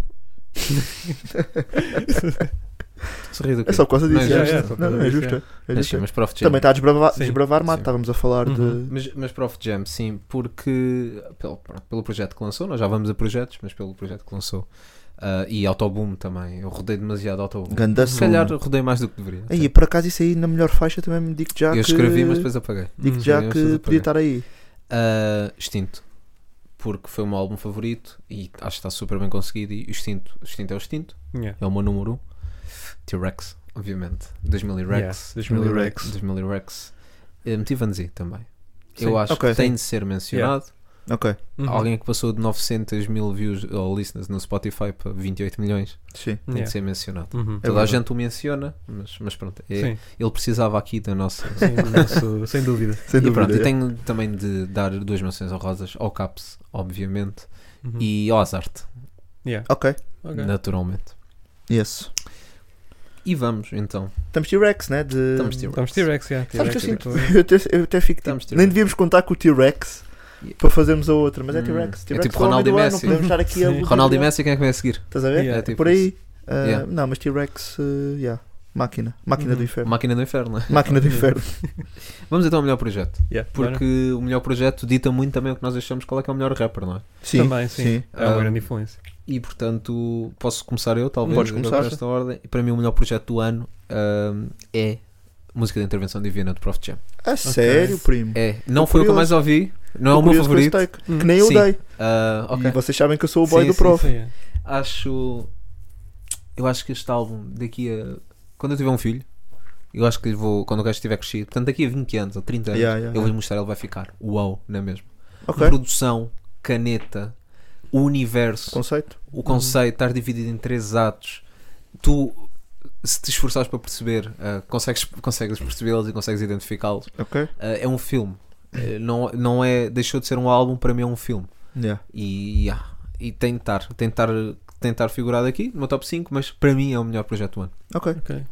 Speaker 6: Sorri do quê?
Speaker 5: É só por causa
Speaker 6: Não é
Speaker 5: disso. é.
Speaker 7: justo, é só por
Speaker 5: Não,
Speaker 7: causa
Speaker 5: não, é
Speaker 7: disso,
Speaker 5: justo. é. É
Speaker 6: Mas
Speaker 5: justo,
Speaker 6: sim,
Speaker 5: é.
Speaker 6: mas Prof Jam.
Speaker 5: Também está a desbravar,
Speaker 7: Sim.
Speaker 5: desbravar mato,
Speaker 6: Sim. Uhum.
Speaker 5: estávamos a falar de.
Speaker 6: Mas, mas Prof Jam, sim, porque pelo, pronto, pelo projeto que lançou, nós já vamos a projetos, mas pelo projeto que lançou ah, e Autoboom também, eu rodei demasiado Autoboom.
Speaker 5: Ganda
Speaker 6: Se
Speaker 5: som.
Speaker 6: calhar rodei mais do que deveria.
Speaker 5: Aí, por acaso, isso aí na melhor faixa também me digo já
Speaker 6: eu
Speaker 5: que.
Speaker 6: escrevi, mas depois apaguei.
Speaker 5: Digo
Speaker 7: Uhum.
Speaker 5: já
Speaker 6: Sim,
Speaker 5: que
Speaker 6: eu
Speaker 5: podia
Speaker 6: apaguei.
Speaker 5: estar aí.
Speaker 6: Ah, Extinto, porque foi o meu álbum favorito e acho que está super bem conseguido. E o Extinto, o Extinto é o Extinto,
Speaker 7: Yeah.
Speaker 6: é o meu número 1. T-Rex, obviamente. 2000 e Rex.
Speaker 7: Yeah, 2000 e Rex.
Speaker 6: 2000 e Rex. Eh, Meti Van Zee também.
Speaker 7: Sim.
Speaker 6: Eu acho
Speaker 5: Ok,
Speaker 6: que tem de ser mencionado.
Speaker 5: Ok,
Speaker 7: Uhum.
Speaker 6: Alguém que passou de 900 mil views ou listeners no Spotify para 28 milhões
Speaker 5: sim.
Speaker 6: tem
Speaker 7: Yeah.
Speaker 6: de ser mencionado.
Speaker 7: Uhum.
Speaker 6: Toda a
Speaker 5: verdade.
Speaker 6: gente o menciona, mas, mas pronto, é-
Speaker 7: Sim,
Speaker 6: ele precisava aqui da nossa.
Speaker 7: sim, o nosso- sem dúvida.
Speaker 5: Sem
Speaker 6: e
Speaker 5: dúvida.
Speaker 6: pronto, e
Speaker 5: é.
Speaker 6: tenho também de dar duas menções honrosas ao Caps, obviamente,
Speaker 7: Uhum.
Speaker 6: e ao Azarte,
Speaker 7: Yeah.
Speaker 5: Ok,
Speaker 7: ok.
Speaker 6: naturalmente.
Speaker 5: yes.
Speaker 6: E vamos então.
Speaker 5: Estamos T-Rex, né? De...
Speaker 6: Estamos T-Rex.
Speaker 7: Estamos T-Rex, yeah.
Speaker 5: Sabes que eu
Speaker 7: T-Rex,
Speaker 5: sinto.
Speaker 7: tipo,
Speaker 5: Eu até, eu até fico.
Speaker 6: Estamos
Speaker 5: Tipo,
Speaker 6: T-Rex.
Speaker 5: nem devíamos contar com o T-Rex
Speaker 6: Yeah.
Speaker 5: para fazermos a outra, mas é
Speaker 6: Hum,
Speaker 5: T-Rex.
Speaker 6: é
Speaker 5: T-Rex
Speaker 6: tipo
Speaker 5: o homem
Speaker 6: Ronaldo e
Speaker 5: do ano,
Speaker 6: Messi.
Speaker 5: Podemos estar aqui a.
Speaker 7: Sim.
Speaker 6: Ronaldo e Messi, quem é que vai a seguir?
Speaker 5: Estás a ver?
Speaker 7: Yeah.
Speaker 6: É tipo
Speaker 5: Por aí.
Speaker 6: Yeah. Uhum.
Speaker 5: Ah, Não, mas T-Rex, ah, yeah. Máquina. Máquina do inferno.
Speaker 6: Máquina do Inferno. né?
Speaker 5: Máquina do
Speaker 7: Uhum.
Speaker 5: inferno.
Speaker 6: Vamos então ao melhor projeto.
Speaker 7: Yeah, bora.
Speaker 6: Porque o melhor projeto dita muito também o que nós achamos qual é que é o melhor rapper, não é?
Speaker 5: Sim.
Speaker 7: Também, sim.
Speaker 5: sim.
Speaker 7: É uma
Speaker 6: Ah.
Speaker 7: grande influência.
Speaker 6: E portanto, posso começar eu, talvez,
Speaker 5: Podes
Speaker 6: eu
Speaker 5: começar,
Speaker 6: por esta ordem. E para mim, o melhor projeto do ano ahm, é música de intervenção divina do Prof. Jam.
Speaker 5: A sério, primo.
Speaker 6: É, não
Speaker 5: Tô
Speaker 6: foi o que
Speaker 5: curioso.
Speaker 6: eu mais ouvi, não é
Speaker 5: Tô
Speaker 6: o meu
Speaker 5: curioso com esse
Speaker 6: favorito.
Speaker 5: take, Que nem eu
Speaker 6: Sim.
Speaker 5: dei.
Speaker 6: Ah, ok.
Speaker 5: E vocês sabem que eu sou o boy
Speaker 6: Sim,
Speaker 5: do
Speaker 6: sim,
Speaker 5: prof.
Speaker 7: Sim, é.
Speaker 6: acho eu acho que este álbum daqui a quando eu tiver um filho eu acho que vou quando o gajo estiver crescido portanto daqui a 20 anos ou 30 anos
Speaker 5: Yeah, yeah,
Speaker 6: eu vou
Speaker 5: yeah.
Speaker 6: lhe mostrar ele vai ficar uau não é mesmo
Speaker 5: Ok.
Speaker 6: produção caneta o universo
Speaker 5: Conceito.
Speaker 6: o conceito estar dividido em três atos tu se te esforçares para perceber ah, consegues, consegues percebê-los e consegues identificá-los
Speaker 5: Ok.
Speaker 6: Ah, é um filme Eh, não, não é deixou de ser um álbum para mim é um filme
Speaker 5: Yeah.
Speaker 6: e, yeah, e tentar, tentar, tentar figurar aqui no meu top 5, mas para mim é o melhor projeto do ano.
Speaker 5: Ok.
Speaker 7: Ok.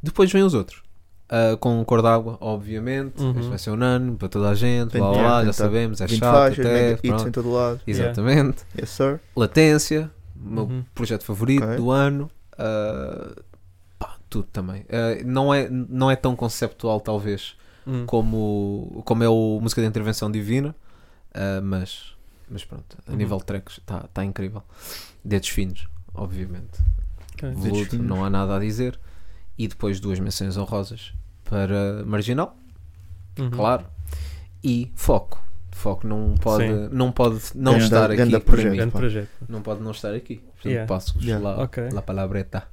Speaker 6: Depois vêm os outros. Ah, com cor d'água, obviamente.
Speaker 7: Uhum.
Speaker 6: Este vai ser unânime para toda a gente.
Speaker 5: Tem-
Speaker 6: Blá,
Speaker 5: tem-
Speaker 6: blá, blá,
Speaker 5: tem-
Speaker 6: já
Speaker 5: tá.
Speaker 6: sabemos, é
Speaker 5: 20
Speaker 6: chato
Speaker 5: faixas,
Speaker 6: até.
Speaker 5: mega hits em
Speaker 6: pronto.
Speaker 5: todo lado.
Speaker 6: Exatamente.
Speaker 5: Yes, sir.
Speaker 6: Latência, meu
Speaker 7: Uhum.
Speaker 6: projeto favorito
Speaker 5: Ok.
Speaker 6: do ano. Ah, pá, tudo também. Ah, não, é, não é tão conceptual, talvez,
Speaker 7: Hum.
Speaker 6: como, como é o música de intervenção divina, ah, mas, mas pronto,
Speaker 7: Uhum.
Speaker 6: a nível de tracks está tá incrível. Dedos finos, obviamente.
Speaker 7: Ok.
Speaker 6: Veludo,
Speaker 5: finos.
Speaker 6: não há nada a dizer. E depois duas menções honrosas para Marginal,
Speaker 7: Uhum.
Speaker 6: claro. E Foco. Foco não pode
Speaker 7: Sim.
Speaker 6: não, pode não
Speaker 5: Ganda-
Speaker 6: estar aqui.
Speaker 5: ganda
Speaker 6: para
Speaker 5: projeto.
Speaker 6: mim.
Speaker 7: Grande
Speaker 5: pá.
Speaker 7: projeto.
Speaker 6: Não pode não estar aqui. Portanto,
Speaker 7: Yeah.
Speaker 6: passo-vos
Speaker 5: Yeah.
Speaker 6: lá,
Speaker 7: Ok.
Speaker 6: lá a palabreta.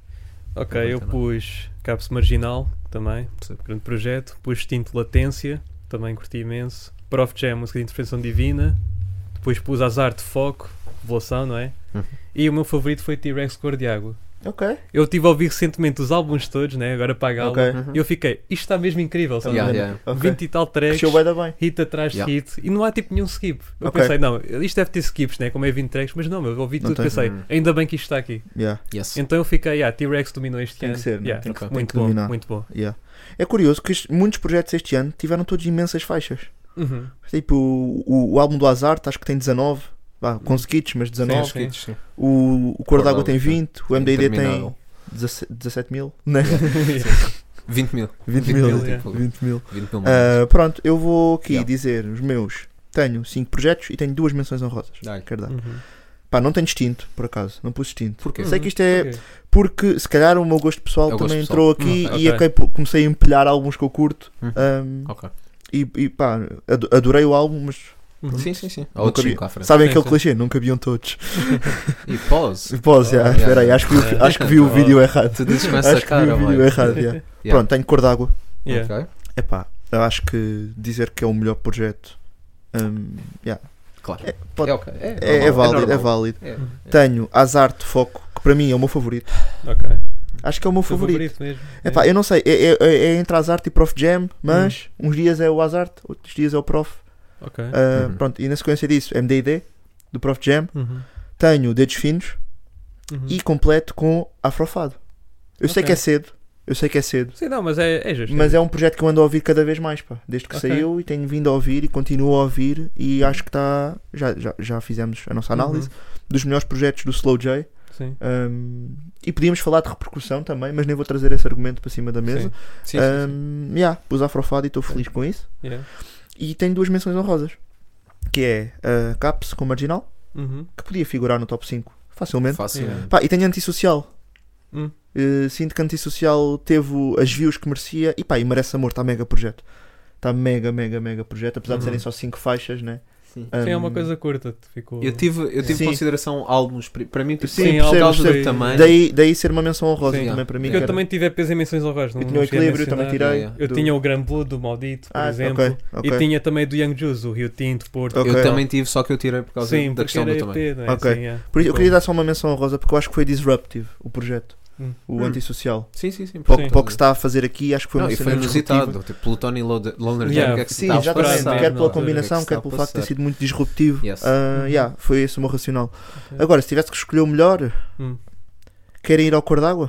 Speaker 7: Ok,
Speaker 6: Não
Speaker 7: eu
Speaker 6: vai ter
Speaker 7: pus Capso Marginal também,
Speaker 6: Sim.
Speaker 7: grande projeto. Pus Tinto Latência, também curti imenso. Prof Jam, música de intervenção divina. Depois pus Azar de Foco, Revelação, não é?
Speaker 6: Uhum.
Speaker 7: E o meu favorito foi T-Rex Cor de Água.
Speaker 5: Ok.
Speaker 7: Eu tive a ouvir recentemente os álbuns todos, né? Agora para a gala.
Speaker 5: Ok.
Speaker 7: E eu fiquei, isto está mesmo incrível, sabe?
Speaker 6: Yeah, yeah.
Speaker 5: Ok.
Speaker 7: 20 e tal tracks,
Speaker 5: Cresceu bem da bem.
Speaker 7: hit atrás de
Speaker 6: Yeah.
Speaker 7: hit, e não há tipo nenhum skip. Eu
Speaker 5: Ok.
Speaker 7: pensei, não, isto deve ter skips, né? Como é 20 tracks, mas não, eu ouvi
Speaker 5: Não
Speaker 7: tudo e
Speaker 5: tem.
Speaker 7: pensei,
Speaker 6: Hum.
Speaker 7: ainda bem que isto está aqui.
Speaker 5: Yeah.
Speaker 6: Yes.
Speaker 7: Então eu fiquei, ah, T-Rex dominou este
Speaker 5: Tem
Speaker 7: ano.
Speaker 5: que ser, né?
Speaker 7: Yeah,
Speaker 5: Tem que-
Speaker 6: ok.
Speaker 5: tem
Speaker 7: muito
Speaker 5: que
Speaker 7: bom,
Speaker 5: dominar.
Speaker 7: muito bom.
Speaker 5: Yeah. É curioso que est- muitos projetos este ano tiveram todos imensas faixas.
Speaker 7: Uhum.
Speaker 5: Tipo, o, o- o álbum do Azar, acho que tem 19. Vá, com skits, mas 19.
Speaker 7: Sim,
Speaker 6: Uhum. Sim.
Speaker 5: O, o Cor d'Água tem 20. O MDD tem
Speaker 6: Interminável.
Speaker 5: 17, 17 mil. Né?
Speaker 6: 20 mil.
Speaker 5: 20
Speaker 7: mil,
Speaker 5: mil.
Speaker 7: yeah.
Speaker 5: 20 mil.
Speaker 6: 20 mil.
Speaker 5: Ah, pronto, eu vou aqui
Speaker 6: Yeah.
Speaker 5: dizer os meus. Tenho 5 projetos e tenho duas menções honrosas.
Speaker 6: Dá-lhe.
Speaker 5: Quero dar.
Speaker 7: Uhum.
Speaker 5: Pá, não tenho distinto, por acaso. Não pus distinto.
Speaker 6: Porquê?
Speaker 5: Sei que isto é
Speaker 7: Ok.
Speaker 5: porque se calhar o meu gosto pessoal
Speaker 6: É o gosto
Speaker 5: também entrou
Speaker 6: pessoal.
Speaker 5: aqui
Speaker 7: Hum, ok.
Speaker 5: e acabei por- comecei a empilhar álbuns que eu curto.
Speaker 6: Hum.
Speaker 5: ahm,
Speaker 6: Ok.
Speaker 5: e, e pá, ado- adorei o álbum, mas
Speaker 7: Uhum.
Speaker 6: Sim, sim, sim. Há
Speaker 5: Nunca
Speaker 6: outros
Speaker 5: vi.
Speaker 6: 5 à frente.
Speaker 5: sabem
Speaker 7: Sim,
Speaker 5: aquele
Speaker 7: sim.
Speaker 5: clichê? Não cabiam todos.
Speaker 6: E pause.
Speaker 5: Pós, já,
Speaker 6: Ah,
Speaker 5: espera aí,
Speaker 6: yeah.
Speaker 5: acho que, vi, o-
Speaker 7: Ah.
Speaker 5: acho que vi o vídeo errado.
Speaker 6: Tu dizes com essa
Speaker 5: Acho que vi
Speaker 6: cara,
Speaker 5: o vídeo
Speaker 6: mano.
Speaker 5: errado. yeah.
Speaker 6: Yeah.
Speaker 5: Pronto, tenho cor d'água.
Speaker 7: Yeah.
Speaker 6: Ok.
Speaker 5: É pá, eu acho que dizer que é o melhor projeto hum, ahm, yeah,
Speaker 6: Claro.
Speaker 5: É, pode-
Speaker 6: É ok. É,
Speaker 5: é, é
Speaker 6: normal,
Speaker 5: válido. É,
Speaker 6: normal.
Speaker 5: válido.
Speaker 6: É.
Speaker 5: Tenho Azar de Foco, que para mim é o meu favorito.
Speaker 7: Ok.
Speaker 5: Acho que é o meu
Speaker 7: Foi
Speaker 5: favorito.
Speaker 7: Um mesmo.
Speaker 5: É pá, eu não sei, é, é- é- é entre Azarte e Prof Jam, mas uns dias é o Azarte, outros dias é o Prof.
Speaker 7: Ok.
Speaker 5: Ah,
Speaker 6: Uhum.
Speaker 5: Pronto, e na sequência disso, MDD, do Prof Jam,
Speaker 7: Uhum.
Speaker 5: tenho Dedos Finos
Speaker 7: Uhum.
Speaker 5: e completo com Afrofado. Eu sei
Speaker 7: Ok.
Speaker 5: que é cedo, eu sei que é cedo,
Speaker 7: Sim, não, mas é, é justo.
Speaker 5: mas é um projeto que eu ando a ouvir cada vez mais, pá, desde que
Speaker 7: Ok.
Speaker 5: saiu e tenho vindo a ouvir e continuo a ouvir e acho que está. Já, já, já fizemos a
Speaker 7: Uhum.
Speaker 5: nossa análise dos melhores projetos do Slow J.
Speaker 7: Sim.
Speaker 5: Ahm, e podíamos falar de repercussão também, mas nem vou trazer esse argumento para cima da mesa.
Speaker 7: Sim.
Speaker 6: Sim, sim, sim.
Speaker 5: Um, yeah, pus afrofado e estou feliz com isso.
Speaker 7: Yeah.
Speaker 5: E tenho duas menções honrosas. Que é uh, Caps com Marginal,
Speaker 7: Uhum.
Speaker 5: que podia figurar no top 5 facilmente.
Speaker 6: Fácil.
Speaker 7: Yeah.
Speaker 5: Pá, e tenho Antissocial.
Speaker 7: Hum.
Speaker 5: Uh, sinto que Antissocial teve o- as views que merecia. E pá, e merece amor, está mega projeto. Está mega, mega, mega projeto. Apesar de
Speaker 7: Uhum.
Speaker 5: serem só 5 faixas, né?
Speaker 6: Sim.
Speaker 7: Sim, é uma
Speaker 5: Um,
Speaker 7: coisa curta. te Ficou...
Speaker 6: Eu tive, eu tive
Speaker 5: Sim.
Speaker 6: consideração álbuns. pri- Para mim, tipo,
Speaker 5: Sim,
Speaker 6: sim,
Speaker 7: percebo,
Speaker 6: por causa
Speaker 7: percebo.
Speaker 6: do tamanho.
Speaker 5: Daí, daí ser uma menção honrosa
Speaker 7: Sim.
Speaker 5: também para mim.
Speaker 7: Porque
Speaker 5: que
Speaker 7: eu
Speaker 5: era-
Speaker 7: também tive peso em menções honrosas. não-
Speaker 5: eu tinha
Speaker 7: não
Speaker 5: o
Speaker 7: cheguei a
Speaker 5: equilíbrio, eu também
Speaker 7: mencionar. é.
Speaker 5: tirei.
Speaker 6: Yeah, yeah.
Speaker 7: Eu
Speaker 5: do-
Speaker 7: tinha o Gran Blue do Maldito, por
Speaker 5: Ah,
Speaker 7: exemplo.
Speaker 5: ok, ok.
Speaker 7: E tinha também do Young Juice, o Rio Tinto, Porto.
Speaker 5: Ok.
Speaker 6: Eu também tive, só que eu tirei por causa
Speaker 7: Sim,
Speaker 6: da
Speaker 7: porque
Speaker 6: questão
Speaker 7: era
Speaker 6: do tamanho.
Speaker 7: EP, não é?
Speaker 5: Ok.
Speaker 7: Sim, yeah.
Speaker 5: Por isso, eu
Speaker 7: Bom.
Speaker 5: queria dar só uma menção honrosa porque eu acho que foi disruptive o projeto.
Speaker 7: Hum.
Speaker 5: O antissocial.
Speaker 6: Sim, sim, sim.
Speaker 5: Para o-
Speaker 7: Sim.
Speaker 5: para o que se está a fazer aqui, acho que foi
Speaker 6: Não,
Speaker 5: uma
Speaker 6: e
Speaker 5: cena
Speaker 6: foi
Speaker 5: disruptiva.
Speaker 6: inusitado. Tipo, Plutón e Lode- Loner
Speaker 7: Yeah.
Speaker 6: Jam. o que é que se
Speaker 5: Sim,
Speaker 6: está a
Speaker 5: exatamente.
Speaker 6: passar?
Speaker 5: Quer
Speaker 7: na
Speaker 5: pela
Speaker 7: altura,
Speaker 5: combinação,
Speaker 6: o que é
Speaker 5: quer
Speaker 6: que
Speaker 5: pelo
Speaker 6: está a
Speaker 5: facto de ter
Speaker 6: passar?
Speaker 5: sido muito disruptivo.
Speaker 6: Yes.
Speaker 5: Ah,
Speaker 7: Uhum.
Speaker 5: yeah, foi esse o meu racional.
Speaker 7: Ok.
Speaker 5: Agora, se tivesse que escolher o melhor,
Speaker 7: Hum.
Speaker 5: querem ir ao cor d'água?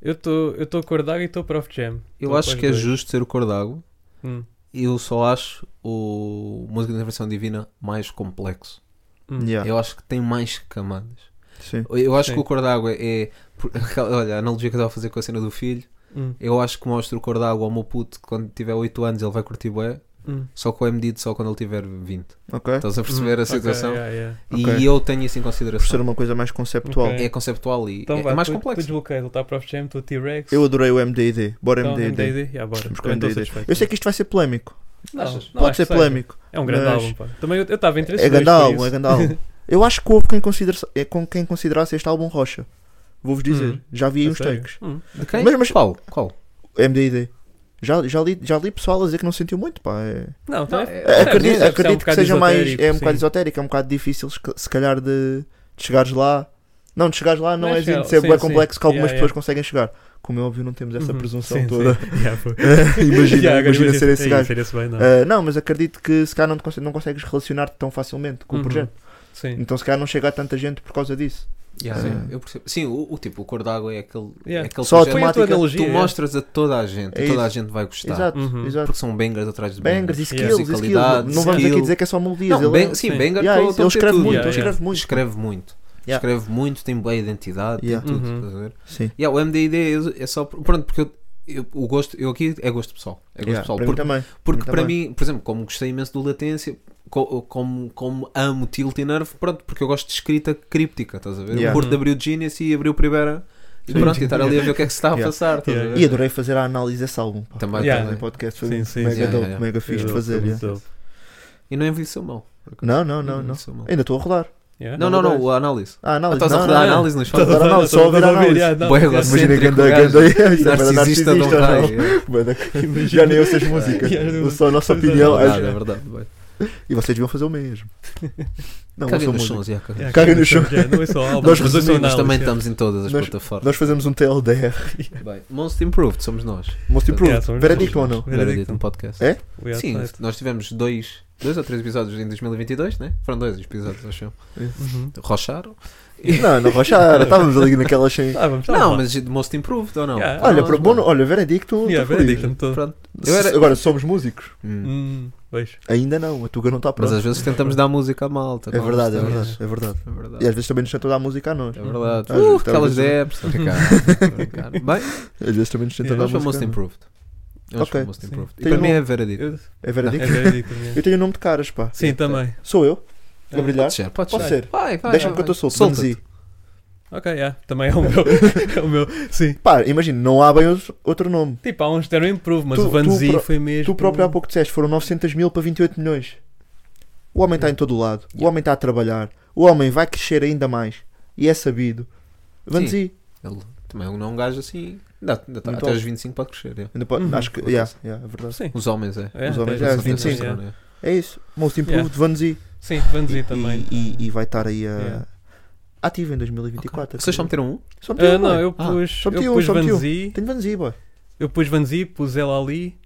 Speaker 7: Eu estou acordado e estou Prof Jam.
Speaker 6: Eu
Speaker 7: Tô
Speaker 6: acho
Speaker 7: com
Speaker 6: que é
Speaker 7: os dois.
Speaker 6: justo ser o cor d'água.
Speaker 7: Hum.
Speaker 6: Eu só acho o Música de Intervenção Divina mais complexo.
Speaker 7: Hum.
Speaker 5: Yeah.
Speaker 6: Eu acho que tem mais camadas.
Speaker 5: Sim.
Speaker 6: Eu acho
Speaker 7: Sim.
Speaker 6: que o cor d'água é. por- Olha, a analogia que eu estava a fazer com a cena do filho.
Speaker 7: Hum,
Speaker 6: Eu acho que mostro o cor d'água ao meu puto que quando tiver 8 anos ele vai curtir bué,
Speaker 7: hum.
Speaker 6: só que é medido só quando ele tiver 20.
Speaker 5: Ok?
Speaker 6: Estás a perceber a
Speaker 7: Ok,
Speaker 6: situação?
Speaker 7: yeah, yeah.
Speaker 5: Ok.
Speaker 6: E eu tenho isso em
Speaker 5: Por ser um
Speaker 6: consideração.
Speaker 5: uma coisa mais conceptual.
Speaker 7: Ok.
Speaker 6: É conceptual e
Speaker 7: Então
Speaker 6: é,
Speaker 7: vá,
Speaker 6: é mais
Speaker 7: tu, Tu
Speaker 6: complexo.
Speaker 7: desbloqueias o Top of Jam, tu T-Rex.
Speaker 5: Eu adorei o MDID. Bora
Speaker 7: então,
Speaker 5: MDID.
Speaker 7: MDD. Yeah, bora.
Speaker 5: Vamos com
Speaker 7: Também estou
Speaker 5: MDD.
Speaker 7: satisfeito.
Speaker 5: Eu sei que isto vai ser polémico.
Speaker 7: Não,
Speaker 6: Achas?
Speaker 7: não
Speaker 5: Pode
Speaker 7: acho
Speaker 5: ser
Speaker 7: que seja.
Speaker 5: polémico.
Speaker 7: É um grande
Speaker 5: mas-
Speaker 7: álbum, pá. Também eu eu estava entre esses
Speaker 5: É grande
Speaker 7: dois, por
Speaker 5: álbum, é
Speaker 7: isso.
Speaker 5: grande álbum. Eu acho que houve quem, considera é com quem considerasse este álbum rocha. Vou-vos dizer.
Speaker 7: Hum.
Speaker 5: Já vi aí
Speaker 7: A
Speaker 5: uns
Speaker 7: sério?
Speaker 5: takes.
Speaker 7: Hum.
Speaker 6: De quem?
Speaker 5: Mas- mas-
Speaker 6: Qual? Qual?
Speaker 5: MDID. Já, já, li, já li pessoal a dizer que não sentiu muito, pá. É-
Speaker 7: Não, também é,
Speaker 5: É, acredito
Speaker 7: isso é um
Speaker 5: acredito que
Speaker 7: bocado
Speaker 5: seja mais.
Speaker 7: esotérico,
Speaker 5: É um
Speaker 7: sim.
Speaker 5: bocado esotérico, é um bocado difícil, se- se calhar, de, de chegares lá. Não, de chegares lá não
Speaker 7: Mas
Speaker 5: é assim,
Speaker 7: é-
Speaker 5: de ser
Speaker 7: sim,
Speaker 5: bem
Speaker 7: sim.
Speaker 5: complexo que algumas
Speaker 7: Yeah,
Speaker 5: pessoas
Speaker 7: yeah.
Speaker 5: conseguem chegar. Como é óbvio, não temos essa
Speaker 7: Uhum.
Speaker 5: presunção
Speaker 7: Sim, sim.
Speaker 5: toda.
Speaker 7: Yeah, foi.
Speaker 5: imagina,
Speaker 7: Yeah, agora é
Speaker 5: imagina ser esse
Speaker 7: Ei,
Speaker 5: gajo.
Speaker 7: ser esse bem, não.
Speaker 5: Ah, não, mas acredito que se calhar não, te conse- não consegues relacionar-te tão facilmente com
Speaker 7: Uhum.
Speaker 5: o projeto.
Speaker 7: Sim.
Speaker 5: Então se calhar não chega a tanta gente por causa disso.
Speaker 6: Yeah,
Speaker 5: Sim.
Speaker 6: sim, eu percebo. Ah. Sim, o, o tipo, o cor d'água é aquele,
Speaker 7: Yeah.
Speaker 6: é aquele
Speaker 5: Só
Speaker 7: Foi
Speaker 5: a
Speaker 6: projeto
Speaker 7: a tua
Speaker 5: temática,
Speaker 6: que
Speaker 7: analogia.
Speaker 6: tu
Speaker 7: é?
Speaker 6: mostras a toda a gente,
Speaker 5: Então, É
Speaker 6: toda a
Speaker 5: isso.
Speaker 6: gente vai gostar.
Speaker 5: Exato,
Speaker 7: Uhum.
Speaker 5: exato.
Speaker 6: Porque são bangers atrás de
Speaker 5: Bangers e
Speaker 7: Yeah.
Speaker 5: skills, e skills. Não
Speaker 6: Musicalidade,
Speaker 5: não vamos aqui
Speaker 6: skill.
Speaker 5: dizer que é só melodias.
Speaker 6: Não,
Speaker 5: ele é-
Speaker 6: bang, sim,
Speaker 7: Sim.
Speaker 6: banger
Speaker 5: Yeah,
Speaker 6: tô-
Speaker 5: isso,
Speaker 6: tô
Speaker 5: ele
Speaker 6: a dizer
Speaker 5: escreve
Speaker 6: tudo.
Speaker 5: muito,
Speaker 7: Yeah,
Speaker 5: ele escreve muito.
Speaker 6: Escreve muito.
Speaker 5: Yeah.
Speaker 6: Escreve muito, tem boa identidade,
Speaker 5: Yeah.
Speaker 6: tem tudo.
Speaker 7: Uhum.
Speaker 6: estás a ver?
Speaker 5: Sim.
Speaker 6: Yeah, o MDD é- é só. por- Pronto, porque eu, eu- o gosto. Eu aqui é gosto pessoal. É gosto
Speaker 5: Yeah,
Speaker 6: pessoal.
Speaker 5: para mim
Speaker 6: Porque,
Speaker 5: também.
Speaker 6: porque
Speaker 5: mim
Speaker 6: para
Speaker 5: também.
Speaker 6: mim, por exemplo, como gostei imenso do Latência, co- como, como amo Tilt e Nerve, pronto, porque eu gosto de escrita críptica, estás a ver?
Speaker 5: Yeah.
Speaker 6: O Porto abriu Genius e abriu Primera e pronto, e estar ali a ver o que é que se está a
Speaker 5: Yeah.
Speaker 6: passar, estás
Speaker 7: Yeah.
Speaker 6: a ver?
Speaker 5: E adorei fazer a análise desse álbum. Pá.
Speaker 6: Também,
Speaker 7: Yeah.
Speaker 5: No
Speaker 6: também.
Speaker 5: podcast foi
Speaker 7: Sim, sim,
Speaker 5: mega
Speaker 6: sim. Yeah,
Speaker 5: dope,
Speaker 6: yeah.
Speaker 5: mega fixe de
Speaker 7: Eu-
Speaker 5: fazer.
Speaker 7: eu-
Speaker 5: yeah.
Speaker 7: eu-
Speaker 6: E não envelheceu mal.
Speaker 5: Não, não, não, não.
Speaker 6: envelheceu mal.
Speaker 5: Ainda estou a rodar.
Speaker 7: Yeah.
Speaker 6: é Não, não, não, o análise.
Speaker 5: Ah,
Speaker 6: Ah,
Speaker 5: análise.
Speaker 6: Estás a
Speaker 5: não,
Speaker 6: rodar a
Speaker 5: não, não.
Speaker 6: análise nos
Speaker 5: Estás a
Speaker 6: fones.
Speaker 5: rodar a análise, só a ouvir a análise.
Speaker 6: Bué
Speaker 7: yeah,
Speaker 6: egocêntrico,
Speaker 5: Imagina que anda,
Speaker 6: gajo.
Speaker 5: que anda- isso é bué
Speaker 6: Narcisista de um
Speaker 5: narcisista, não.
Speaker 6: raio. yeah.
Speaker 5: Bué da- Já nem eu sei as músicas.
Speaker 7: Yeah, não-
Speaker 5: Eu Só a nossa
Speaker 7: não-
Speaker 5: opinião.
Speaker 7: não-
Speaker 6: É
Speaker 5: acho-
Speaker 6: verdade, é verdade. bué.
Speaker 5: E vocês deviam fazer o mesmo. Não,
Speaker 6: Caguem
Speaker 5: ouçam
Speaker 6: nos
Speaker 5: música.
Speaker 6: sons, yeah, caguem.
Speaker 7: Yeah,
Speaker 5: Caga no
Speaker 7: são-
Speaker 5: chão.
Speaker 7: yeah, Não é só álbum,
Speaker 5: Nós
Speaker 7: mas são
Speaker 5: resumimos,
Speaker 6: É. Nós
Speaker 7: análises,
Speaker 6: também
Speaker 7: yeah.
Speaker 6: estamos em todas as
Speaker 5: Nós-
Speaker 6: plataformas.
Speaker 5: Nós fazemos um TLDR.
Speaker 6: Bem, Most Improved somos nós.
Speaker 5: Most
Speaker 7: Yeah,
Speaker 5: Improved.
Speaker 7: somos
Speaker 5: tipo, Veredicto
Speaker 7: nós.
Speaker 5: ou não?
Speaker 6: Veredicto,
Speaker 7: Veredicto.
Speaker 6: um podcast.
Speaker 5: É?
Speaker 7: We are
Speaker 6: Sim,
Speaker 7: tight.
Speaker 6: nós tivemos dois, dois ou três episódios em 2022, né? Foram dois episódios, acho eu.
Speaker 7: Uhum.
Speaker 6: Rocharam?
Speaker 5: Não, não rochar. Estávamos ali naquelas sem.
Speaker 7: Ah, vamos lá,
Speaker 6: Não,
Speaker 7: vá.
Speaker 6: mas de Most Improved ou não?
Speaker 7: Yeah.
Speaker 5: Olha,
Speaker 6: Nós,
Speaker 5: pro- bom,
Speaker 6: mano.
Speaker 5: olha, Veredicto.
Speaker 7: Yeah, é
Speaker 5: tô feliz.
Speaker 7: veredicto-me todo.
Speaker 6: Pronto. Eu era-
Speaker 5: Agora somos músicos.
Speaker 6: Hum.
Speaker 7: Hum, beijo.
Speaker 5: Ainda não, a Tuga não está
Speaker 6: Mas
Speaker 5: pronta.
Speaker 6: às vezes tentamos dar música à malta.
Speaker 5: É verdade, é
Speaker 6: Vamos,
Speaker 5: verdade, é verdade.
Speaker 6: É verdade.
Speaker 5: E às vezes também nos tentam dar música a nós.
Speaker 6: É verdade.
Speaker 5: Às
Speaker 6: Uh,
Speaker 5: vezes
Speaker 6: aquelas
Speaker 5: talvez-
Speaker 6: demos, tô a brincar, tô a brincar. Bem,
Speaker 5: Às vezes também nos tentam
Speaker 7: Yeah.
Speaker 5: dar
Speaker 6: vamos para Most
Speaker 5: música. a nós.
Speaker 6: Improved. Vamos
Speaker 5: Ok.
Speaker 6: para Most
Speaker 7: Sim.
Speaker 6: Improved. E
Speaker 5: Tem
Speaker 6: para
Speaker 5: um-
Speaker 6: mim é veredito.
Speaker 7: Eu-
Speaker 5: É
Speaker 7: É
Speaker 5: veredicto?
Speaker 7: veredicto-me,
Speaker 5: Eu
Speaker 7: yeah.
Speaker 5: tenho o nome de caras, pá.
Speaker 7: Sim, também.
Speaker 5: Sou eu? A
Speaker 7: É.
Speaker 5: brilhar?
Speaker 6: Pode ser, pode
Speaker 5: Pode
Speaker 6: ser.
Speaker 5: ser.
Speaker 6: Vai, vai,
Speaker 5: Deixa-me
Speaker 6: vai,
Speaker 5: que eu estou
Speaker 6: vai.
Speaker 5: solto.
Speaker 6: Tá, Solta-te.
Speaker 5: Manzi.
Speaker 7: Ok, yeah, também é o meu. é o meu. Sim.
Speaker 5: Pá, imagina, não há bem outro- outro nome.
Speaker 7: Tipo, há uns deram improve, mas
Speaker 5: Tu-
Speaker 7: o Van
Speaker 5: tu
Speaker 7: Zee
Speaker 5: pro-
Speaker 7: foi mesmo.
Speaker 5: Tu próprio há pouco disseste, foram 900 mil para 28 milhões. O homem está em todo o lado, o homem está a trabalhar, o homem vai crescer ainda mais. E é sabido.
Speaker 6: Sim.
Speaker 5: Vanzi,
Speaker 6: Ele também não é um gajo assim. Ainda, ainda tá-
Speaker 5: Muito
Speaker 6: até
Speaker 5: alto.
Speaker 6: aos 25 pode crescer. é.
Speaker 5: ainda pode-
Speaker 7: Uhum.
Speaker 5: acho que. Yeah, yeah, é verdade.
Speaker 7: Sim.
Speaker 6: Os homens é.
Speaker 7: É,
Speaker 5: Os
Speaker 7: tem
Speaker 5: homens já,
Speaker 7: razão,
Speaker 5: sim,
Speaker 7: tem
Speaker 5: sim.
Speaker 7: razão, yeah.
Speaker 5: É isso. Most Improved, Vanzi.
Speaker 7: Sim, Van Zee também.
Speaker 5: E, e vai estar aí a.
Speaker 7: Yeah.
Speaker 5: Ativo em 2024.
Speaker 6: Vocês só meteram um?
Speaker 5: Só
Speaker 7: Ah,
Speaker 5: meti um,
Speaker 7: não,
Speaker 5: boy.
Speaker 7: eu
Speaker 6: Ah,
Speaker 7: pus,
Speaker 5: só meti um,
Speaker 7: eu pus
Speaker 5: só meti
Speaker 7: Van
Speaker 5: um.
Speaker 7: Zee,
Speaker 5: Tenho Vanzi, boy.
Speaker 7: eu pus Van Zee, pus ela ali,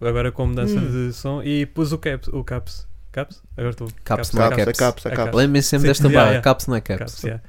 Speaker 7: agora com mudança
Speaker 5: Hum.
Speaker 7: de som, e pus o Caps. O Caps. Caps? Agora estou.
Speaker 6: Caps, não é
Speaker 5: Caps,
Speaker 6: caps.
Speaker 5: a caps, a
Speaker 7: É
Speaker 5: caps.
Speaker 7: caps.
Speaker 6: Lembrem-se sempre
Speaker 7: Sim,
Speaker 6: desta
Speaker 7: yeah,
Speaker 6: barra.
Speaker 7: yeah.
Speaker 6: Caps não é caps.
Speaker 7: Caps, yeah.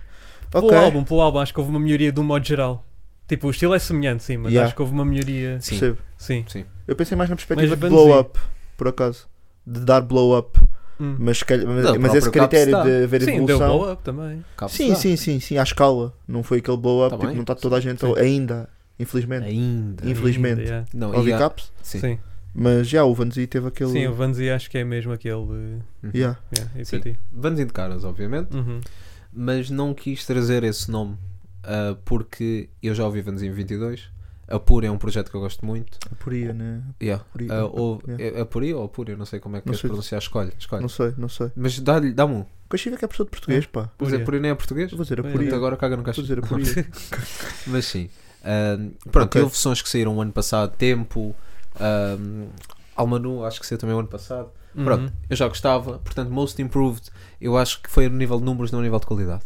Speaker 5: Ok.
Speaker 7: Pelo álbum, pelo álbum, acho que houve uma melhoria de um modo geral. Tipo, o estilo é semelhante, sim, mas
Speaker 5: Yeah.
Speaker 7: acho que houve uma melhoria.
Speaker 6: Sim.
Speaker 5: Percebo.
Speaker 7: Sim.
Speaker 5: Eu pensei mais na perspectiva
Speaker 7: Mas
Speaker 5: de
Speaker 7: Vanzi.
Speaker 5: blow up, por acaso. De dar blow up.
Speaker 7: Hum.
Speaker 5: Mas, se calhar- mas-
Speaker 6: Não, o
Speaker 5: mas esse
Speaker 6: próprio Caps
Speaker 5: critério
Speaker 6: dá.
Speaker 5: de haver
Speaker 7: Sim, deu
Speaker 5: evolução.
Speaker 7: blow up também.
Speaker 6: Caps
Speaker 5: Sim,
Speaker 6: dá.
Speaker 5: sim, sim, sim, à escala. Não foi aquele blow up,
Speaker 6: né? Tá
Speaker 5: tipo,
Speaker 6: bem.
Speaker 5: não está toda a gente
Speaker 7: Sim.
Speaker 5: ainda, infelizmente.
Speaker 6: Ainda.
Speaker 5: Infelizmente.
Speaker 7: Ainda, yeah.
Speaker 6: Não,
Speaker 5: Ouvi
Speaker 6: e há-
Speaker 5: caps.
Speaker 6: Sim.
Speaker 7: Sim.
Speaker 5: Mas já o Vanzi teve aquele.
Speaker 7: Sim, o Van Zee acho que é mesmo aquele.
Speaker 5: Yeah.
Speaker 7: Yeah,
Speaker 6: Sim.
Speaker 7: IPT.
Speaker 6: Vamos de caras, obviamente.
Speaker 7: Uhum.
Speaker 6: Mas não quis trazer esse nome ah, porque eu já ouvi Vans em 22. A Pura é um projeto que eu gosto muito.
Speaker 5: Aporia, né?
Speaker 6: Yeah.
Speaker 5: Apuri-
Speaker 6: Ah, ou,
Speaker 5: yeah.
Speaker 6: é Apuri ou Apuri, eu não sei como é que
Speaker 5: Não
Speaker 6: queres
Speaker 5: sei.
Speaker 6: pronunciar. Escolhe, escolhe.
Speaker 5: Não sei, não sei.
Speaker 6: Mas dá-lhe, dá-me um.
Speaker 5: O Caxiva é que é professor de português, pá.
Speaker 6: Mas
Speaker 7: Púria.
Speaker 6: Apuri nem é português?
Speaker 5: Eu vou dizer
Speaker 7: Pois,
Speaker 5: aporia.
Speaker 6: Portanto, agora caga no
Speaker 5: Vou
Speaker 6: caixa.
Speaker 5: dizer aporia.
Speaker 6: Mas sim. Ahm, pronto,
Speaker 5: Ok.
Speaker 6: houve sons que saíram o ano passado, Tempo, um, Almanu, acho que saiu também o ano passado. Pronto,
Speaker 7: Uhum.
Speaker 6: eu já gostava. Portanto, Most Improved, eu acho que foi no nível de números, não no nível de qualidade.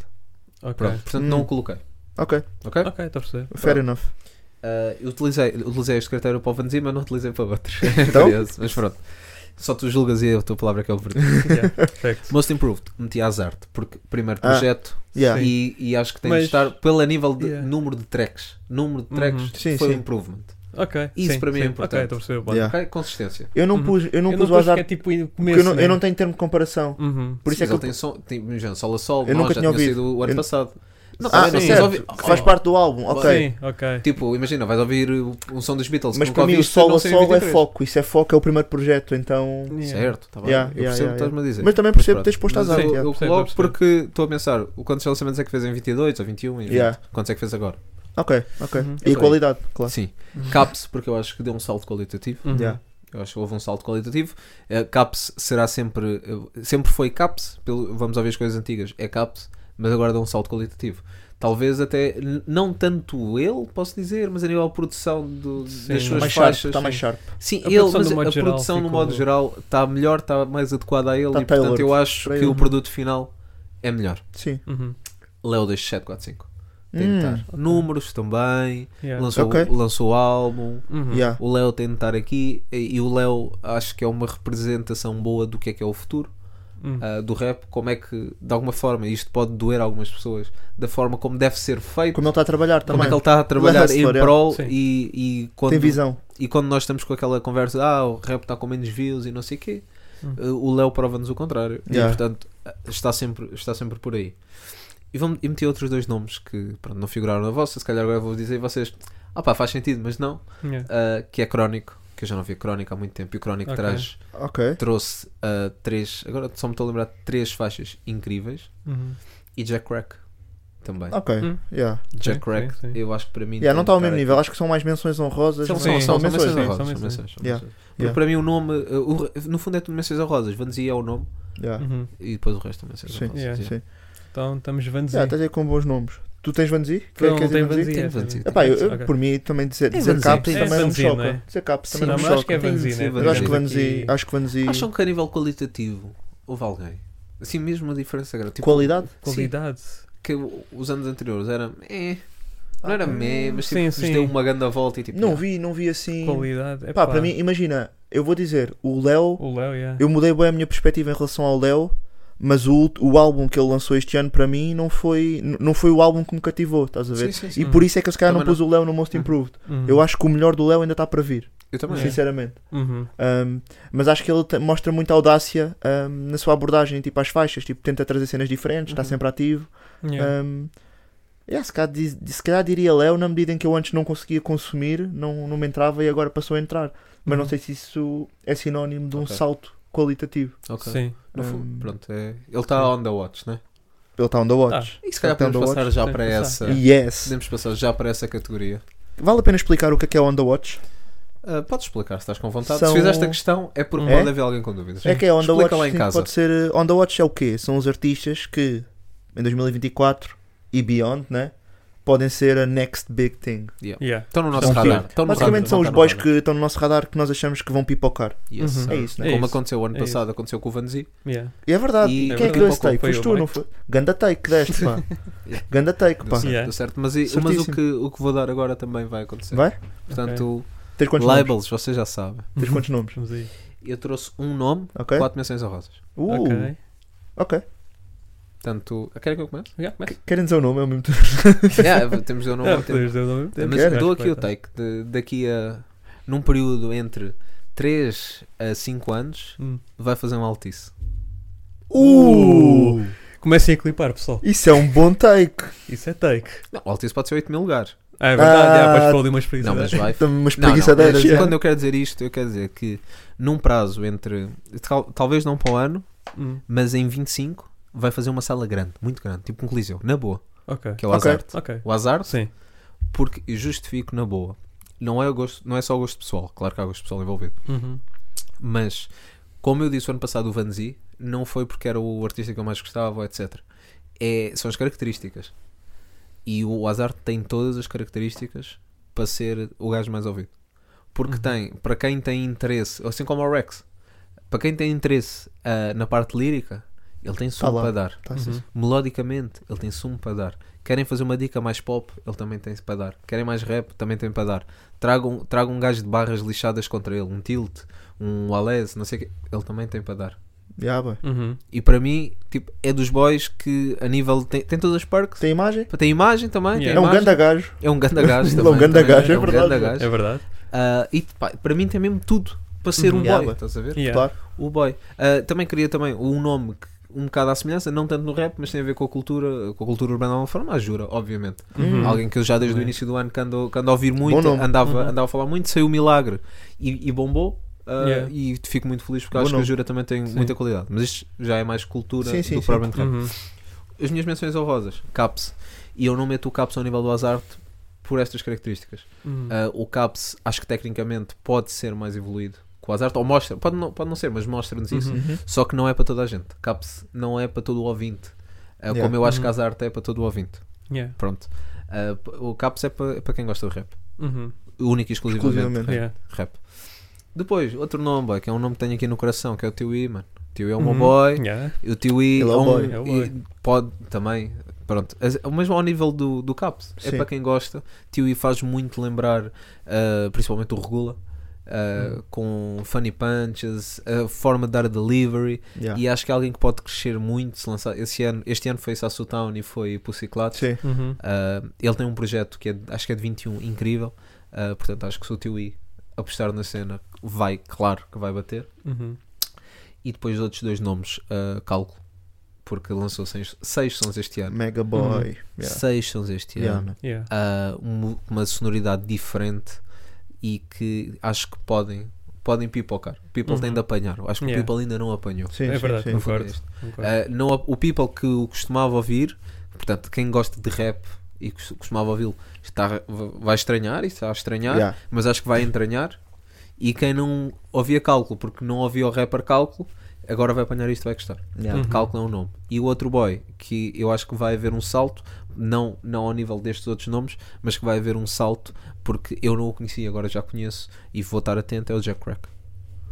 Speaker 7: Ok.
Speaker 6: Pronto, portanto, não
Speaker 5: Hum. Ah.
Speaker 6: o coloquei.
Speaker 5: ok,
Speaker 6: Ok?
Speaker 7: Ok, estou a perceber.
Speaker 5: fair enough.
Speaker 6: Ah, eu utilizei, utilizei este critério para o Vanzima, mas não utilizei para outros.
Speaker 5: Então?
Speaker 6: Curioso, mas pronto. Só tu julgas e a tua palavra é que é o verdadeiro.
Speaker 7: Yeah, perfeito.
Speaker 6: Most Improved, meti Azarte, porque primeiro
Speaker 5: Ah.
Speaker 6: projeto
Speaker 5: Yeah.
Speaker 6: e, e acho que tem
Speaker 7: Mas-
Speaker 6: de estar pelo nível de
Speaker 7: Yeah.
Speaker 6: número de tracks. Número de tracks
Speaker 7: Uhum.
Speaker 5: Sim,
Speaker 6: foi um
Speaker 5: sim. Ah.
Speaker 6: improvement.
Speaker 7: Ok.
Speaker 6: Isso
Speaker 7: sim,
Speaker 6: para mim é
Speaker 7: sim.
Speaker 6: importante.
Speaker 7: Ok, estou a perceber. bom.
Speaker 5: Yeah.
Speaker 6: Ok? Consistência.
Speaker 5: Eu não
Speaker 7: Uhum.
Speaker 5: pus, eu não
Speaker 7: eu não
Speaker 5: pus o
Speaker 7: pus
Speaker 5: azar
Speaker 7: que é tipo o
Speaker 5: porque
Speaker 7: começo.
Speaker 5: eu não,
Speaker 7: né?
Speaker 5: eu não tenho termo de comparação.
Speaker 7: Uhum.
Speaker 5: Por isso
Speaker 6: Sim,
Speaker 5: é que
Speaker 6: mas ele
Speaker 5: eu,
Speaker 6: tem som, tem, imagina, sol a sol,
Speaker 5: Eu
Speaker 6: mal,
Speaker 5: nunca
Speaker 6: já
Speaker 5: tinha
Speaker 6: tinha
Speaker 5: ouvido.
Speaker 6: sido o ano
Speaker 5: Eu-
Speaker 6: passado. Não,
Speaker 5: Ah,
Speaker 6: também não
Speaker 7: sim.
Speaker 6: mas
Speaker 5: certo,
Speaker 6: ouvi- Oh,
Speaker 5: que faz parte do álbum, ok.
Speaker 7: Sim, ok.
Speaker 6: Tipo, imagina, vais ouvir o- um som dos Beatles. que
Speaker 5: Mas
Speaker 6: nunca
Speaker 5: para mim o
Speaker 6: ouviste,
Speaker 5: solo
Speaker 6: não
Speaker 5: a
Speaker 6: sei
Speaker 5: solo é
Speaker 6: 23.
Speaker 5: foco, isso é foco, é o primeiro projeto, então.
Speaker 6: Certo, está bem.
Speaker 5: Yeah, yeah,
Speaker 6: eu percebo
Speaker 5: yeah,
Speaker 6: o que estás-me a dizer.
Speaker 5: Mas também percebo
Speaker 6: pronto.
Speaker 5: teres posto azar,
Speaker 6: Mas Eu,
Speaker 5: yeah.
Speaker 6: eu
Speaker 7: Percebo,
Speaker 6: coloco
Speaker 7: percebo.
Speaker 6: porque estou a pensar, o quantos lançamentos é que fez em 22 ou 21? Em 20?
Speaker 5: Yeah.
Speaker 6: Quantos é que fez agora?
Speaker 5: Ok, ok.
Speaker 7: Uhum.
Speaker 5: E
Speaker 6: Sim.
Speaker 5: a qualidade, claro.
Speaker 6: Sim. Capse, porque eu acho que deu um salto qualitativo.
Speaker 7: Uhum.
Speaker 5: Yeah.
Speaker 6: Eu acho que houve um salto qualitativo. Eh, Capse será sempre. eh, Sempre foi Capse, pelo, vamos ouvir as coisas antigas, é Capse, mas agora deu um salto qualitativo. Talvez até, n- não tanto ele, posso dizer, mas a nível de produção do-
Speaker 7: Sim, tá
Speaker 6: das suas
Speaker 5: mais sharp,
Speaker 6: faixas.
Speaker 5: está mais sharp.
Speaker 6: Sim,
Speaker 7: A
Speaker 6: ele,
Speaker 7: produção
Speaker 6: mas
Speaker 7: no modo
Speaker 6: a
Speaker 7: geral
Speaker 6: produção no
Speaker 7: ficou-
Speaker 6: modo geral está melhor, está mais adequada a ele
Speaker 5: Tá
Speaker 6: e portanto
Speaker 5: tailored
Speaker 6: eu acho
Speaker 5: para
Speaker 6: que
Speaker 5: ele,
Speaker 6: o
Speaker 5: né?
Speaker 6: produto final é melhor.
Speaker 5: Sim.
Speaker 7: Uhum.
Speaker 6: Leo 2745. Tem
Speaker 5: Hum.
Speaker 6: de estar. Números também,
Speaker 7: Yeah.
Speaker 6: lançou,
Speaker 5: Ok.
Speaker 6: lançou o álbum.
Speaker 7: Uhum.
Speaker 5: Hum. Yeah.
Speaker 6: O Leo tem de estar aqui e e o Leo acho que é uma representação boa do que é que é o futuro
Speaker 7: Hum.
Speaker 6: ah, do rap. Como é que, de alguma forma, e isto pode doer a algumas pessoas, da forma como deve ser
Speaker 5: Como
Speaker 6: feito, como,
Speaker 5: ele está a trabalhar também.
Speaker 6: é que ele está a trabalhar
Speaker 5: Hustler,
Speaker 6: em
Speaker 5: yeah.
Speaker 6: prol
Speaker 7: Sim.
Speaker 6: e, e quando,
Speaker 5: Tem visão.
Speaker 6: e quando nós estamos com aquela conversa, ah, o rap está com menos views e não sei o quê,
Speaker 7: Hum.
Speaker 6: eh, o Léo prova-nos o contrário.
Speaker 5: Yeah.
Speaker 6: E portanto, eh, está sempre, está sempre por aí. E, vamos, e meti outros dois nomes que pronto, não figuraram na vossa, se calhar agora vou dizer e vocês, ah pá, faz sentido, mas não,
Speaker 7: Yeah.
Speaker 6: eh, que é Crónico, que eu já não vi Crónico há muito tempo, e o Crónico
Speaker 7: Ok.
Speaker 6: traz,
Speaker 5: Ok.
Speaker 6: trouxe eh, três, agora só me estou a lembrar, de três faixas incríveis,
Speaker 7: Uhum.
Speaker 6: e Jack Crack também.
Speaker 5: Ok.
Speaker 7: Hum.
Speaker 5: Yeah.
Speaker 7: Sim,
Speaker 6: Jack Crack,
Speaker 7: sim, sim.
Speaker 6: eu acho que para mim...
Speaker 5: Yeah, não
Speaker 6: tem de
Speaker 5: está ao
Speaker 6: estar
Speaker 5: mesmo
Speaker 6: aqui.
Speaker 5: nível. Acho que são mais menções honrosas.
Speaker 6: São,
Speaker 5: mas-
Speaker 6: são,
Speaker 7: Sim,
Speaker 6: são,
Speaker 7: são
Speaker 6: menções
Speaker 7: menções, são
Speaker 6: honrosas, são
Speaker 7: menções.
Speaker 6: menções, são
Speaker 5: é? Yeah.
Speaker 6: menções. Porque
Speaker 5: Yeah.
Speaker 6: Para mim o nome, eh, o- no fundo é tudo menções honrosas, Vanzia é o nome
Speaker 5: Yeah.
Speaker 7: Uhum.
Speaker 6: e depois o resto é menções
Speaker 5: Sim,
Speaker 6: honrosas.
Speaker 7: yeah.
Speaker 6: sim.
Speaker 5: Sim.
Speaker 7: Então estamos Vanzi.
Speaker 5: Yeah, estás aí com bons nomes. Tu tens Vanzi?
Speaker 7: Não,
Speaker 5: Quer- quer
Speaker 7: não
Speaker 5: dizer
Speaker 7: tem
Speaker 5: Vanzi?
Speaker 7: Vanzi.
Speaker 6: um Tem
Speaker 7: é
Speaker 6: Vanzi,
Speaker 7: Vanzi.
Speaker 6: tem
Speaker 5: Epá, eu, eu,
Speaker 7: Ok.
Speaker 5: por mim também dizer, dizer
Speaker 6: Vanzi.
Speaker 5: caps
Speaker 7: É
Speaker 5: também não me
Speaker 7: Vanzi, não
Speaker 5: choca.
Speaker 7: é?
Speaker 5: Dizer caps
Speaker 7: Sim,
Speaker 5: também não me
Speaker 7: mas acho que é
Speaker 5: choca.
Speaker 7: Vanzi,
Speaker 6: Tem de
Speaker 7: né?
Speaker 6: ser
Speaker 5: Mas acho que
Speaker 6: Vanzi.
Speaker 5: Vanzi, acho que Vanzi,
Speaker 6: Acham é tipo, que é um a nível qualitativo houve alguém? Assim mesmo uma diferença grande. Tipo,
Speaker 5: qualidade.
Speaker 7: Qualidade.
Speaker 6: que o- os anos anteriores era eh, não era
Speaker 5: Ah,
Speaker 6: meh, mas tipo,
Speaker 7: sim,
Speaker 6: nos
Speaker 7: sim.
Speaker 6: deu uma grande volta e tipo.
Speaker 5: Não
Speaker 6: yeah.
Speaker 5: vi, não vi assim.
Speaker 7: Qualidade.
Speaker 5: Pá,
Speaker 7: Epá,
Speaker 5: para mim, imagina, eu vou dizer, o Léo,
Speaker 7: O Léo, yeah.
Speaker 5: eu mudei bem a minha perspectiva em relação ao Léo, mas o, ult- o álbum que ele lançou este ano para mim não foi, n- não foi o álbum que me cativou, estás a ver?
Speaker 6: Sim, sim, sim.
Speaker 5: E por isso é que eu se calhar não
Speaker 6: Também
Speaker 5: pus o Léo no Most
Speaker 6: Uhum.
Speaker 5: Improved.
Speaker 7: Uhum.
Speaker 5: Eu acho que o melhor do Léo ainda está para vir,
Speaker 6: Eu também. é.
Speaker 7: Sim.
Speaker 5: sinceramente.
Speaker 7: Uhum.
Speaker 5: Um, mas acho que ele te- mostra muita audácia um, na sua abordagem, tipo às faixas, tipo, tenta trazer cenas diferentes, está
Speaker 6: Uhum.
Speaker 5: sempre ativo.
Speaker 7: Yeah.
Speaker 5: Um, yeah, se, calhar, diz- se calhar diria Léo na medida em que eu antes não conseguia consumir, não, não me entrava e agora passou a entrar. Ah, Mas não
Speaker 7: Uhum.
Speaker 5: sei se isso é sinónimo de um
Speaker 6: Ok.
Speaker 5: salto qualitativo.
Speaker 6: Ok.
Speaker 7: Sim.
Speaker 6: No fundo,
Speaker 5: Hum.
Speaker 6: pronto, é- ele está on the watch, né?
Speaker 5: Ele está on the watch.
Speaker 6: E se calhar
Speaker 5: Ele tá on
Speaker 6: podemos
Speaker 5: the
Speaker 6: passar
Speaker 5: watch.
Speaker 6: já
Speaker 7: Tem
Speaker 6: para
Speaker 7: que
Speaker 5: Tá.
Speaker 6: essa.
Speaker 5: Yes.
Speaker 6: Podemos passar já para essa categoria.
Speaker 5: Vale a pena explicar o que é que é on the watch?
Speaker 6: Ah, podes explicar se estás com vontade.
Speaker 5: São-
Speaker 6: Se fizeste a questão, é porque
Speaker 5: É?
Speaker 6: pode haver alguém com dúvidas.
Speaker 5: É que é on the
Speaker 6: Explica
Speaker 5: watch.
Speaker 6: lá em
Speaker 5: sim,
Speaker 6: casa.
Speaker 5: Pode ser eh, on the watch é o quê? São os artistas que em 2024 e beyond, né? Podem ser a next big thing.
Speaker 7: Yeah.
Speaker 6: Estão no nosso
Speaker 5: São
Speaker 6: radar.
Speaker 5: quê?
Speaker 6: Estão no
Speaker 5: Basicamente
Speaker 6: radar.
Speaker 5: são os
Speaker 6: Estão no
Speaker 5: boys
Speaker 6: radar.
Speaker 5: que estão tá no nosso radar que nós achamos que vão pipocar.
Speaker 6: Yes,
Speaker 7: Uhum.
Speaker 6: sir.
Speaker 5: É isso, né?
Speaker 7: É
Speaker 6: Como
Speaker 7: isso.
Speaker 6: aconteceu o ano
Speaker 7: É
Speaker 6: passado, aconteceu com o Vanzi.
Speaker 7: Yeah.
Speaker 5: E é verdade.
Speaker 6: E-
Speaker 5: Quem
Speaker 7: É
Speaker 5: é que deu esse
Speaker 7: verdade.
Speaker 5: take? Foste tu, não foi? Ganda take que deste, pá.
Speaker 6: Yeah.
Speaker 5: Ganda take,
Speaker 6: Deu
Speaker 5: pá.
Speaker 6: certo,
Speaker 7: Yeah.
Speaker 6: deu certo. Mas, e- mas o,
Speaker 5: Certíssimo.
Speaker 6: que, o que vou dar agora também vai acontecer.
Speaker 5: Vai?
Speaker 6: Portanto,
Speaker 5: Tens quantos nomes?
Speaker 6: labels, vocês já sabem.
Speaker 5: Tens quantos nomes?
Speaker 7: Vamos aí.
Speaker 6: Eu trouxe um nome,
Speaker 5: Ok?
Speaker 6: quatro menções a rosas.
Speaker 5: Uh,
Speaker 7: Ok.
Speaker 5: ok.
Speaker 6: Portanto, querem que eu comece?
Speaker 7: Yeah, começa.
Speaker 5: Querem dizer o nome ao mesmo tempo?
Speaker 6: yeah, temos de eu não
Speaker 7: Ah,
Speaker 6: não temos.
Speaker 7: podes dar o nome?
Speaker 6: Mas
Speaker 5: quero.
Speaker 6: dou aqui o take de- daqui a. num período entre 3 a 5 anos,
Speaker 7: Hum.
Speaker 6: vai fazer um altice.
Speaker 5: Uh!
Speaker 7: Comecem a clipar, pessoal.
Speaker 5: Isso é um bom take.
Speaker 7: Isso é take.
Speaker 6: Não, o altice pode ser 8 mil lugares.
Speaker 7: Ah, é verdade,
Speaker 5: Ah,
Speaker 7: yeah, vais falar de uma experiência.
Speaker 6: Não, mas vai.
Speaker 5: Estão umas
Speaker 6: Não, não,
Speaker 5: preguiçadeiras. é.
Speaker 6: mas
Speaker 7: é,
Speaker 5: já.
Speaker 6: Quando eu quero dizer isto, eu quero dizer que num prazo entre. tal- talvez não para o ano,
Speaker 7: Hum,
Speaker 6: mas em 25 vai fazer uma sala grande, muito grande, tipo um coliseu, na boa,
Speaker 7: Ok.
Speaker 6: que é o
Speaker 5: Ok.
Speaker 6: Hazard.
Speaker 7: Ok.
Speaker 6: O Hazard,
Speaker 7: Sim.
Speaker 6: porque eu justifico na boa. Não é, o gosto, não é só o gosto pessoal, claro que há gosto pessoal envolvido.
Speaker 7: Uhum.
Speaker 6: Mas, como eu disse o ano passado, o Vanzi não foi porque era o artista que eu mais gostava, etc. É- são as características. E o Hazard tem todas as características para ser o gajo mais ouvido. Porque
Speaker 5: Uhum.
Speaker 6: tem, para quem tem interesse, assim como o Rex, para quem tem interesse ah, na parte lírica, ele tem som
Speaker 5: lá.
Speaker 6: para dar.
Speaker 5: Tá,
Speaker 7: Uhum.
Speaker 5: sim, sim.
Speaker 6: Melodicamente, ele tem sumo para dar. Querem fazer uma dica mais pop, ele também tem para dar. Querem mais rap, também tem para dar. Tragam, tragam um gajo de barras lixadas contra ele, um tilt, um alese, não sei o que, ele também tem para dar.
Speaker 5: Já, boy.
Speaker 7: Uhum.
Speaker 6: E para mim, tipo, é dos boys que a nível. tem, tem todas as perks.
Speaker 5: Tem imagem?
Speaker 6: Tem imagem também.
Speaker 7: Yeah.
Speaker 6: tem
Speaker 5: É um
Speaker 6: imagem.
Speaker 5: ganda gajo.
Speaker 6: É um ganda gajo
Speaker 5: Ele é um
Speaker 6: também.
Speaker 5: ganda
Speaker 6: também,
Speaker 5: gajo, é
Speaker 6: um
Speaker 5: verdade.
Speaker 6: ganda gajo.
Speaker 7: É verdade.
Speaker 6: Ah, e pá, para mim tem mesmo tudo para ser
Speaker 7: Uhum.
Speaker 6: um boy.
Speaker 5: Yeah, boy.
Speaker 6: Estás a ver?
Speaker 7: Yeah.
Speaker 5: Claro.
Speaker 6: O boy. Ah, também queria também um nome que um bocado à semelhança, não tanto no rap, mas tem a ver com a cultura, com a cultura urbana de alguma forma, a Jura, obviamente.
Speaker 7: Uhum.
Speaker 6: Alguém que eu já desde o
Speaker 7: Também.
Speaker 6: início do ano que ando, que ando a ouvir muito,
Speaker 5: Hum. nome.
Speaker 6: andava,
Speaker 7: Uhum.
Speaker 6: andava a falar muito, saiu o Milagre e, e bombou. ah,
Speaker 7: Yeah.
Speaker 6: E fico muito feliz porque
Speaker 5: Bom
Speaker 6: acho que a
Speaker 5: nome.
Speaker 6: Jura também tem
Speaker 7: Sim.
Speaker 6: muita qualidade. Mas isto já é mais cultura
Speaker 5: Sim, Hum. sim,
Speaker 6: do
Speaker 5: sim.
Speaker 6: próprio rap.
Speaker 7: Uhum.
Speaker 6: As minhas menções honrosas, Caps. E eu não meto o Caps ao nível do Azarte por estas características.
Speaker 5: Hum.
Speaker 7: Uhum.
Speaker 5: Ah.
Speaker 6: Uh, o Caps acho que tecnicamente pode ser mais evoluído que o Hazard, ou mostra, pode não, pode não ser, mas mostra-nos isso.
Speaker 7: Uhum.
Speaker 6: Só que não é para toda a gente. Caps não é para todo o ouvinte. Uh,
Speaker 5: Yeah.
Speaker 6: Como eu acho
Speaker 7: Uhum.
Speaker 6: que a Hazard é para todo o ouvinte.
Speaker 7: Yeah.
Speaker 6: Pronto. Uh, p- o Caps é para, é para quem gosta do rap.
Speaker 7: Uhum.
Speaker 6: Único e exclusivamente.
Speaker 5: Exclusivamente.
Speaker 7: Yeah.
Speaker 6: Rap. Depois, outro nome, boy, que é um nome que tenho aqui no coração, que é o Tio I, mano. Tio I é um
Speaker 7: Uhum.
Speaker 6: meu boy.
Speaker 7: Yeah.
Speaker 6: E o Tio I
Speaker 5: Ele é
Speaker 6: é
Speaker 5: o
Speaker 6: um-
Speaker 5: boy.
Speaker 7: É o
Speaker 6: e
Speaker 7: boy.
Speaker 6: pode também. Pronto, as- mesmo ao nível do, do Caps,
Speaker 5: Sim.
Speaker 6: é para quem gosta. Tio I faz muito lembrar, ah, principalmente o Regula, ah,
Speaker 5: Uhum.
Speaker 6: com funny punches, a forma de dar a delivery.
Speaker 5: Yeah.
Speaker 6: E acho que é alguém que pode crescer muito. Se lançar, esse ano, este ano foi Sasso Town e foi Pussyclatos.
Speaker 5: Sim.
Speaker 7: Uhum.
Speaker 6: Ah, ele tem um projeto que é, acho que é de 21, incrível. Ah, portanto, acho que se o Tio I apostar na cena, vai, claro que vai bater
Speaker 7: Uhum.
Speaker 6: e depois os outros dois nomes, ah, cálculo, porque lançou seis, seis sons este ano.
Speaker 5: Mega boy. Yeah.
Speaker 6: Seis sons este
Speaker 5: Yeah,
Speaker 6: ano.
Speaker 5: man.
Speaker 7: Uhum. Yeah.
Speaker 6: Ah, um- uma sonoridade diferente e que acho que podem, podem pipocar. People
Speaker 7: Uhum.
Speaker 6: tem de apanhar. Eu Acho que
Speaker 7: Yeah.
Speaker 6: o People ainda não apanhou.
Speaker 5: Sim,
Speaker 7: É
Speaker 5: sim,
Speaker 7: verdade.
Speaker 5: sim.
Speaker 6: No fundo é
Speaker 7: Concordo.
Speaker 6: isto.
Speaker 7: Concordo.
Speaker 6: Ah, não, o People que eu costumava ouvir, portanto, quem gosta de rap e cos- costumava ouvi-lo, está, vai estranhar, está a estranhar
Speaker 5: Yeah.
Speaker 6: mas acho que vai entranhar. E quem não ouvia cálculo, porque não ouvia o rapper cálculo, agora vai apanhar isto e vai gostar.
Speaker 7: Uhum.
Speaker 5: Yeah.
Speaker 6: Portanto, cálculo é um nome. E o outro boy, que eu acho que vai haver um salto, não, não ao nível destes outros nomes, mas que vai haver um salto, porque eu não o conheci, agora já conheço e vou estar atento, é o Jack Crack.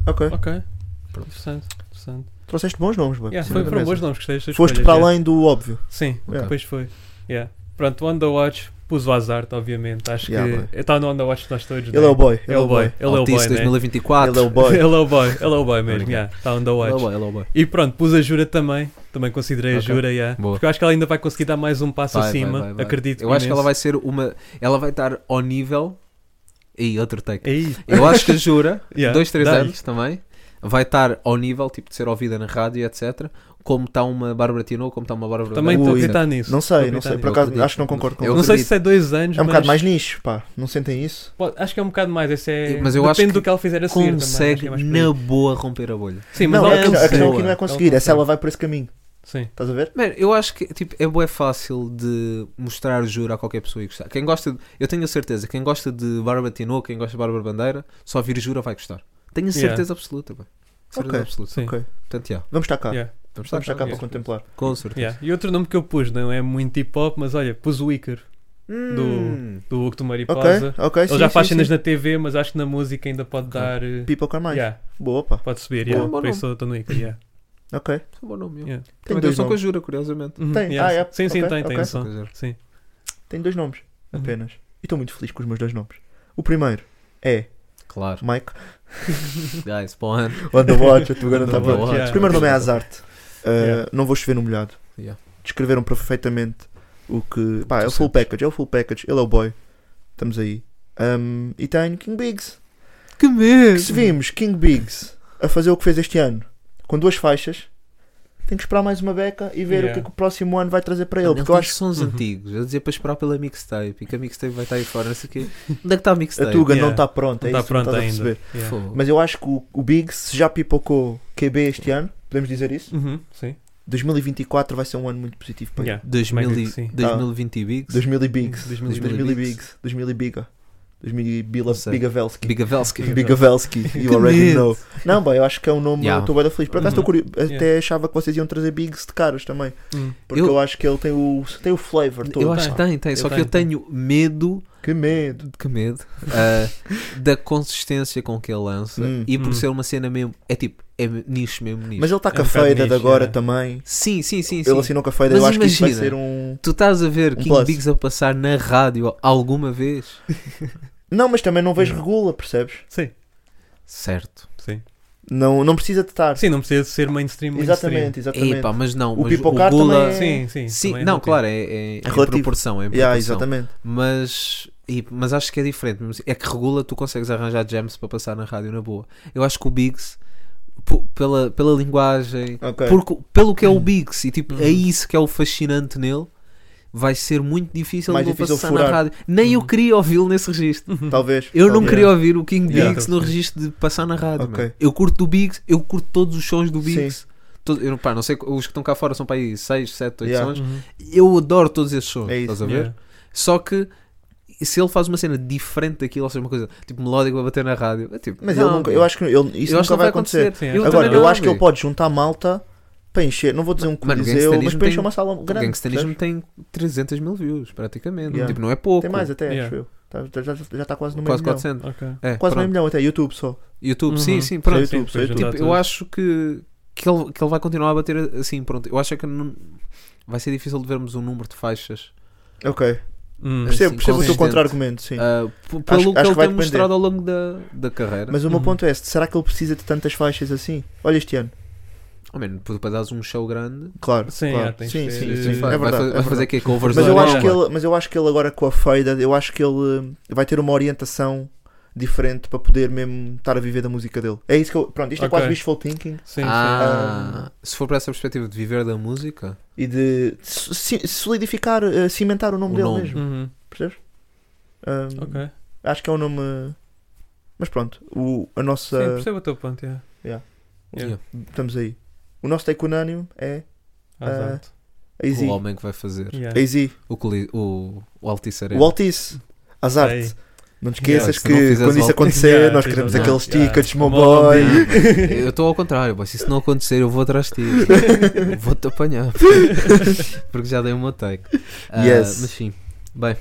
Speaker 5: Ok.
Speaker 7: Ok. Interessante. Interessante.
Speaker 5: Trouxeste bons nomes, mano.
Speaker 7: Yeah, foi, foram bons nomes, gostei destas
Speaker 5: Foste
Speaker 7: escolhas,
Speaker 5: para
Speaker 7: yeah.
Speaker 5: além do óbvio.
Speaker 7: Sim,
Speaker 5: Yeah.
Speaker 7: depois foi. Yeah. Pronto, o On the Watch pus o Hazard, obviamente. Acho
Speaker 5: Yeah,
Speaker 7: que está no On the Watch de nós todos.
Speaker 5: Ele é o boy. Ele
Speaker 7: Ele é o boy. Ele é o boy.
Speaker 6: Altice
Speaker 7: né?
Speaker 6: 2024.
Speaker 5: Ele é o boy.
Speaker 7: Ele é o boy. Ele é o boy mesmo. yeah, Está on the
Speaker 6: Ele é o
Speaker 7: watch.
Speaker 6: boy, ele é o boy.
Speaker 7: E pronto, pus a Jura também. Também considerei a
Speaker 6: Ok.
Speaker 7: Jura. yeah.
Speaker 6: Boa.
Speaker 7: Porque eu acho que ela ainda vai conseguir dar mais um passo
Speaker 6: Vai, vai,
Speaker 7: acima.
Speaker 6: vai, vai.
Speaker 7: Acredito.
Speaker 6: Eu acho que ela vai
Speaker 7: imenso.
Speaker 6: ser uma. Ela vai estar ao nível. E outro take.
Speaker 7: Aí.
Speaker 6: Eu acho que a Jura,
Speaker 7: É. Yeah,
Speaker 6: 2, 3
Speaker 7: dá-lhe.
Speaker 6: anos também, vai estar ao nível, tipo, de ser ouvida na rádio, etc. Como está uma Bárbara Tinoco, como está uma Bárbara
Speaker 7: Também
Speaker 5: Ui,
Speaker 7: estou a
Speaker 6: Branco,
Speaker 7: acreditar nisso.
Speaker 5: Não
Speaker 7: Estou a
Speaker 5: sei, não sei.
Speaker 7: acreditar
Speaker 5: Por
Speaker 6: Eu
Speaker 5: acaso,
Speaker 6: acredito.
Speaker 5: acho que não concordo com
Speaker 6: né? Eu
Speaker 7: nisso. Não sei
Speaker 6: acredito.
Speaker 7: se isso é dois anos,
Speaker 5: É um
Speaker 7: mas
Speaker 5: bocado mais nicho, pá. Não sentem isso?
Speaker 7: Pô, acho que é um bocado mais. Esse é...
Speaker 6: Mas eu acho
Speaker 7: Depende
Speaker 6: que
Speaker 7: do que ela fizer a seguir. também, acho que é
Speaker 6: Consegue,
Speaker 7: mais por
Speaker 6: na
Speaker 7: aí.
Speaker 6: boa, romper a bolha.
Speaker 7: Sim, mas
Speaker 5: Não,
Speaker 7: ela
Speaker 5: a questão- a questão aqui não é
Speaker 7: consegue.
Speaker 5: conseguir, é se ela vai por esse caminho.
Speaker 7: Sim.
Speaker 5: Estás a ver?
Speaker 6: Mano, eu acho que tipo, é bué fácil de mostrar Jura a qualquer pessoa e gostar. Quem gosta, de- eu tenho a certeza, quem gosta de Bárbara Tinoco, quem gosta de Bárbara Bandeira, só vir Jura vai gostar. Tenho a
Speaker 7: Yeah.
Speaker 6: certeza absoluta, bem. Certeza
Speaker 5: Ok.
Speaker 6: absoluta.
Speaker 7: Sim.
Speaker 5: Ok.
Speaker 6: Portanto, yeah,
Speaker 5: Vamos estar cá.
Speaker 7: Yeah.
Speaker 6: vamos
Speaker 5: Vamos estar cá
Speaker 7: Yeah.
Speaker 5: para contemplar.
Speaker 6: Com certeza.
Speaker 7: Yeah. E outro nome que eu pus, não é muito hip hop, mas olha, pus o Iker,
Speaker 6: Hum.
Speaker 7: do Hugo do
Speaker 5: Ok,
Speaker 7: Mariposa.
Speaker 5: ok.
Speaker 7: Ele
Speaker 5: sim,
Speaker 7: já
Speaker 5: sim,
Speaker 7: faz
Speaker 5: sim.
Speaker 7: cenas na TV, mas acho que na música ainda pode
Speaker 6: Ok.
Speaker 7: dar. eh,
Speaker 5: People Car Mais. um
Speaker 7: yeah,
Speaker 5: Boa, pá.
Speaker 7: pode subir,
Speaker 5: Boa.
Speaker 7: yeah.
Speaker 6: Bom
Speaker 7: por
Speaker 6: nome.
Speaker 7: isso eu estou no Iker. Yeah.
Speaker 5: Ok.
Speaker 6: É um bom nome, yeah.
Speaker 7: Yeah.
Speaker 5: Tem
Speaker 6: Também
Speaker 5: dois
Speaker 6: tem som com a
Speaker 5: nomes.
Speaker 6: Jura, curiosamente.
Speaker 7: Uhum,
Speaker 5: Tem,
Speaker 7: yeah.
Speaker 5: ah, yeah,
Speaker 7: Sim, sim,
Speaker 5: ok,
Speaker 7: tem, tem
Speaker 5: ok.
Speaker 7: um som. Sim.
Speaker 5: Tem dois nomes,
Speaker 7: Uhum.
Speaker 5: apenas. E estou muito feliz com os meus dois nomes. O primeiro é
Speaker 6: Claro.
Speaker 5: Mike.
Speaker 6: Guys, Spawn.
Speaker 5: On the watch, tu agora não
Speaker 6: On the
Speaker 5: estava.
Speaker 6: watch.
Speaker 5: O primeiro nome é Azarte. Uh,
Speaker 7: Yeah.
Speaker 5: Não vou chover no molhado.
Speaker 6: Yeah.
Speaker 5: Descreveram perfeitamente o que. Pá, é o
Speaker 6: Tu
Speaker 5: full
Speaker 6: sentes.
Speaker 5: package, é o full package. Ele é o boy. Estamos aí. Um, e tenho King Biggs.
Speaker 6: Que medo!
Speaker 5: Que se vimos King Biggs a fazer o que fez este ano com duas faixas, tenho que esperar mais uma beca e ver
Speaker 7: Yeah.
Speaker 5: o que, é que o próximo ano vai trazer para ele.
Speaker 6: Ele
Speaker 5: Porque eu
Speaker 6: tem
Speaker 5: acho
Speaker 6: sons
Speaker 7: Uhum.
Speaker 6: antigos, a dizer para esperar pela mixtape e que a mixtape vai estar aí fora, não sei o quê. Onde é que está a
Speaker 5: que a
Speaker 6: mixtape?
Speaker 5: Tuga não
Speaker 7: Yeah.
Speaker 5: está pronta.
Speaker 7: Não
Speaker 5: é
Speaker 7: está
Speaker 5: isso
Speaker 7: Uhum. Tá pronto
Speaker 5: que não estás a
Speaker 7: ainda.
Speaker 5: perceber.
Speaker 7: Yeah.
Speaker 6: Fogo.
Speaker 5: Mas eu acho que o, o Big se já pipocou QB este ano, podemos dizer isso.
Speaker 7: Uhum, sim.
Speaker 5: 2024 vai ser um ano muito positivo para ele.
Speaker 7: Yeah.
Speaker 6: 2000
Speaker 7: Como é
Speaker 6: e-
Speaker 7: que sim?
Speaker 6: 2020 Bigs.
Speaker 5: 2000 e Bigs.
Speaker 7: 2000 e
Speaker 5: 2000 e Bigs. 2000 e Biga. 2000 e Bila,
Speaker 6: Não sei.
Speaker 5: Bigavelski.
Speaker 6: Bigavelski.
Speaker 5: Bigavelski. You already know. Não, bem, eu acho que é um nome.
Speaker 6: Yeah.
Speaker 5: Estou bem feliz. Por acaso
Speaker 7: Uhum.
Speaker 5: estou curioso. Até
Speaker 7: Yeah.
Speaker 5: achava que vocês iam trazer Bigs de caras também.
Speaker 6: Uhum.
Speaker 7: Hum.
Speaker 5: Porque eu,
Speaker 6: Eu-
Speaker 5: acho que ele tem o, tem o flavor todo.
Speaker 6: Eu acho que
Speaker 7: Tá.
Speaker 6: tem, tem. Só
Speaker 7: Eu
Speaker 6: que eu
Speaker 7: tenho,
Speaker 6: tenho medo,
Speaker 5: Que medo.
Speaker 6: que medo, ah, da consistência com que ele lança
Speaker 5: Hum.
Speaker 6: e por
Speaker 7: Hum.
Speaker 6: ser uma cena mesmo. É tipo, é nicho mesmo nicho.
Speaker 5: Mas ele está
Speaker 7: É
Speaker 5: com a
Speaker 7: um bocado
Speaker 5: feira de
Speaker 7: nicho,
Speaker 5: agora
Speaker 7: yeah.
Speaker 5: também.
Speaker 6: Sim, sim, sim.
Speaker 5: Ele
Speaker 6: sim.
Speaker 5: assinou com a feira.
Speaker 6: Mas
Speaker 5: eu acho que isso vai
Speaker 6: imagina.
Speaker 5: ser um.
Speaker 6: Tu estás a ver
Speaker 5: Um
Speaker 6: King
Speaker 5: plus.
Speaker 6: Bigs a passar na rádio alguma vez?
Speaker 5: Não, mas também não vejo regula, percebes?
Speaker 7: Sim,
Speaker 6: Certo.
Speaker 7: sim.
Speaker 5: Não, não precisa de estar.
Speaker 7: Sim, não precisa de ser mainstream. mainstream.
Speaker 5: Exatamente, exatamente.
Speaker 6: Epá, mas não.
Speaker 5: O
Speaker 6: mas
Speaker 5: pipocar
Speaker 6: o Gula...
Speaker 7: Sim,
Speaker 5: também
Speaker 7: sim.
Speaker 6: Sim,
Speaker 7: também é
Speaker 6: não,
Speaker 7: relativo.
Speaker 6: claro, é, é, é em
Speaker 5: relativo.
Speaker 6: proporção, é em
Speaker 5: Yeah,
Speaker 6: proporção.
Speaker 5: exatamente.
Speaker 6: mas, e- mas acho que é diferente. mesmo assim. É que regula, tu consegues arranjar gems para passar na rádio na boa. Eu acho que o Biggs p- pela, pela linguagem,
Speaker 5: Ok.
Speaker 6: porque- pelo que é
Speaker 7: Uhum.
Speaker 6: o Biggs, e tipo, é isso que é o fascinante nele. Vai ser muito difícil
Speaker 5: Mais
Speaker 6: de eu
Speaker 5: difícil
Speaker 6: passar
Speaker 5: furar.
Speaker 6: na rádio. Nem
Speaker 7: Uhum.
Speaker 6: eu queria ouvi-lo nesse registro.
Speaker 5: Talvez.
Speaker 6: Eu não
Speaker 5: talvez.
Speaker 6: queria ouvir o King
Speaker 5: Yeah.
Speaker 6: Biggs no registro de passar na rádio.
Speaker 5: Ok.
Speaker 6: mano. Eu curto do Biggs, eu curto todos os sons do
Speaker 5: Sim.
Speaker 6: Biggs. Todo- eu, pá, não sei, os que estão cá fora são para aí 6, 7, 8
Speaker 5: Yeah.
Speaker 6: sons. Eu adoro todos esses sons.
Speaker 5: É isso.
Speaker 6: estás a ver?
Speaker 7: Uhum. Yeah.
Speaker 6: Só que se ele faz uma cena diferente daquilo, ou seja, uma coisa tipo melódico a bater na rádio, é tipo.
Speaker 5: Mas
Speaker 6: não,
Speaker 5: ele nunca, eu acho que ele, isso
Speaker 6: eu acho
Speaker 5: nunca
Speaker 6: que não
Speaker 5: vai acontecer.
Speaker 7: Sim,
Speaker 6: Eu
Speaker 7: acho
Speaker 5: Agora,
Speaker 6: também
Speaker 5: eu
Speaker 6: não,
Speaker 5: acho que ele
Speaker 6: amigo.
Speaker 5: pode juntar malta para encher, não vou dizer um
Speaker 6: Mano,
Speaker 5: coliseu,
Speaker 6: o
Speaker 5: mas
Speaker 6: gangsterismo
Speaker 5: para encher
Speaker 6: tem-
Speaker 5: uma sala
Speaker 6: O
Speaker 5: grande.
Speaker 6: gangsterismo
Speaker 5: percebes?
Speaker 6: tem 300 mil views, praticamente.
Speaker 5: Yeah.
Speaker 6: Tipo, não é pouco.
Speaker 5: Tem mais até,
Speaker 7: Yeah.
Speaker 5: acho eu. Tá- já- já já está quase no meio
Speaker 6: Quase
Speaker 5: milhão.
Speaker 6: 400.
Speaker 7: Ok.
Speaker 6: É,
Speaker 5: Quase meio
Speaker 6: pronto.
Speaker 5: milhão até, YouTube só.
Speaker 6: YouTube, sim,
Speaker 7: Uhum.
Speaker 6: sim, pronto.
Speaker 5: Sim, YouTube,
Speaker 7: depois
Speaker 5: sim,
Speaker 7: juntar
Speaker 6: Tipo, eu
Speaker 7: tudo.
Speaker 6: acho que, que, ele, que ele vai continuar a bater assim, pronto. Eu acho é que não- vai ser difícil de vermos um número de faixas.
Speaker 5: Ok.
Speaker 7: Hum.
Speaker 5: Percebo,
Speaker 6: É Assim,
Speaker 5: percebo o teu
Speaker 6: consistente.
Speaker 5: contra-argumento, sim.
Speaker 6: ah, p-
Speaker 5: Acho- acho
Speaker 6: pelo que
Speaker 5: que
Speaker 6: ele
Speaker 5: vai
Speaker 6: tem
Speaker 5: depender.
Speaker 6: mostrado ao longo da, da carreira.
Speaker 5: Mas o meu
Speaker 7: Uhum.
Speaker 5: ponto é: esse, será que ele precisa de tantas faixas assim? Olha este ano.
Speaker 6: Ao menos, para dares um show grande, eh,
Speaker 5: Claro.
Speaker 7: Sim,
Speaker 5: claro.
Speaker 7: é, tens
Speaker 5: sim,
Speaker 7: de
Speaker 5: sim,
Speaker 7: ter-
Speaker 5: sim.
Speaker 7: Vai-
Speaker 5: É
Speaker 6: vai,
Speaker 5: verdade.
Speaker 6: fa-
Speaker 5: é
Speaker 6: vai fazer
Speaker 5: verdade.
Speaker 6: aqui covers
Speaker 5: Mas
Speaker 6: do
Speaker 5: eu
Speaker 6: Adele,
Speaker 7: é.
Speaker 5: acho que
Speaker 6: mano.
Speaker 5: ele, mas eu acho que ele agora com a feira, eu acho que ele eh, vai ter uma orientação diferente para poder mesmo estar a viver da música dele. É isso que eu, pronto, isto é
Speaker 7: Ok.
Speaker 5: quase wishful thinking
Speaker 7: Sim,
Speaker 6: Ah, se for para essa perspectiva de viver da música,
Speaker 5: e de si- solidificar, eh, cimentar o nome
Speaker 6: O
Speaker 5: dele
Speaker 6: nome.
Speaker 7: sim.
Speaker 5: mesmo,
Speaker 7: Uhum.
Speaker 5: percebes? Ah,
Speaker 7: Ok.
Speaker 5: Acho que é um nome, mas pronto, o, a
Speaker 7: Sim,
Speaker 5: nossa
Speaker 7: percebo o teu ponto, yeah.
Speaker 5: estamos aí. O nosso take unânime é Ah,
Speaker 7: Exato.
Speaker 5: a Easy,
Speaker 6: o homem que vai fazer
Speaker 7: Yeah.
Speaker 5: a Easy,
Speaker 6: o, coli- o, o Altice Arena.
Speaker 5: o Altice, Azarte.
Speaker 7: Sei.
Speaker 5: Não te esqueças
Speaker 6: É. Yeah, se não
Speaker 5: que
Speaker 6: fizeres
Speaker 5: quando isso
Speaker 6: algo-
Speaker 5: acontecer,
Speaker 7: Yeah,
Speaker 5: nós
Speaker 7: tens
Speaker 5: queremos
Speaker 6: razão.
Speaker 5: aqueles
Speaker 7: Yeah.
Speaker 5: tickets, meu
Speaker 7: Come on,
Speaker 5: boy.
Speaker 7: man.
Speaker 6: Eu estou ao contrário, boy, se isso não acontecer, eu vou atrás de ti. Vou-te apanhar. Porque já dei o meu take. Ah,
Speaker 5: Yes.
Speaker 6: Mas sim, bem,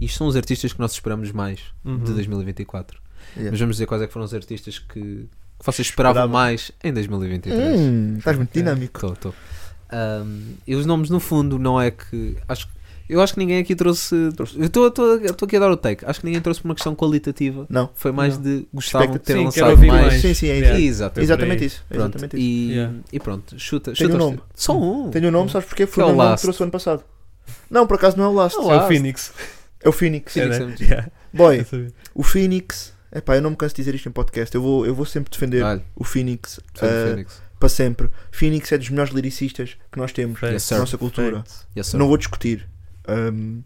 Speaker 6: isto são os artistas que nós esperamos mais
Speaker 7: Uhum.
Speaker 6: de 2024.
Speaker 5: Yeah.
Speaker 6: Mas vamos dizer quais é que foram os artistas que, que vocês esperavam
Speaker 5: Esperava.
Speaker 6: mais em 2023.
Speaker 5: Hum, estás muito dinâmico.
Speaker 6: Tô, tô. Ahm, e os nomes, no fundo, não é que. Acho, eu acho que ninguém aqui trouxe. Eu estou aqui a dar o take. Acho que ninguém trouxe por uma questão qualitativa.
Speaker 5: Não.
Speaker 6: Foi mais
Speaker 7: Não.
Speaker 6: de gostavam de ter
Speaker 7: Sim, quero
Speaker 6: lançado
Speaker 7: ouvir
Speaker 6: mais.
Speaker 7: mais.
Speaker 5: Sim, sim, é isso.
Speaker 7: Yeah.
Speaker 6: Exato.
Speaker 5: Exatamente
Speaker 7: Por aí.
Speaker 5: isso.
Speaker 6: Pronto,
Speaker 5: É Exatamente isso.
Speaker 6: E,
Speaker 7: Yeah.
Speaker 6: e pronto, chuta.
Speaker 5: Tenho
Speaker 6: chuta
Speaker 5: um nome.
Speaker 6: Só um.
Speaker 5: Tenho o nome, sabes porquê? Foi
Speaker 6: Que é
Speaker 5: o
Speaker 6: o
Speaker 5: nome que
Speaker 6: Last.
Speaker 5: trouxe o ano passado. Não, por acaso não é o Last.
Speaker 6: É o
Speaker 7: É o
Speaker 6: Last.
Speaker 7: Phoenix.
Speaker 5: É o Phoenix.
Speaker 6: Phoenix
Speaker 7: É, né?
Speaker 6: é muito-
Speaker 7: Yeah,
Speaker 5: Boy,
Speaker 7: eu sabia.
Speaker 5: o Phoenix. Epá, eu não me canso de dizer isto em podcast. Eu vou, eu vou sempre defender
Speaker 6: Olha,
Speaker 5: o Phoenix
Speaker 6: defende o
Speaker 5: eh,
Speaker 6: Phoenix.
Speaker 5: para sempre. Phoenix é dos melhores lyricistas que nós temos
Speaker 7: Yes,
Speaker 5: na
Speaker 6: sir.
Speaker 5: nossa cultura.
Speaker 6: Yes, sir.
Speaker 5: Não vou discutir. Ahm,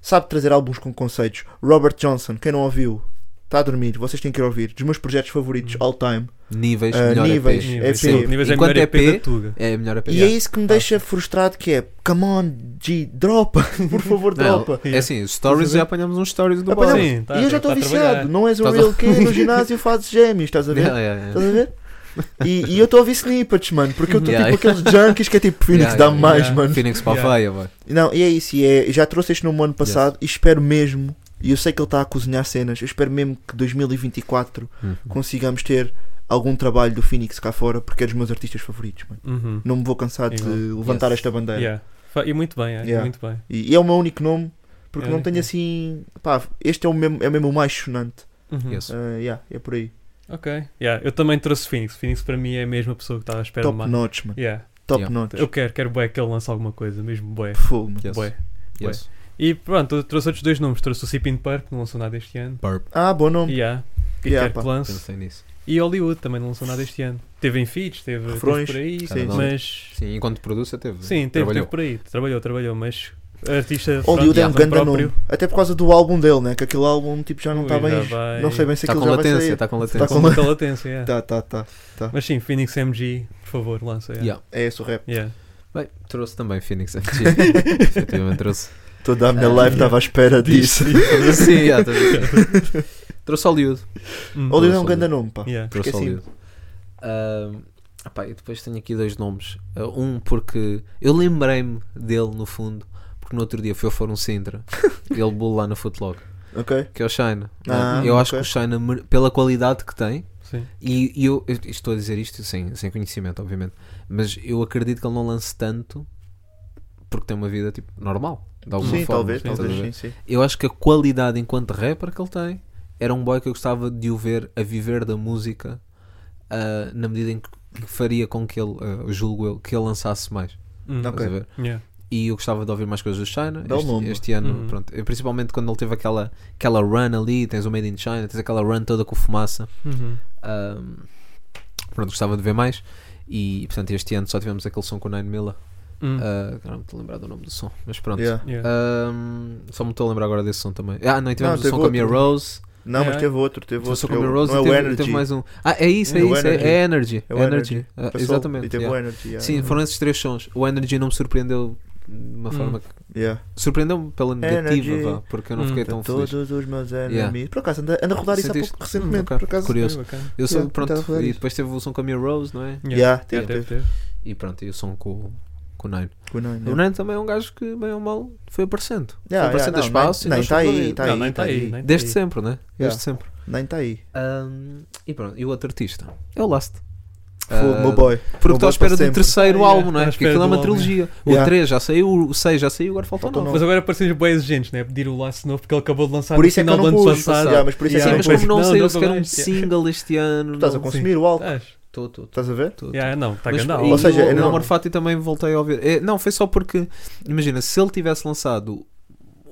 Speaker 5: sabe trazer álbuns com conceitos. Robert Johnson, quem não ouviu, está a dormir. Vocês têm que ir ouvir. Dos meus projetos favoritos all time.
Speaker 6: Níveis,
Speaker 5: Eh,
Speaker 6: melhor
Speaker 5: níveis,
Speaker 6: EPs.
Speaker 5: EP.
Speaker 6: Sempre.
Speaker 7: Níveis é
Speaker 6: Enquanto
Speaker 7: melhor EP,
Speaker 6: EP,
Speaker 7: da Tuga.
Speaker 6: é melhor EP.
Speaker 5: E é isso que me deixa frustrado que é, come on, G, dropa, por favor,
Speaker 6: Não,
Speaker 5: dropa.
Speaker 6: é assim, os stories, já apanhamos uns stories do
Speaker 5: Apanhamos-
Speaker 6: Bob.
Speaker 7: Sim, tá-
Speaker 5: e eu já estou
Speaker 7: tá a
Speaker 5: viciado,
Speaker 7: trabalhar.
Speaker 5: não és um
Speaker 6: Tás a-
Speaker 5: real kid no ginásio fazes gêmeos, estás a ver?
Speaker 6: Yeah, yeah, yeah.
Speaker 5: Estás a ver? E, e eu estou a ouvir snippets, mano, porque eu estou
Speaker 6: Yeah.
Speaker 5: tipo aqueles junkies que é tipo Phoenix
Speaker 6: Yeah,
Speaker 5: dá
Speaker 6: yeah,
Speaker 5: mais,
Speaker 7: yeah.
Speaker 5: mano.
Speaker 6: Phoenix para a
Speaker 7: Yeah.
Speaker 6: feia, vai.
Speaker 5: Não, e é isso, e é, já trouxe este no ano passado e espero mesmo, e eu sei que ele está a cozinhar cenas, eu espero mesmo que 2024
Speaker 6: Uhum.
Speaker 5: consigamos ter algum trabalho do Phoenix cá fora, porque é dos meus artistas favoritos, mano.
Speaker 7: Uhum.
Speaker 5: Não me vou cansar de
Speaker 7: Igual.
Speaker 5: levantar
Speaker 6: Yes.
Speaker 5: esta bandeira.
Speaker 7: Yeah. Fa- E muito bem, é,
Speaker 5: É. Yeah.
Speaker 7: muito bem.
Speaker 5: E, e é o meu único nome, porque
Speaker 7: É o
Speaker 5: não
Speaker 7: único
Speaker 5: tenho
Speaker 7: nome.
Speaker 5: assim. Pá, este é o mesmo, é mesmo o mais sonante.
Speaker 7: Uhum.
Speaker 6: Yes.
Speaker 5: Ah, yeah, é por aí.
Speaker 7: Ok. Yeah, eu também trouxe Phoenix. Phoenix para mim é a mesma pessoa que estava à espera
Speaker 5: Top
Speaker 7: mais.
Speaker 5: notch, mano.
Speaker 7: Yeah.
Speaker 5: Top
Speaker 6: Yeah.
Speaker 5: notch.
Speaker 7: Eu quero, quero bué que ele lance alguma coisa, mesmo bué.
Speaker 5: Fogo, mano.
Speaker 6: Yes.
Speaker 7: bué.
Speaker 6: Yes.
Speaker 7: E pronto, eu trouxe outros dois nomes. Trouxe o Sipin Park, que não lançou nada este ano.
Speaker 6: Burp,
Speaker 5: Ah, bom nome.
Speaker 7: Yeah. Que
Speaker 5: Yeah,
Speaker 7: quero
Speaker 5: pá.
Speaker 7: que lance.
Speaker 6: pensei nisso.
Speaker 7: E Hollywood também não lançou nada este ano. Teve em feeds, teve, teve
Speaker 5: Refrões.
Speaker 7: por aí,
Speaker 5: Sim,
Speaker 7: mas.
Speaker 6: Sim, enquanto produça teve.
Speaker 7: Sim, teve,
Speaker 6: Trabalhou.
Speaker 7: teve por aí. Trabalhou, trabalhou, mas. Artista.
Speaker 5: Hollywood é um
Speaker 7: pronto,
Speaker 5: grande
Speaker 7: próprio.
Speaker 5: nome. Até por causa do álbum dele, né? Que aquele álbum tipo, já não
Speaker 7: Ui,
Speaker 5: está bem.
Speaker 7: já vai-
Speaker 5: Não sei bem se
Speaker 6: Está
Speaker 5: aquilo
Speaker 6: com
Speaker 5: já vai
Speaker 6: latência,
Speaker 5: sair.
Speaker 6: está com
Speaker 5: Tá
Speaker 6: latência.
Speaker 7: Com muita latência, yeah.
Speaker 5: Tá, tá, tá.
Speaker 7: Mas sim, Phoenix MG, por favor, lança. Yeah.
Speaker 6: Yeah.
Speaker 5: É esse o rap.
Speaker 7: Yeah.
Speaker 6: Bem, trouxe também Phoenix MG. Efetivamente trouxe.
Speaker 5: Toda a minha
Speaker 6: Ah,
Speaker 5: live estava à espera disso.
Speaker 6: Sim, yeah, tá bem. trouxe Hollywood.
Speaker 7: Hum.
Speaker 5: Hollywood é um
Speaker 6: Trouxe
Speaker 5: grande nome, pá.
Speaker 7: Yeah.
Speaker 6: Trouxe
Speaker 5: Esqueci-me.
Speaker 6: Hollywood. Ahm, assim, ah, epá, eu depois tenho aqui dois nomes. Ah, um porque eu lembrei-me dele no fundo, porque no outro dia fui ao Fórum Sintra. ele bolo lá na Footlog,
Speaker 5: Ok?
Speaker 6: que é o China.
Speaker 5: Ah,
Speaker 6: eu acho
Speaker 5: ok.
Speaker 6: que o China, mer- pela qualidade que tem,
Speaker 7: Sim.
Speaker 6: E, e eu, eu estou a dizer isto sem, sem conhecimento, obviamente, mas eu acredito que ele não lance tanto porque tem uma vida tipo normal, de alguma
Speaker 5: Sim,
Speaker 6: forma.
Speaker 5: talvez,
Speaker 6: estás a
Speaker 5: talvez,
Speaker 6: ver?
Speaker 5: sim, sim.
Speaker 6: Eu acho que a qualidade enquanto rapper que ele tem era um boy que eu gostava de o ver a viver da música ah, na medida em que que faria com que ele, ah, julgo eu, que ele lançasse mais.
Speaker 7: Hum.
Speaker 5: Ok.
Speaker 6: Estás a ver?
Speaker 7: Yeah.
Speaker 6: E eu gostava de ouvir mais coisas do China
Speaker 5: Dá o
Speaker 6: este,
Speaker 5: nome.
Speaker 6: este ano,
Speaker 7: Uhum.
Speaker 6: pronto. Eu, principalmente quando ele teve aquela, aquela run ali, tens o Made in China, tens aquela run toda com fumaça.
Speaker 7: Uhum.
Speaker 6: Ahm, Pronto, gostava de ver mais. E portanto, este ano só tivemos aquele som com o Nine Miller.
Speaker 7: Hum.
Speaker 6: Ah, agora não me estou a lembrar do nome do som, mas pronto.
Speaker 5: Yeah.
Speaker 7: Yeah.
Speaker 6: Ahm, só me estou a lembrar agora desse som também. Ah, não, e
Speaker 5: Não,
Speaker 6: tivemos o som
Speaker 5: teve
Speaker 6: com a Mia
Speaker 5: outro.
Speaker 6: Rose.
Speaker 5: Não, mas
Speaker 7: É.
Speaker 5: teve outro, teve
Speaker 6: Tivemos o som
Speaker 5: outro.
Speaker 6: com a Mia
Speaker 5: Eu-
Speaker 6: Rose
Speaker 5: não é
Speaker 6: e
Speaker 5: o
Speaker 6: teve,
Speaker 5: Energy.
Speaker 6: teve mais um. Ah, é isso, é,
Speaker 5: É o
Speaker 6: isso, é-
Speaker 5: Energy.
Speaker 6: é Energy.
Speaker 5: É o
Speaker 6: Energy.
Speaker 5: Energy.
Speaker 6: Ah,
Speaker 5: Passou,
Speaker 6: exatamente.
Speaker 5: E teve
Speaker 6: yeah.
Speaker 5: o Energy. yeah.
Speaker 6: Sim, foram esses três sons. O Energy não me surpreendeu de uma
Speaker 7: Hum.
Speaker 6: forma que.
Speaker 5: Yeah.
Speaker 6: Surpreendeu-me pela negativa,
Speaker 5: Energy.
Speaker 6: vá, porque eu não
Speaker 7: Hum.
Speaker 6: fiquei tão
Speaker 5: Para
Speaker 6: feliz.
Speaker 5: todos os meus enemies.
Speaker 6: Yeah.
Speaker 5: Por acaso, anda, anda a rodar isso há
Speaker 6: Sentiste?
Speaker 5: pouco recentemente.
Speaker 6: Hum, ok.
Speaker 5: Por acaso.
Speaker 6: Curioso.
Speaker 7: É bacana.
Speaker 6: Eu sou,
Speaker 5: Yeah,
Speaker 6: pronto,
Speaker 5: tentava falar
Speaker 6: e
Speaker 5: disso.
Speaker 6: depois teve o som com a Mia Rose, não é?
Speaker 5: Yeah, teve,
Speaker 7: Yeah, teve,
Speaker 5: teve.
Speaker 7: teve.
Speaker 6: E pronto, e o som com, com o Nine.
Speaker 5: O Nine,
Speaker 6: O
Speaker 5: yeah.
Speaker 6: Nine também é um gajo que, bem ou mal, foi aparecendo.
Speaker 5: Yeah,
Speaker 6: foi aparecendo
Speaker 5: yeah,
Speaker 6: a
Speaker 5: não,
Speaker 6: espaço e
Speaker 5: nem
Speaker 6: nós
Speaker 5: está
Speaker 6: fomos
Speaker 5: aí,
Speaker 6: ali.
Speaker 5: está
Speaker 7: Não,
Speaker 5: aí.
Speaker 7: nem
Speaker 5: está
Speaker 7: tá aí,
Speaker 5: aí.
Speaker 7: nem tá
Speaker 6: Desde
Speaker 7: aí.
Speaker 6: sempre, né? Desde
Speaker 5: Yeah.
Speaker 6: sempre.
Speaker 5: Nem está aí.
Speaker 6: Ahm, e pronto, e o outro artista? É o Last.
Speaker 5: Fogo,
Speaker 6: Ah,
Speaker 5: meu boy.
Speaker 6: Porque
Speaker 5: Meu
Speaker 6: estou
Speaker 5: boy
Speaker 6: à espera
Speaker 5: para
Speaker 6: do
Speaker 5: sempre.
Speaker 6: terceiro
Speaker 7: Ah, yeah,
Speaker 6: álbum, não
Speaker 7: estou
Speaker 6: é?
Speaker 7: à
Speaker 6: Porque
Speaker 7: espera
Speaker 6: aquilo é
Speaker 7: do
Speaker 6: uma
Speaker 7: álbum,
Speaker 6: trilogia. O
Speaker 5: Yeah.
Speaker 6: 3 já saiu, o 6 já saiu, agora falta o
Speaker 5: Falta o
Speaker 6: 9.
Speaker 7: Mas agora parecemos bem exigentes, né? Pedir o laço novo porque ele acabou de lançar
Speaker 5: Por
Speaker 7: no
Speaker 5: isso é que
Speaker 7: final
Speaker 5: eu não
Speaker 7: do ano
Speaker 5: pus.
Speaker 7: passado.
Speaker 5: Yeah, mas por isso é
Speaker 7: Yeah,
Speaker 5: que
Speaker 6: Sim,
Speaker 5: eu não
Speaker 7: depois-
Speaker 6: mas
Speaker 5: pus.
Speaker 6: como não,
Speaker 7: não,
Speaker 6: saiu
Speaker 7: não
Speaker 6: sequer um
Speaker 7: vais-
Speaker 6: single este ano.
Speaker 5: Tu estás a
Speaker 6: não-
Speaker 5: consumir o álbum.
Speaker 7: Estás.
Speaker 6: Tô, tô, tô,
Speaker 5: Estás a ver?
Speaker 6: tô, tô.
Speaker 7: Yeah, não, tá está
Speaker 6: Mas,
Speaker 7: grandal.
Speaker 6: e
Speaker 5: Ou seja, é
Speaker 6: o,
Speaker 5: eu
Speaker 6: o
Speaker 5: não-
Speaker 6: Omar Fati também voltei a ouvir. É, não, foi só porque, imagina, se ele tivesse lançado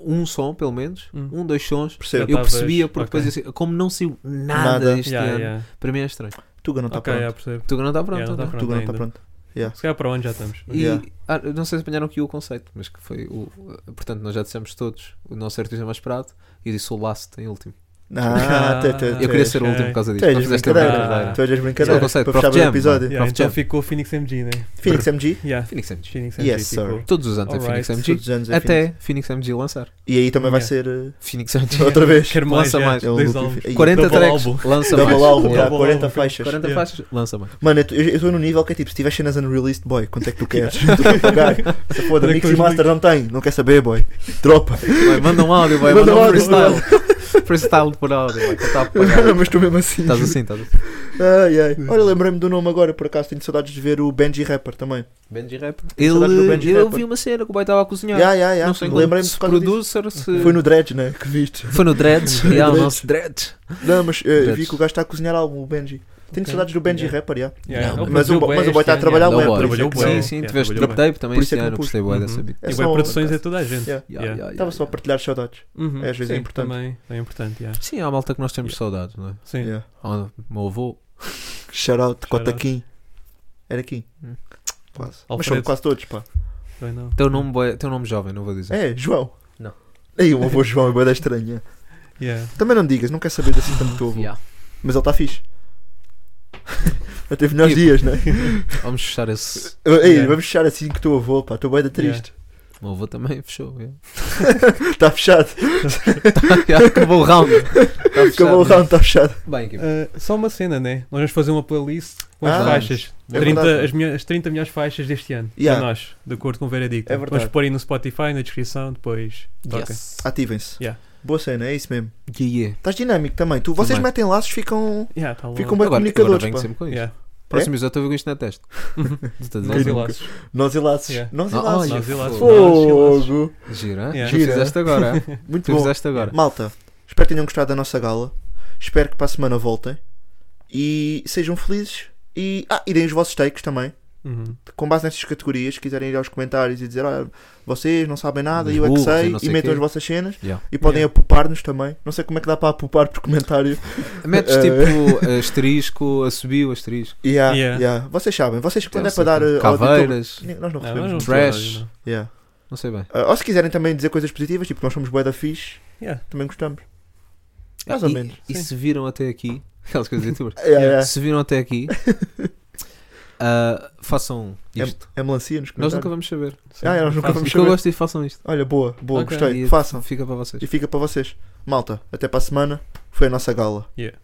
Speaker 6: um som, pelo menos,
Speaker 7: Hum.
Speaker 6: um, dois sons,
Speaker 5: Percebo.
Speaker 7: Já
Speaker 6: eu
Speaker 7: tavas-
Speaker 6: percebia, porque
Speaker 7: ok.
Speaker 6: depois eu sei- como não saiu nada,
Speaker 5: Nada.
Speaker 6: este
Speaker 7: Yeah,
Speaker 6: ano,
Speaker 7: yeah.
Speaker 6: para mim é estranho.
Speaker 5: Tuga não está
Speaker 7: Ok, yeah,
Speaker 5: tá pronto.
Speaker 7: percebo.
Speaker 6: Tu não está pronto,
Speaker 7: Yeah, não tá
Speaker 6: né?
Speaker 7: pronto
Speaker 5: Tuga não está
Speaker 7: ainda.
Speaker 5: pronto.
Speaker 7: Se calhar para onde já estamos.
Speaker 6: E
Speaker 5: Yeah.
Speaker 6: ah, eu não sei se apanharam aqui o conceito, mas que foi o. Portanto, nós já dissemos todos o nosso artista mais esperado e eu disse o Last em último.
Speaker 5: Ah, tu-
Speaker 7: Ah,
Speaker 5: tu- tu
Speaker 6: Eu queria
Speaker 5: és-
Speaker 6: ser o
Speaker 7: ok.
Speaker 6: último por causa
Speaker 5: Tu
Speaker 6: disso.
Speaker 5: és
Speaker 6: Não fizeste a
Speaker 7: brincadeira.
Speaker 6: brincadeira.
Speaker 7: Ah.
Speaker 5: Tu és as
Speaker 6: Esse é o
Speaker 5: brincadeiras.
Speaker 6: conceito,
Speaker 5: Para fechar
Speaker 6: Prof.
Speaker 5: o
Speaker 6: Jam,
Speaker 5: episódio.
Speaker 7: Yeah,
Speaker 6: Prof.
Speaker 7: então
Speaker 6: Jam.
Speaker 7: ficou Phoenix MG, né?
Speaker 5: Phoenix MG.
Speaker 7: Yeah.
Speaker 6: Phoenix MG.
Speaker 7: Phoenix MG
Speaker 5: Yes,
Speaker 7: ficou.
Speaker 5: sir.
Speaker 6: Todos os anos é
Speaker 7: Alright.
Speaker 6: Phoenix MG.
Speaker 5: Todos os anos é
Speaker 6: Até Phoenix MG lançar.
Speaker 5: Phoenix. E aí também vai
Speaker 7: Yeah.
Speaker 5: ser uh,
Speaker 6: Phoenix MG.
Speaker 5: outra vez.
Speaker 7: Quero mais.
Speaker 6: Lança
Speaker 7: yeah.
Speaker 6: mais.
Speaker 5: É um
Speaker 7: Dois
Speaker 5: loop
Speaker 7: álbuns.
Speaker 5: infinito.
Speaker 6: 40
Speaker 7: Double
Speaker 6: tracks.
Speaker 7: álbum.
Speaker 6: Lança mais.
Speaker 5: Double álbum, yeah,
Speaker 7: Double
Speaker 5: 40
Speaker 7: álbum.
Speaker 5: faixas.
Speaker 6: 40
Speaker 7: Yeah.
Speaker 6: faixas. Lança mais.
Speaker 5: Mano, eu t- eu estou num nível que é tipo, se tiver cenas unreleased, boy, quanto é que tu queres? Tu vais pagar. Se foda,
Speaker 7: Onde é que
Speaker 5: Mix
Speaker 7: tu
Speaker 5: e
Speaker 7: os
Speaker 5: Master não tem, não quer saber, boy. Dropa.
Speaker 6: Vai, manda um áudio, vai, manda
Speaker 5: Manda um
Speaker 6: um
Speaker 5: áudio,
Speaker 6: freestyle. Freestyle por áudio, vai, tá, que eu tava a pagar.
Speaker 5: Mas tu mesmo assim.
Speaker 6: Estás assim, estás assim.
Speaker 5: Ai, ai. Olha, lembrei-me do nome agora, por acaso tenho saudades de ver o Benji Rapper também.
Speaker 6: Benji Rapper.
Speaker 5: saudades do
Speaker 6: Ele,
Speaker 5: Benji
Speaker 6: eu
Speaker 5: Rapper.
Speaker 6: vi uma cena que o boy estava a cozinhar.
Speaker 5: Ya, ya, ya.
Speaker 6: Não sei quando,
Speaker 5: Lembrei-me
Speaker 6: se eh,
Speaker 5: por causa disso.
Speaker 6: producer, se...
Speaker 5: Foi no Dredge, né? Que viste.
Speaker 6: Foi no Dreads.
Speaker 5: Foi no
Speaker 6: yeah, o
Speaker 5: Dreads.
Speaker 6: nosso Dreads.
Speaker 5: Não, mas eh,
Speaker 6: Dredge.
Speaker 5: vi que o gajo está a cozinhar álbum, o Benji. Tenho saudades do Benji
Speaker 7: Yeah.
Speaker 5: Rapper, já.
Speaker 7: Yeah,
Speaker 6: Não,
Speaker 7: ele
Speaker 5: mas o
Speaker 7: produziu
Speaker 5: bo- mas o
Speaker 7: bué
Speaker 5: boy tá a
Speaker 7: este
Speaker 5: trabalhar
Speaker 7: ano,
Speaker 5: bué,
Speaker 7: yeah.
Speaker 5: por
Speaker 7: Trabalhou
Speaker 5: isso é que
Speaker 7: bué.
Speaker 6: Sim, sim,
Speaker 7: Yeah,
Speaker 6: tiveste
Speaker 7: trabalhou
Speaker 6: Trap
Speaker 7: bué.
Speaker 6: Tape também
Speaker 5: Por isso
Speaker 6: este
Speaker 5: é que eu
Speaker 6: ano,
Speaker 5: pus.
Speaker 6: gostei bué dessa beat.
Speaker 5: É
Speaker 7: E
Speaker 5: só-
Speaker 7: bué produções é toda a gente.
Speaker 5: Yeah.
Speaker 6: Yeah,
Speaker 5: Estava
Speaker 6: yeah, yeah,
Speaker 5: só a
Speaker 6: yeah.
Speaker 5: partilhar saudades.
Speaker 7: Uhum.
Speaker 5: É, às vezes é
Speaker 7: Sim,
Speaker 5: importante.
Speaker 7: Também é importante, yeah.
Speaker 6: Sim, há malta que nós temos saudades, não é?
Speaker 7: Sim.
Speaker 5: Yeah.
Speaker 6: Ah, meu avô.
Speaker 5: Shout out,
Speaker 7: Shout
Speaker 5: Cota
Speaker 7: out.
Speaker 5: Kim. Era Kim.
Speaker 6: Hum.
Speaker 5: Quase. Mas
Speaker 7: Alfredo.
Speaker 5: são quase todos, pá.
Speaker 7: Bem, não.
Speaker 6: Teu nome, bué- teu nome jovem, não vou dizer.
Speaker 5: É, João.
Speaker 6: Não.
Speaker 5: Aí o avô João é boa da estranha.
Speaker 7: Yeah.
Speaker 5: Também não digas, não quer saber assim tanto do teu avô.
Speaker 6: Yeah.
Speaker 5: Mas ele está fixe. Ele teve melhores
Speaker 6: Tipo.
Speaker 5: dias, né?
Speaker 6: Vamos fechar esse.
Speaker 5: Ei,
Speaker 7: Yeah.
Speaker 5: vamos fechar assim que o teu avô, pá. Estou bem da triste.
Speaker 6: O meu avô também fechou. yeah.
Speaker 5: Está fechado.
Speaker 6: Yeah, Acabou o round. Tá né?
Speaker 5: Acabou o round, está fechado.
Speaker 6: Bem, equipe.
Speaker 7: Ah, só uma cena, né? Nós vamos fazer uma playlist com as
Speaker 5: Ah,
Speaker 7: faixas.
Speaker 5: é
Speaker 7: 30,
Speaker 5: verdade.
Speaker 7: as, minha- as 30 melhores faixas deste ano.
Speaker 5: Yeah.
Speaker 7: Para nós, de acordo com o veredicto.
Speaker 5: É
Speaker 7: vamos
Speaker 5: verdade.
Speaker 7: pôr aí no Spotify, na descrição, depois. toca.
Speaker 6: Yes.
Speaker 5: Ah, Ativem-se.
Speaker 7: Yeah.
Speaker 5: Boa cena, é isso mesmo.
Speaker 6: Yeah, yeah.
Speaker 5: Estás dinâmico também. Tu, vocês
Speaker 6: Também.
Speaker 5: metem laços, ficam,
Speaker 7: Yeah, tá
Speaker 5: ficam
Speaker 7: louco.
Speaker 5: bem
Speaker 6: Agora, agora
Speaker 5: comunicadores,
Speaker 6: venho
Speaker 5: pá. É?
Speaker 6: sempre com isto.
Speaker 7: Yeah.
Speaker 6: Próximo episódio estou a ver com isto na testa. Tu estás a
Speaker 7: Nós e
Speaker 6: dizer?
Speaker 7: laços.
Speaker 5: Nós e laços.
Speaker 7: Yeah.
Speaker 5: Nós e
Speaker 6: Ah,
Speaker 5: laços.
Speaker 6: olha,
Speaker 7: Nós e laços. Nós e
Speaker 5: Fogo.
Speaker 6: Gira, hein?
Speaker 7: Yeah.
Speaker 6: Tu
Speaker 5: Gira.
Speaker 6: fizeste agora. hein?
Speaker 5: Muito
Speaker 6: Tu
Speaker 5: bom.
Speaker 6: fizeste agora.
Speaker 5: Malta, espero que tenham gostado da nossa gala. Espero que para a semana voltem. E sejam felizes. E, ah, e deem os vossos takes também.
Speaker 7: Uhum.
Speaker 5: Com base nestas categorias, se quiserem ir aos comentários e dizer olha, vocês não sabem nada, eu é que
Speaker 6: Burros e
Speaker 5: sei,
Speaker 6: não
Speaker 5: e
Speaker 6: sei
Speaker 5: metam
Speaker 6: quê.
Speaker 5: as vossas cenas.
Speaker 6: Yeah.
Speaker 5: E podem apupar-nos também. Não sei como é que dá para apupar por comentário.
Speaker 6: Metes
Speaker 5: Eh.
Speaker 6: tipo asterisco, a subir o asterisco.
Speaker 5: Yeah,
Speaker 7: Yeah.
Speaker 5: yeah. Vocês sabem, vocês quando é
Speaker 6: Não sei
Speaker 5: para dar
Speaker 6: como.
Speaker 5: uh, ao editor-
Speaker 6: Então, Caveiras.
Speaker 5: Ni- Nós
Speaker 7: Não,
Speaker 5: não
Speaker 7: mas
Speaker 5: recebemos.
Speaker 7: É, não
Speaker 5: muito.
Speaker 6: Trash.
Speaker 7: sei, não.
Speaker 5: Yeah.
Speaker 6: Não sei bem.
Speaker 5: Uh, ou se quiserem também dizer coisas positivas, tipo nós somos bué da fixe,
Speaker 7: Yeah.
Speaker 5: também gostamos. Mais ou
Speaker 6: e,
Speaker 5: menos. É,
Speaker 6: E
Speaker 7: Sim.
Speaker 6: se viram até aqui, aquelas coisas de youtubers,
Speaker 5: Yeah, yeah.
Speaker 6: se viram até aqui, ah, façam isto.
Speaker 5: É melancia nos
Speaker 6: Nós
Speaker 5: comentários.
Speaker 6: nunca vamos saber.
Speaker 5: Ah, nós nunca
Speaker 7: Fácil.
Speaker 5: vamos
Speaker 6: O que eu
Speaker 5: saber.
Speaker 6: gosto é façam isto.
Speaker 5: Olha, boa, boa,
Speaker 6: Ok.
Speaker 5: gostei.
Speaker 6: E
Speaker 5: Façam.
Speaker 6: Fica para vocês.
Speaker 5: E fica para vocês. Malta, até para a semana. Foi a nossa gala.
Speaker 7: Yeah.